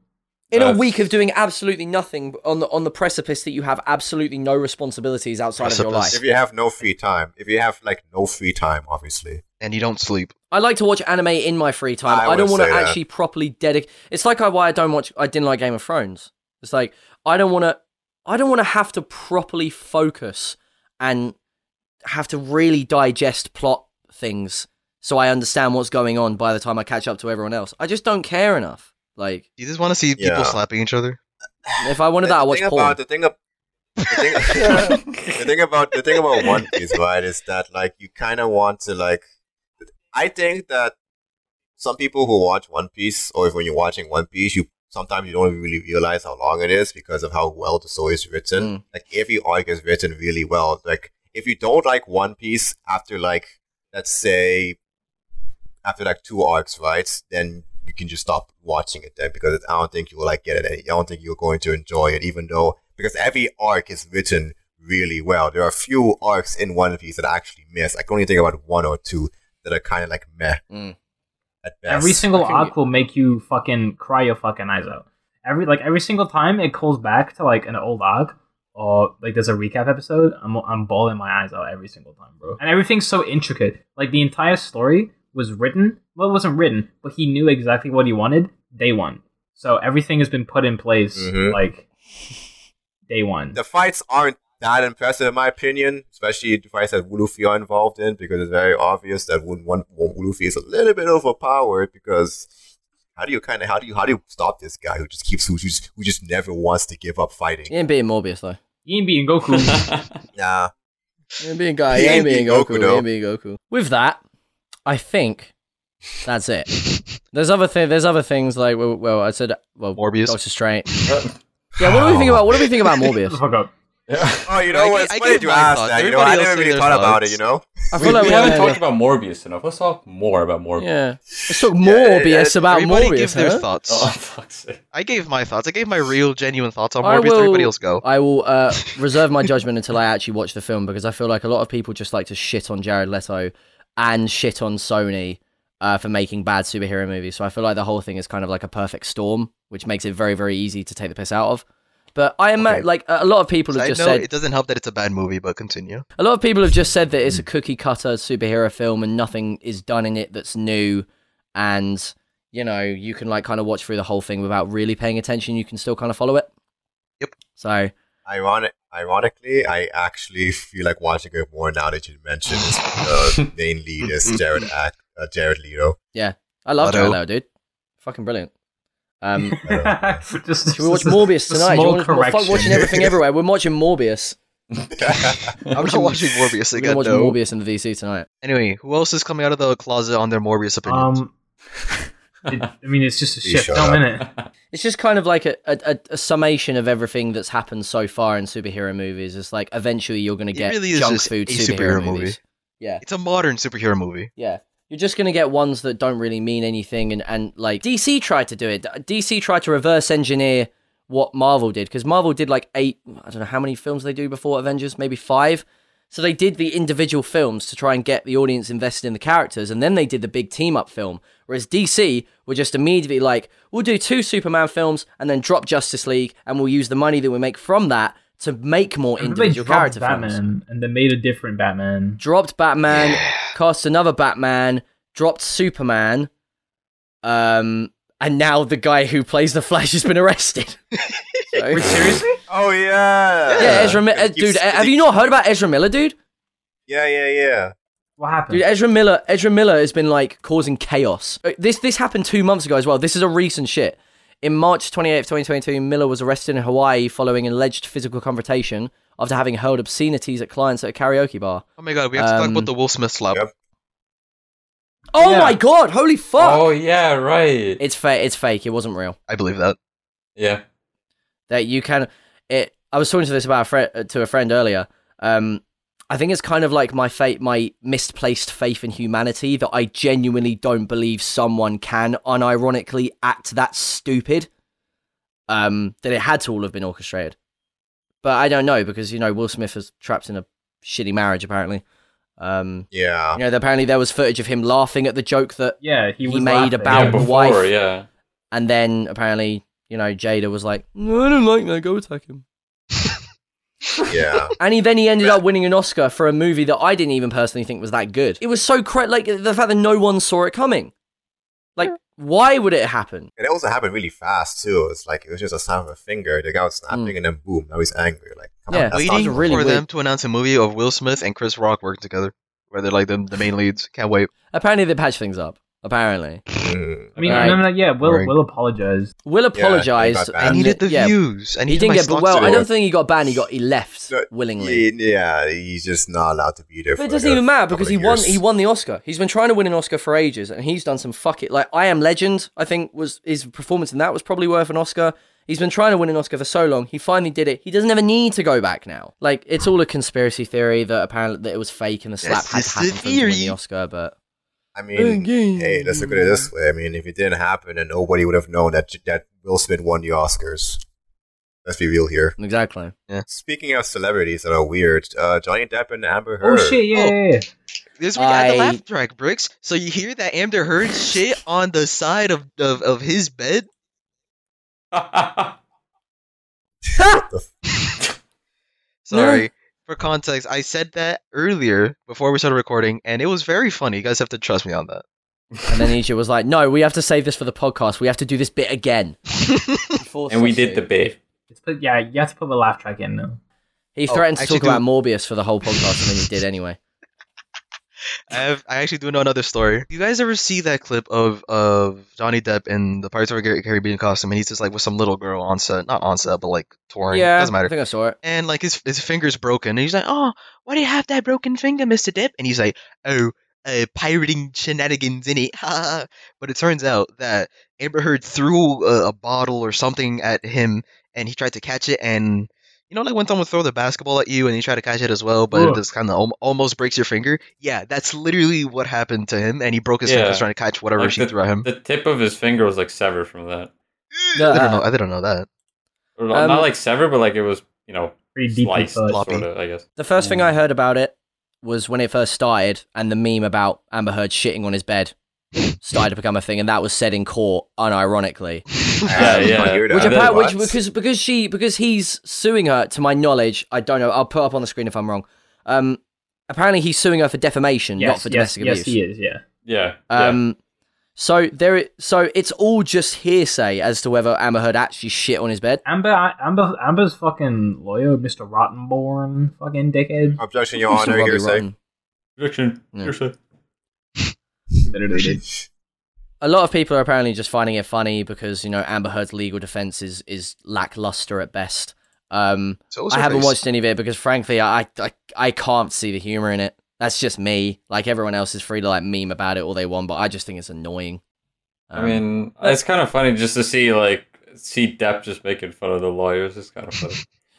S2: In a
S3: That's-
S2: week of doing absolutely nothing on the on the precipice that you have absolutely no responsibilities outside of your
S4: Precipice.
S2: life.
S5: If you have no free time, if you have like no free time, obviously.
S4: And you don't sleep.
S2: I like to watch anime in my free time.
S5: I
S2: I, don't
S5: would
S2: want to
S5: say that.
S2: actually properly dedicate. It's like I, why I don't watch. I didn't like Game of Thrones. It's like I don't want to. I don't want to have to properly focus and have to really digest plot things so I understand what's going on by the time I catch up to everyone else. I just don't care enough. Like
S4: You just want to see
S5: Yeah.
S4: people slapping each other.
S2: if I wanted that, I watch
S5: thing
S2: porn.
S5: about the thing, ab- the, thing the thing about the thing about One Piece, right, is that like you kind of want to like. I think that some people who watch One Piece, or if when you're watching One Piece, you sometimes you don't really realize how long it is because of how well the story is written.
S2: Mm.
S5: Like every arc is written really well. Like if you don't like One Piece after like let's say after like two arcs, right? Then you can just stop watching it then because I don't think you will like get it. Any, I don't think you're going to enjoy it, even though because every arc is written really well. There are a few arcs in One Piece that I actually miss. I can only think about one or two that are kind of like meh
S2: Mm.
S5: at best.
S1: Every single
S2: I think-
S1: arc will make you fucking cry your fucking eyes out. Every like every single time it calls back to like an old arc or like there's a recap episode, I'm I'm bawling my eyes out every single time, bro. And everything's so intricate. Like the entire story was written, well, it wasn't written, but he knew exactly what he wanted day one. So everything has been put in place
S5: Mhm.
S1: like day one.
S5: the fights aren't that impressive in my opinion, especially the fights that Luffy are involved in, because it's very obvious that when one when Luffy is a little bit overpowered because how do you kind of how do you how do you stop this guy who just keeps who just who just never wants to give up fighting?
S2: You ain't being Morbius though.
S1: Ian beating
S2: (laughs)
S1: Goku.
S3: (laughs)
S5: Nah,
S2: You ain't being guy. You
S5: He
S2: ain't
S5: ain't
S2: being
S5: being Goku,
S2: Goku. You
S5: though.
S2: ain't being Goku. With that, I think that's it. There's other thi- there's other things like well, well I said well
S4: Morbius.
S2: Doctor Strange. Yeah, what do we think about what do we think about
S1: Shut the
S2: Morbius?
S1: fuck up.
S5: (sighs) Oh, you
S4: I
S5: know
S4: gi-
S5: what? It's
S4: I
S5: funny
S4: give
S5: that you
S4: my
S5: asked
S4: thoughts.
S5: that. You know, I
S4: Everybody else
S5: never
S4: say
S5: really
S4: their
S5: thought about it.
S4: thoughts.
S5: You know,
S2: I
S3: we, we
S2: we're-
S3: haven't talked about Morbius enough. Let's talk more about Morbius.
S2: yeah. Let's talk
S5: yeah,
S2: Morbius about
S4: Everybody
S2: Morbius.
S4: give their
S2: huh?
S4: thoughts.
S3: Oh, (laughs) fuck's sake.
S4: I gave my thoughts. I gave my real, genuine thoughts on
S2: I
S4: Morbius. Everybody
S2: will-
S4: else go.
S2: I will uh, (laughs) reserve my judgment until I actually watch the film because I feel like a lot of people just like to shit on Jared Leto and shit on Sony uh, for making bad superhero movies. So I feel like the whole thing is kind of like a perfect storm, which makes it very, very easy to take the piss out of. But I am
S5: Okay.
S2: like a lot of people have
S4: I know
S2: just said
S4: it doesn't help that it's a bad movie,
S2: (laughs)
S4: but continue.
S2: a lot of people have just said that
S4: Hmm.
S2: it's a cookie cutter superhero film and nothing is done in it that's new and you know you can like kind of watch through the whole thing without really paying attention you can still kind of follow it
S4: Yep.
S2: so
S5: ironic. Ironically, I actually (laughs) feel like watching it more now that you mentioned is,
S4: (laughs)
S5: uh, main lead is Jared Ac- uh, Jared
S4: (laughs)
S5: Leto.
S2: i love
S4: Leto.
S2: Leto, dude fucking brilliant
S4: (laughs)
S2: um
S1: (laughs) just,
S2: should we watch
S1: just a-
S2: Morbius
S1: a
S2: tonight? Do you
S1: small
S2: wanna- well, fuck
S1: correction.
S2: watching
S4: (laughs)
S2: everything everywhere. We're watching Morbius.
S4: I'm not
S2: watching-
S4: watching Morbius
S2: We're gonna
S4: again.
S2: watch
S4: No.
S2: Morbius in the VC tonight.
S4: Anyway, who else is coming out of the closet on their Morbius opinions?
S1: Um, (laughs) it- I mean, it's just a
S5: Please
S1: shit
S5: shut
S1: film,
S5: up.
S1: innit?
S3: (laughs)
S2: It's just kind of like a, a, a- a summation of everything that's happened so far in superhero movies. It's like eventually you're gonna
S4: It
S2: get
S4: really is
S2: junk
S4: just
S2: food
S4: a
S2: superhero,
S4: superhero movie.
S2: movies. Yeah.
S4: it's a modern superhero movie.
S2: Yeah. You're just going to get ones that don't really mean anything. And, and like DC tried to do it. DC tried to reverse engineer what Marvel did because Marvel did like eight, I don't know how many films they do before Avengers, maybe five. So they did the individual films to try and get the audience invested in the characters, and then they did the big team up film. Whereas DC were just immediately like, we'll do two Superman films and then drop Justice League, and we'll use the money that we make from that to make more
S1: Remember they
S2: individual
S1: dropped
S2: character
S1: Batman
S2: films.
S1: and they made a different Batman.
S2: Dropped Batman,
S4: Yeah.
S2: cast another Batman, dropped Superman, um, and now the guy who plays the Flash has been arrested. So-
S5: Oh yeah.
S2: Yeah, Ezra Miller. uh,
S5: Keeps-
S2: Dude, have you not heard about Ezra Miller, dude?
S5: Yeah, yeah, yeah.
S1: What happened?
S2: Dude, Ezra Miller, Ezra Miller has been like causing chaos. Uh, This this happened two months ago as well. This is a recent shit. In March 28th, 2022, Miller was arrested in Hawaii following an alleged physical confrontation after having hurled obscenities at clients at a karaoke bar.
S4: Oh my god, we have to talk
S2: Um,
S4: about the Will Smith slap.
S5: Yep.
S2: Oh
S1: Yeah.
S2: my god! Holy fuck!
S3: Oh yeah, right.
S2: It's fake. It's fake. It wasn't real.
S4: I believe that.
S3: Yeah.
S2: that you can it i was talking to this about a friend to a friend earlier um i think it's kind of like my faith my misplaced faith in humanity that i genuinely don't believe someone can unironically act that stupid um that it had to all have been orchestrated but i don't know because you know will smith was trapped in a shitty marriage apparently um (laughs)
S5: Yeah.
S2: you know apparently there was footage of him laughing at the joke that
S1: yeah, he
S2: he
S1: was
S2: made
S1: laughing.
S2: about-
S3: yeah,
S2: the
S3: before,
S2: wife. (laughs)
S3: yeah.
S2: and then apparently you know jada was like no i don't like that go attack him
S5: Yeah.
S2: And he, then he ended up winning an Oscar for a movie that I didn't even personally think was that good. It was so cra- like the fact that no one saw it coming. Like, why would it happen?
S5: And it also happened really fast too. It's like it was just a sound of a finger. The guy was snapping, and then boom, now he's angry. Like, come
S2: Mm. Yeah.
S5: on, that's
S4: Waiting
S5: not
S2: really
S4: for
S2: weird.
S4: them to announce a movie of Will Smith and Chris Rock working together, where they're like the, the main leads. Can't wait.
S2: Apparently, they patched things up. Apparently,
S5: Mm.
S1: I mean,
S2: Right.
S1: no, no, no, yeah, Will
S4: Right.
S1: Will apologized.
S2: Will
S5: he got
S2: apologized.
S5: banned.
S4: I
S2: and-
S4: needed the
S2: yeah,
S4: views. I
S2: He
S4: needed
S2: didn't
S4: my
S2: get.
S4: stocks
S2: Well,
S4: to
S2: I
S4: go
S2: don't
S4: up.
S2: think he got banned. He got he left
S5: No,
S2: willingly.
S5: Mm. Yeah, he's just not allowed to be there.
S2: But
S5: for
S2: it doesn't
S5: like a
S2: even matter
S5: couple
S2: because
S5: of
S2: he won.
S5: years.
S2: He won the Oscar. He's been trying to win an Oscar for ages, and he's done some fuck it. Like I Am Legend, I think was his performance in that was probably worth an Oscar. He's been trying to win an Oscar for so long. He finally did it. He doesn't ever need to go back now. Like it's all a conspiracy theory that apparently that it was fake and the slap
S4: That's
S2: had to
S4: just
S2: happen
S4: the
S2: for him to win the
S4: theory.
S2: Oscar. But
S5: I mean, hey, let's look at it this way. I mean, if it didn't happen, then nobody would have known that that Will Smith won the Oscars. Let's be real here.
S2: exactly.
S5: Speaking of celebrities that are weird, uh, Johnny Depp and Amber
S1: Oh
S5: Heard.
S1: shit, yeah,
S4: Oh.
S1: yeah, yeah.
S4: This week I had the
S2: I-
S4: laugh track, Bricks. So you hear that Amber Heard shit on the side of, of, of his bed? Sorry. For context, I said that earlier before we started recording, and it was very funny. You guys have to trust me on that.
S2: And then Nisha was like, "No, we have to save this for the podcast. We have to do this bit
S4: (laughs)
S2: again."
S3: and we did the bit.
S1: It's put, yeah, you have to put the laugh track in now.
S2: He
S4: Oh,
S2: threatened to
S4: actually
S2: talk about
S4: do-
S2: Morbius for the whole podcast, and then he did anyway.
S4: (laughs) I have, I actually do know another story. You guys ever see that clip of of Johnny Depp in the Pirates of the Caribbean costume, and he's just like with some little girl on set, not on set, but like touring.
S2: Yeah,
S4: doesn't
S2: I
S4: matter.
S2: think I saw it.
S4: And like his his finger's broken, and he's like, "Oh, why do you have that broken finger, Mister Depp?" And he's like, "Oh, uh, pirating shenanigans in it." (laughs) but it turns out that Amber Heard threw a, a bottle or something at him, and he tried to catch it, and you know, like when someone throw the basketball at you and you try to catch it as well, but
S1: Ugh.
S4: it just kind of al- almost breaks your finger. Yeah, that's literally what happened to him, and he broke his
S3: Yeah.
S4: finger trying to catch whatever
S3: Like
S4: she threw at him.
S3: The tip of his finger was like severed from that.
S4: I didn't
S2: Uh,
S4: know. I didn't know that.
S3: Or
S2: Um,
S3: not like severed, but like it was, you know,
S1: Pretty deep
S3: sliced
S1: inside.
S4: block.
S3: sort
S4: Sloppy.
S3: of, I guess.
S2: The first thing I heard about it was when it first started, and the meme about Amber Heard shitting on his bed started to become a thing, and that was said in court, unironically.
S5: I
S3: (laughs)
S5: did
S3: Yeah,
S5: not
S3: yeah.
S5: hear that.
S2: Which,
S3: Yeah,
S2: appa- which
S5: What?
S2: because because she because he's suing her, to my knowledge, I don't know. I'll put up on the screen if I'm wrong. Um, apparently he's suing her for defamation, not
S1: Yes,
S2: for
S1: yes,
S2: domestic
S1: yes,
S2: abuse.
S1: he is. Yeah.
S3: Yeah. yeah.
S2: Um, so there, i- so it's all just hearsay as to whether Amber Heard actually shit on his bed.
S1: Amber, Amber, Amber's fucking lawyer, Mr. Rottenborn, fucking dickhead.
S5: Objection,
S1: Oh,
S5: Your
S2: Mr.
S5: Honor.
S2: Robbie
S5: Hearsay.
S2: Rotten.
S3: Prediction.
S2: Yeah.
S3: Hearsay.
S1: Literally, dude.
S2: a lot of people are apparently just finding it funny because you know Amber Heard's legal defense is is lackluster at best. Um,
S4: So what's
S2: I
S4: her
S2: haven't
S4: face?
S2: watched any of it because frankly, I, I I can't see the humor in it. That's just me. Like everyone else is free to like meme about it all they want, but I just think it's annoying. Um,
S3: I mean, it's kind of funny just to see like see Depp just making fun of the lawyers. It's kind of
S2: (laughs)
S3: funny.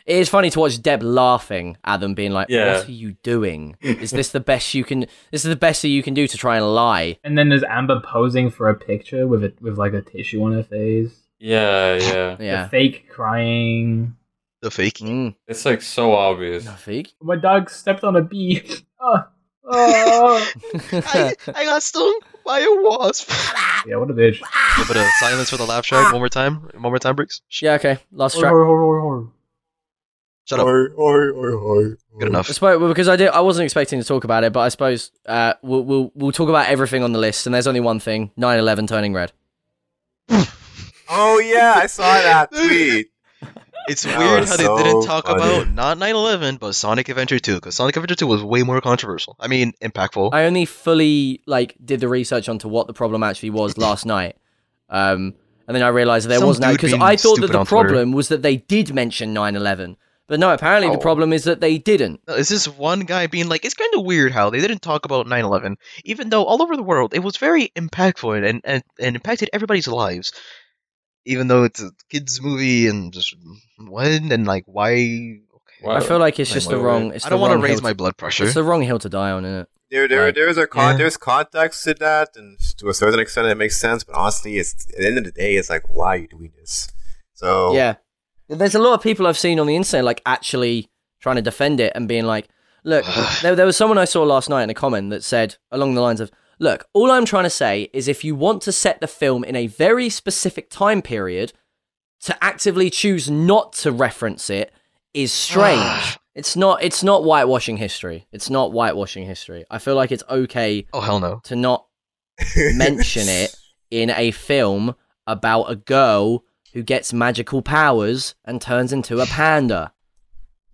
S2: it is funny to watch Deb laughing at them, being like,
S3: Yeah.
S2: "What are you
S3: (laughs)
S2: doing? Is this the best you can? This is the best that you can do to try and lie."
S1: And then there's Amber posing for a picture with a with like a tissue on her face.
S3: yeah, yeah.
S1: The
S2: Yeah,
S1: fake crying.
S4: The
S3: (laughs)
S4: fake.
S2: Mm.
S3: It's like so obvious.
S2: Nafik.
S1: My dog stepped on a bee. (laughs) Oh, oh.
S4: I, I got stung by a wasp.
S1: yeah, what a bitch.
S4: A little bit of silence for the laugh track. One more time. One more time, Briggs.
S2: (laughs)
S4: Shh,
S2: yeah. Okay. Last
S1: Horror,
S2: track.
S1: horror, horror, horror.
S4: Shut up.
S5: Oi, oi, oi, oi, oi.
S4: Good enough.
S2: I suppose, well, because I did, I wasn't expecting to talk about it, but I suppose uh, we'll, we'll we'll talk about everything on the list, and there's only one thing: 9/11 turning red.
S5: Oh yeah, I saw that tweet.
S4: It's
S5: That
S4: weird
S5: was
S4: how they
S5: so
S4: didn't talk
S5: funny.
S4: about not 9/11, but Sonic Adventure 2, because Sonic Adventure 2 was way more controversial. I mean, impactful.
S2: I only fully like did the research onto what the problem actually
S4: (laughs)
S2: was last night, um, and then I realized that there
S4: Some
S2: was no
S4: dude
S2: because
S4: being
S2: I thought that
S4: stupid
S2: the
S4: on Twitter.
S2: problem was that they did mention 9/11, but no, apparently the
S5: Oh.
S2: problem is that they didn't.
S4: No, It's this one guy being like, it's kind of weird how they didn't talk about 9 11, even though all over the world it was very impactful and, and, and impacted everybody's lives. Even though it's a kids' movie and just when and like why. Okay.
S3: Wow.
S2: I feel like it's
S3: Wait,
S2: just
S3: wait,
S2: the
S3: wait.
S2: wrong. It's
S4: I don't
S2: want to
S4: raise my blood pressure.
S2: It's the wrong hill to die on, isn't it?
S5: There, there,
S2: Right.
S5: there's a con-
S4: Yeah.
S5: there's context to that, and to a certain extent, it makes sense. But honestly, it's at the end of the day, it's like, why are you doing this? So (laughs)
S2: Yeah. There's a lot of people I've seen on the internet like actually trying to defend it and being like, look, there, there was someone I saw last night in a comment that said along the lines of, look, all I'm trying to say is if you want to set the film in a very specific time period, to actively choose not to reference it is strange. it's not it's not whitewashing history. It's not whitewashing history. I feel like it's okay
S4: oh, hell no.
S2: to not
S5: (laughs)
S2: mention it in a film about a girl who gets magical powers and turns into a panda.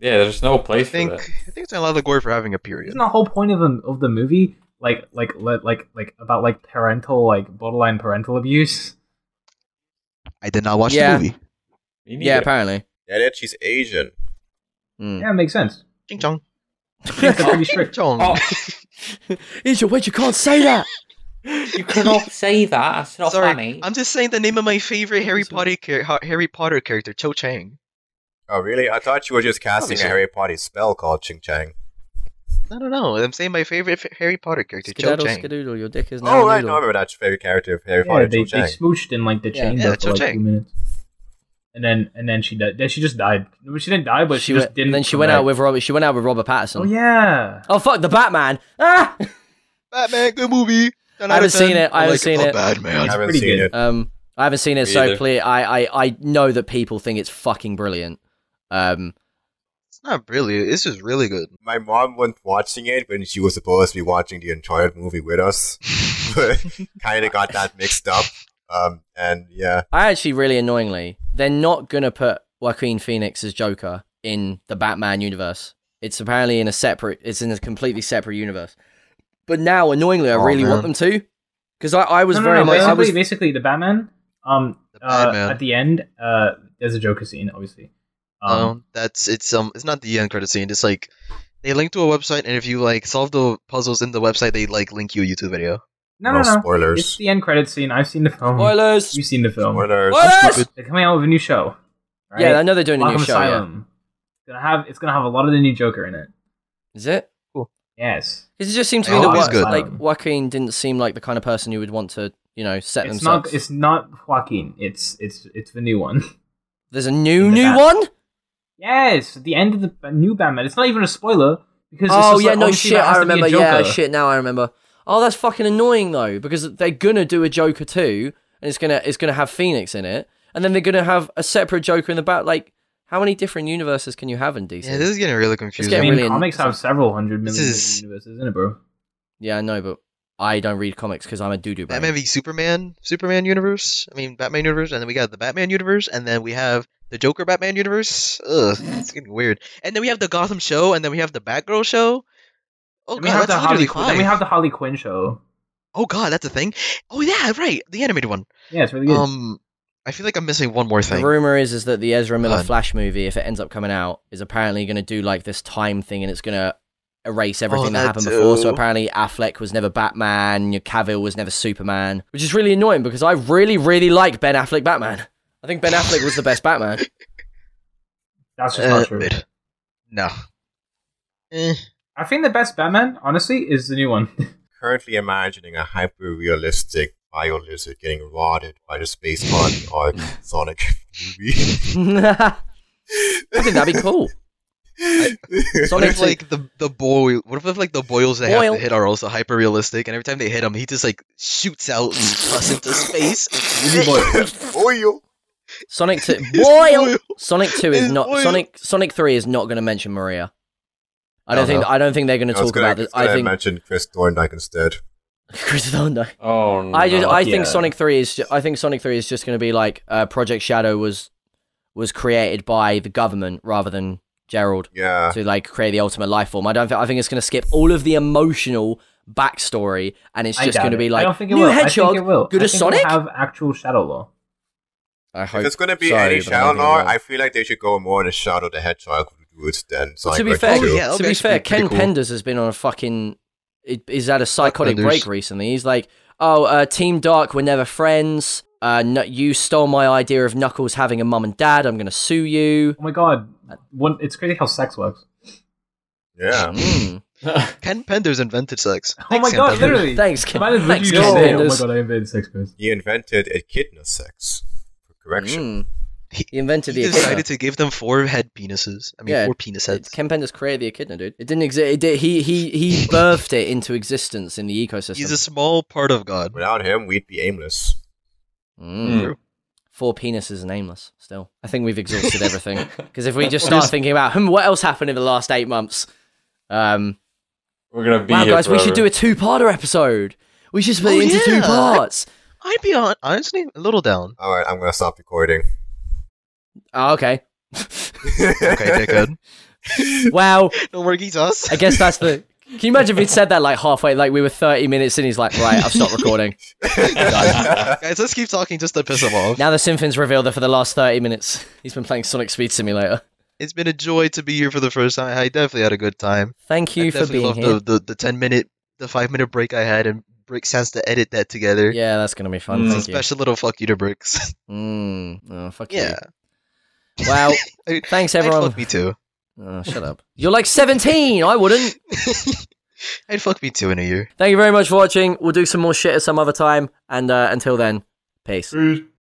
S3: Yeah, there's no
S4: I
S3: place
S4: think,
S3: for that.
S4: I think it's a lot of glory for having a period.
S1: Isn't the whole point of the, of the movie like like le- like like about like parental like borderline parental abuse?
S4: I did not watch
S2: Yeah.
S4: the movie.
S3: You need
S2: Yeah,
S3: it.
S2: apparently.
S5: yeah, that she's Asian.
S2: Mm.
S1: Yeah, it makes sense.
S4: Ching chong.
S2: (laughs)
S1: It's pretty (laughs)
S2: Oh,
S1: strict.
S4: Chong.
S2: It's your wait, you can't say that.
S6: You cannot say that. That's not
S4: Sorry,
S6: funny.
S4: I'm just saying the name of my favorite Harry
S2: Sorry.
S4: Potter, char- Harry Potter character, Cho Chang.
S5: Oh really? I thought you were just casting a
S4: Obviously.
S5: Harry Potter spell called Ching Chang.
S4: No, no, no. I'm saying my favorite f- Harry Potter character, Cho
S2: Skedaddle,
S4: Chang.
S2: skedoodle, your dick is now.
S5: Oh
S2: a
S5: right,
S2: noodle.
S5: no, I remember that favorite character of Harry
S1: Yeah,
S5: Potter,
S1: they,
S5: Cho
S1: they
S5: Chang.
S1: smooched in like the
S2: Yeah.
S1: chamber
S4: Yeah,
S1: for like
S4: Cho-Chang.
S1: two minutes, and then and then she died. Then she just died. No, She didn't die, but she,
S2: she
S1: just
S2: went,
S1: didn't.
S2: and then she
S1: come
S2: went
S1: back.
S2: out with Robert. She went out with Robert Patterson.
S1: Oh yeah.
S2: Oh fuck the Batman! Ah,
S4: Batman, good movie. Ten
S2: I
S4: out of
S2: haven't seen
S4: 10.
S2: it, I
S4: I'm
S2: haven't
S4: like,
S2: seen
S4: "Oh,
S2: it."
S5: I
S4: Batman.
S5: haven't
S1: pretty
S5: seen
S1: good.
S5: it.
S2: um, I haven't seen it,
S3: Me
S2: so
S3: either.
S2: please, I, I, I know that people think it's fucking brilliant. Um,
S4: It's not really. This is really good.
S5: My mom wasn't watching it when she was supposed to be watching the entire movie with us, but kind of got that mixed up. Um, and yeah,
S2: I actually really annoyingly, they're not gonna put Joaquin Phoenix as Joker in the Batman universe. It's apparently in a separate. It's in a completely separate universe. But now, annoyingly, I
S4: Aw,
S2: really want them
S4: man.
S2: to, because I, I was
S1: no, no,
S2: very
S1: no,
S2: much. I
S1: Basically,
S2: was
S1: basically the Batman. Um,
S4: The
S1: uh,
S4: Batman.
S1: at the end, uh, there's a Joker scene, obviously.
S4: Um,
S1: Um,
S4: that's it's um, it's not the end credit scene. It's like they link to a website, and if you like solve the puzzles in the website, they like link you a YouTube video.
S1: no, no,
S5: no,
S1: no. It's
S5: spoilers.
S1: the um, end credits scene. I've seen the film.
S2: spoilers.
S1: You've seen the film.
S5: Spoilers.
S2: Spoilers.
S4: Stupid.
S1: They're coming out with a new show. Right?
S2: Yeah, I know they're doing a
S1: Arkham
S2: new show. Yeah.
S1: Asylum. It's gonna have it's gonna have a lot of the new Joker in it.
S2: Is it?
S1: Yes.
S2: Because it just seemed to
S4: I
S2: me that
S4: hope
S2: Wa-
S4: it's good.
S2: like Joaquin didn't seem like the kind of person who would want to, you know, set
S1: It's
S2: themselves.
S1: not it's not Joaquin. It's it's it's the new one. (laughs)
S2: There's a new
S1: in the
S2: new
S1: Bat-
S2: one.
S1: yes, at the end of the ba- new Batman. It's not even a spoiler because it's
S2: Oh
S1: just
S2: yeah,
S1: like,
S2: no
S1: obviously
S2: shit.
S1: there has
S2: I
S1: to be a
S2: remember. Yeah,
S1: Joker.
S2: shit. Now I remember. Oh, that's fucking annoying though, because they're gonna do a Joker too, and it's gonna it's gonna have Phoenix in it, and then they're gonna have a separate Joker in the back. Like, how many different universes can you have in DC?
S4: Yeah, this is getting really
S1: I
S4: confusing.
S2: getting
S1: mean,
S2: really-
S1: comics have several hundred
S4: This
S1: million
S4: is-
S1: universes, isn't it, bro?
S2: Yeah, I know, but I don't read comics because I'm a doo doo.
S4: Batman v Superman, Superman universe. I mean, Batman universe, and then we got the Batman universe, and then we have the Joker Batman universe. Ugg, it's getting weird. And then we have the Gotham show, and then we have the Batgirl show. Oh
S1: Then
S4: god,
S1: we have
S4: that's
S1: the Harley
S4: literally
S1: Quinn. Then
S4: five.
S1: we have the Harley Quinn show.
S4: oh god, that's a thing. Oh yeah, right, the animated one.
S1: Yeah, it's really good.
S4: Um, I feel like I'm missing one more
S2: The
S4: thing.
S2: rumor is is that the Ezra Miller
S4: God.
S2: Flash movie, if it ends up coming out, is apparently going to do like this time thing, and it's going to erase everything that,
S4: that
S2: happened before. So
S4: too.
S2: apparently, Affleck was never Batman, Cavill was never Superman, which is really annoying because I really, really like Ben Affleck Batman. I think Ben Affleck was the best Batman.
S1: That's just
S4: Uh,
S1: not true.
S4: mid. No. Eh,
S1: I think the best Batman, honestly, is the new one.
S5: currently imagining a hyper realistic bio lizard getting
S2: (laughs)
S5: rotted by the space body or Sonic movie.
S2: yeah, I think
S5: (laughs)
S2: that'd be cool.
S4: What
S2: Sonic
S4: if
S2: 2.
S4: like the the boil? What if like the boils they have
S2: Boil.
S4: to hit are also hyper realistic, and every time they hit him, he just like shoots out
S1: (laughs)
S4: and us into space.
S5: (laughs) Oil.
S2: Sonic Two.
S4: It's
S2: Boil.
S4: boil.
S2: Sonic Two is
S4: It's
S2: not.
S4: boil.
S2: Sonic Sonic Three is not going to mention Maria. I don't
S4: Oh,
S2: think.
S4: no.
S2: I don't think they're going to
S5: I was
S2: talk
S5: gonna,
S2: about this.
S5: I
S2: I
S5: was gonna
S2: think.
S5: mention Chris Thorndike instead.
S2: (laughs) Chris Thorndike.
S3: Oh no!
S2: I just, I
S1: yeah.
S2: think Sonic Three is. ju- I think Sonic Three is just going to be like uh, Project Shadow was was created by the government rather than Gerald
S5: Yeah.
S2: to like create the ultimate life form. I don't. Think, I think it's going to skip all of the emotional backstory, and it's
S1: I
S2: just
S1: doubt
S2: going to
S1: it.
S2: be
S1: I
S2: like
S1: don't think it
S2: new
S1: will. I
S2: hedgehog.
S1: think it will.
S2: good
S1: I
S2: as
S1: think we'll
S2: Sonic?
S1: have actual Shadow Law.
S2: I
S5: If
S2: hope.
S5: it's gonna be
S2: Sorry,
S5: any
S2: but I don't
S5: Shadow
S2: think uh, it
S5: Lore,
S2: will.
S5: I feel like they should go more in a Shadow the Hedgehog route than Sonic
S2: to be
S5: Earth
S2: fair,
S5: two.
S4: yeah, that would
S2: to
S4: be
S2: be
S4: actually
S2: fair,
S4: pretty
S2: Ken
S4: cool.
S2: Penders has been on a fucking. it- He's had a psychotic
S4: Penders.
S2: break recently. He's like, oh, uh, Team Dark, we're never friends. Uh, no, you stole my idea of Knuckles having a mum and dad. I'm gonna sue you.
S1: Oh my god,
S2: Uh,
S1: One, it's crazy how sex
S2: (laughs)
S1: works.
S5: Yeah.
S2: Mm.
S4: Ken Penders invented sex.
S1: Oh my
S4: Ken
S1: god,
S4: Penders.
S1: literally.
S2: Thanks, Ken.
S1: Imagine if
S2: Thanks,
S1: you
S2: Ken
S1: just say,
S2: Penders.
S1: Oh my god, I invented sex, Chris.
S5: He invented echidna sex. For correction.
S2: Mm.
S4: He-
S2: He invented
S4: He
S2: the echidna.
S4: decided to give them four head penises. I mean,
S2: Yeah,
S4: four penis
S2: It's
S4: heads.
S2: Ken Penders created the echidna, dude. It didn't exist. It did. He he
S4: (laughs)
S2: he birthed it into existence in the ecosystem.
S4: He's a small part of God.
S5: Without him, we'd be aimless.
S2: Mm.
S3: Mm.
S2: Four penises and aimless. Still, I think we've
S4: (laughs)
S2: exhausted everything. Because if we just start thinking about hmm, what else happened in the last eight months, um,
S3: (laughs) We're gonna be
S2: wow,
S3: here
S2: guys, we should do
S3: forever.
S2: a two-parter episode. We should split
S4: Oh,
S2: it into two
S4: yeah.
S2: parts.
S4: I'd be on, honestly a little down.
S5: All right, I'm gonna stop recording.
S2: Oh, okay.
S4: Okay,
S2: (laughs)
S4: (laughs) dickhead.
S2: Wow.
S4: no more us.
S2: I guess that's the. Can you imagine if he'd said that like halfway, like we were thirty minutes in? He's like, right, I've stopped recording.
S4: (laughs) Guys, let's keep talking just to piss him off.
S2: Now the Symphons reveal that for the last thirty minutes, he's been playing Sonic Speed Simulator.
S4: It's been a joy to be here for the first time. I definitely had a good time.
S2: Thank you
S4: I
S2: for
S4: definitely
S2: being
S4: loved
S2: here.
S4: The, the, the 10 minute, the 5 minute break I had, and Bricks has to edit that together.
S2: Yeah, that's gonna be fun.
S3: Mm.
S2: Thank
S4: Special little fuck you to Bricks. (laughs)
S2: you. Mm. Oh, fuck
S4: yeah.
S2: you. Wow.
S4: I-
S2: Thanks
S4: I'd
S2: everyone.
S4: fuck me too. (laughs)
S2: Oh, shut up. You're like 17. I wouldn't.
S4: I'd fuck me too in a year.
S2: Thank you very much for watching. We'll do some more shit at some other time. And uh, until then, peace.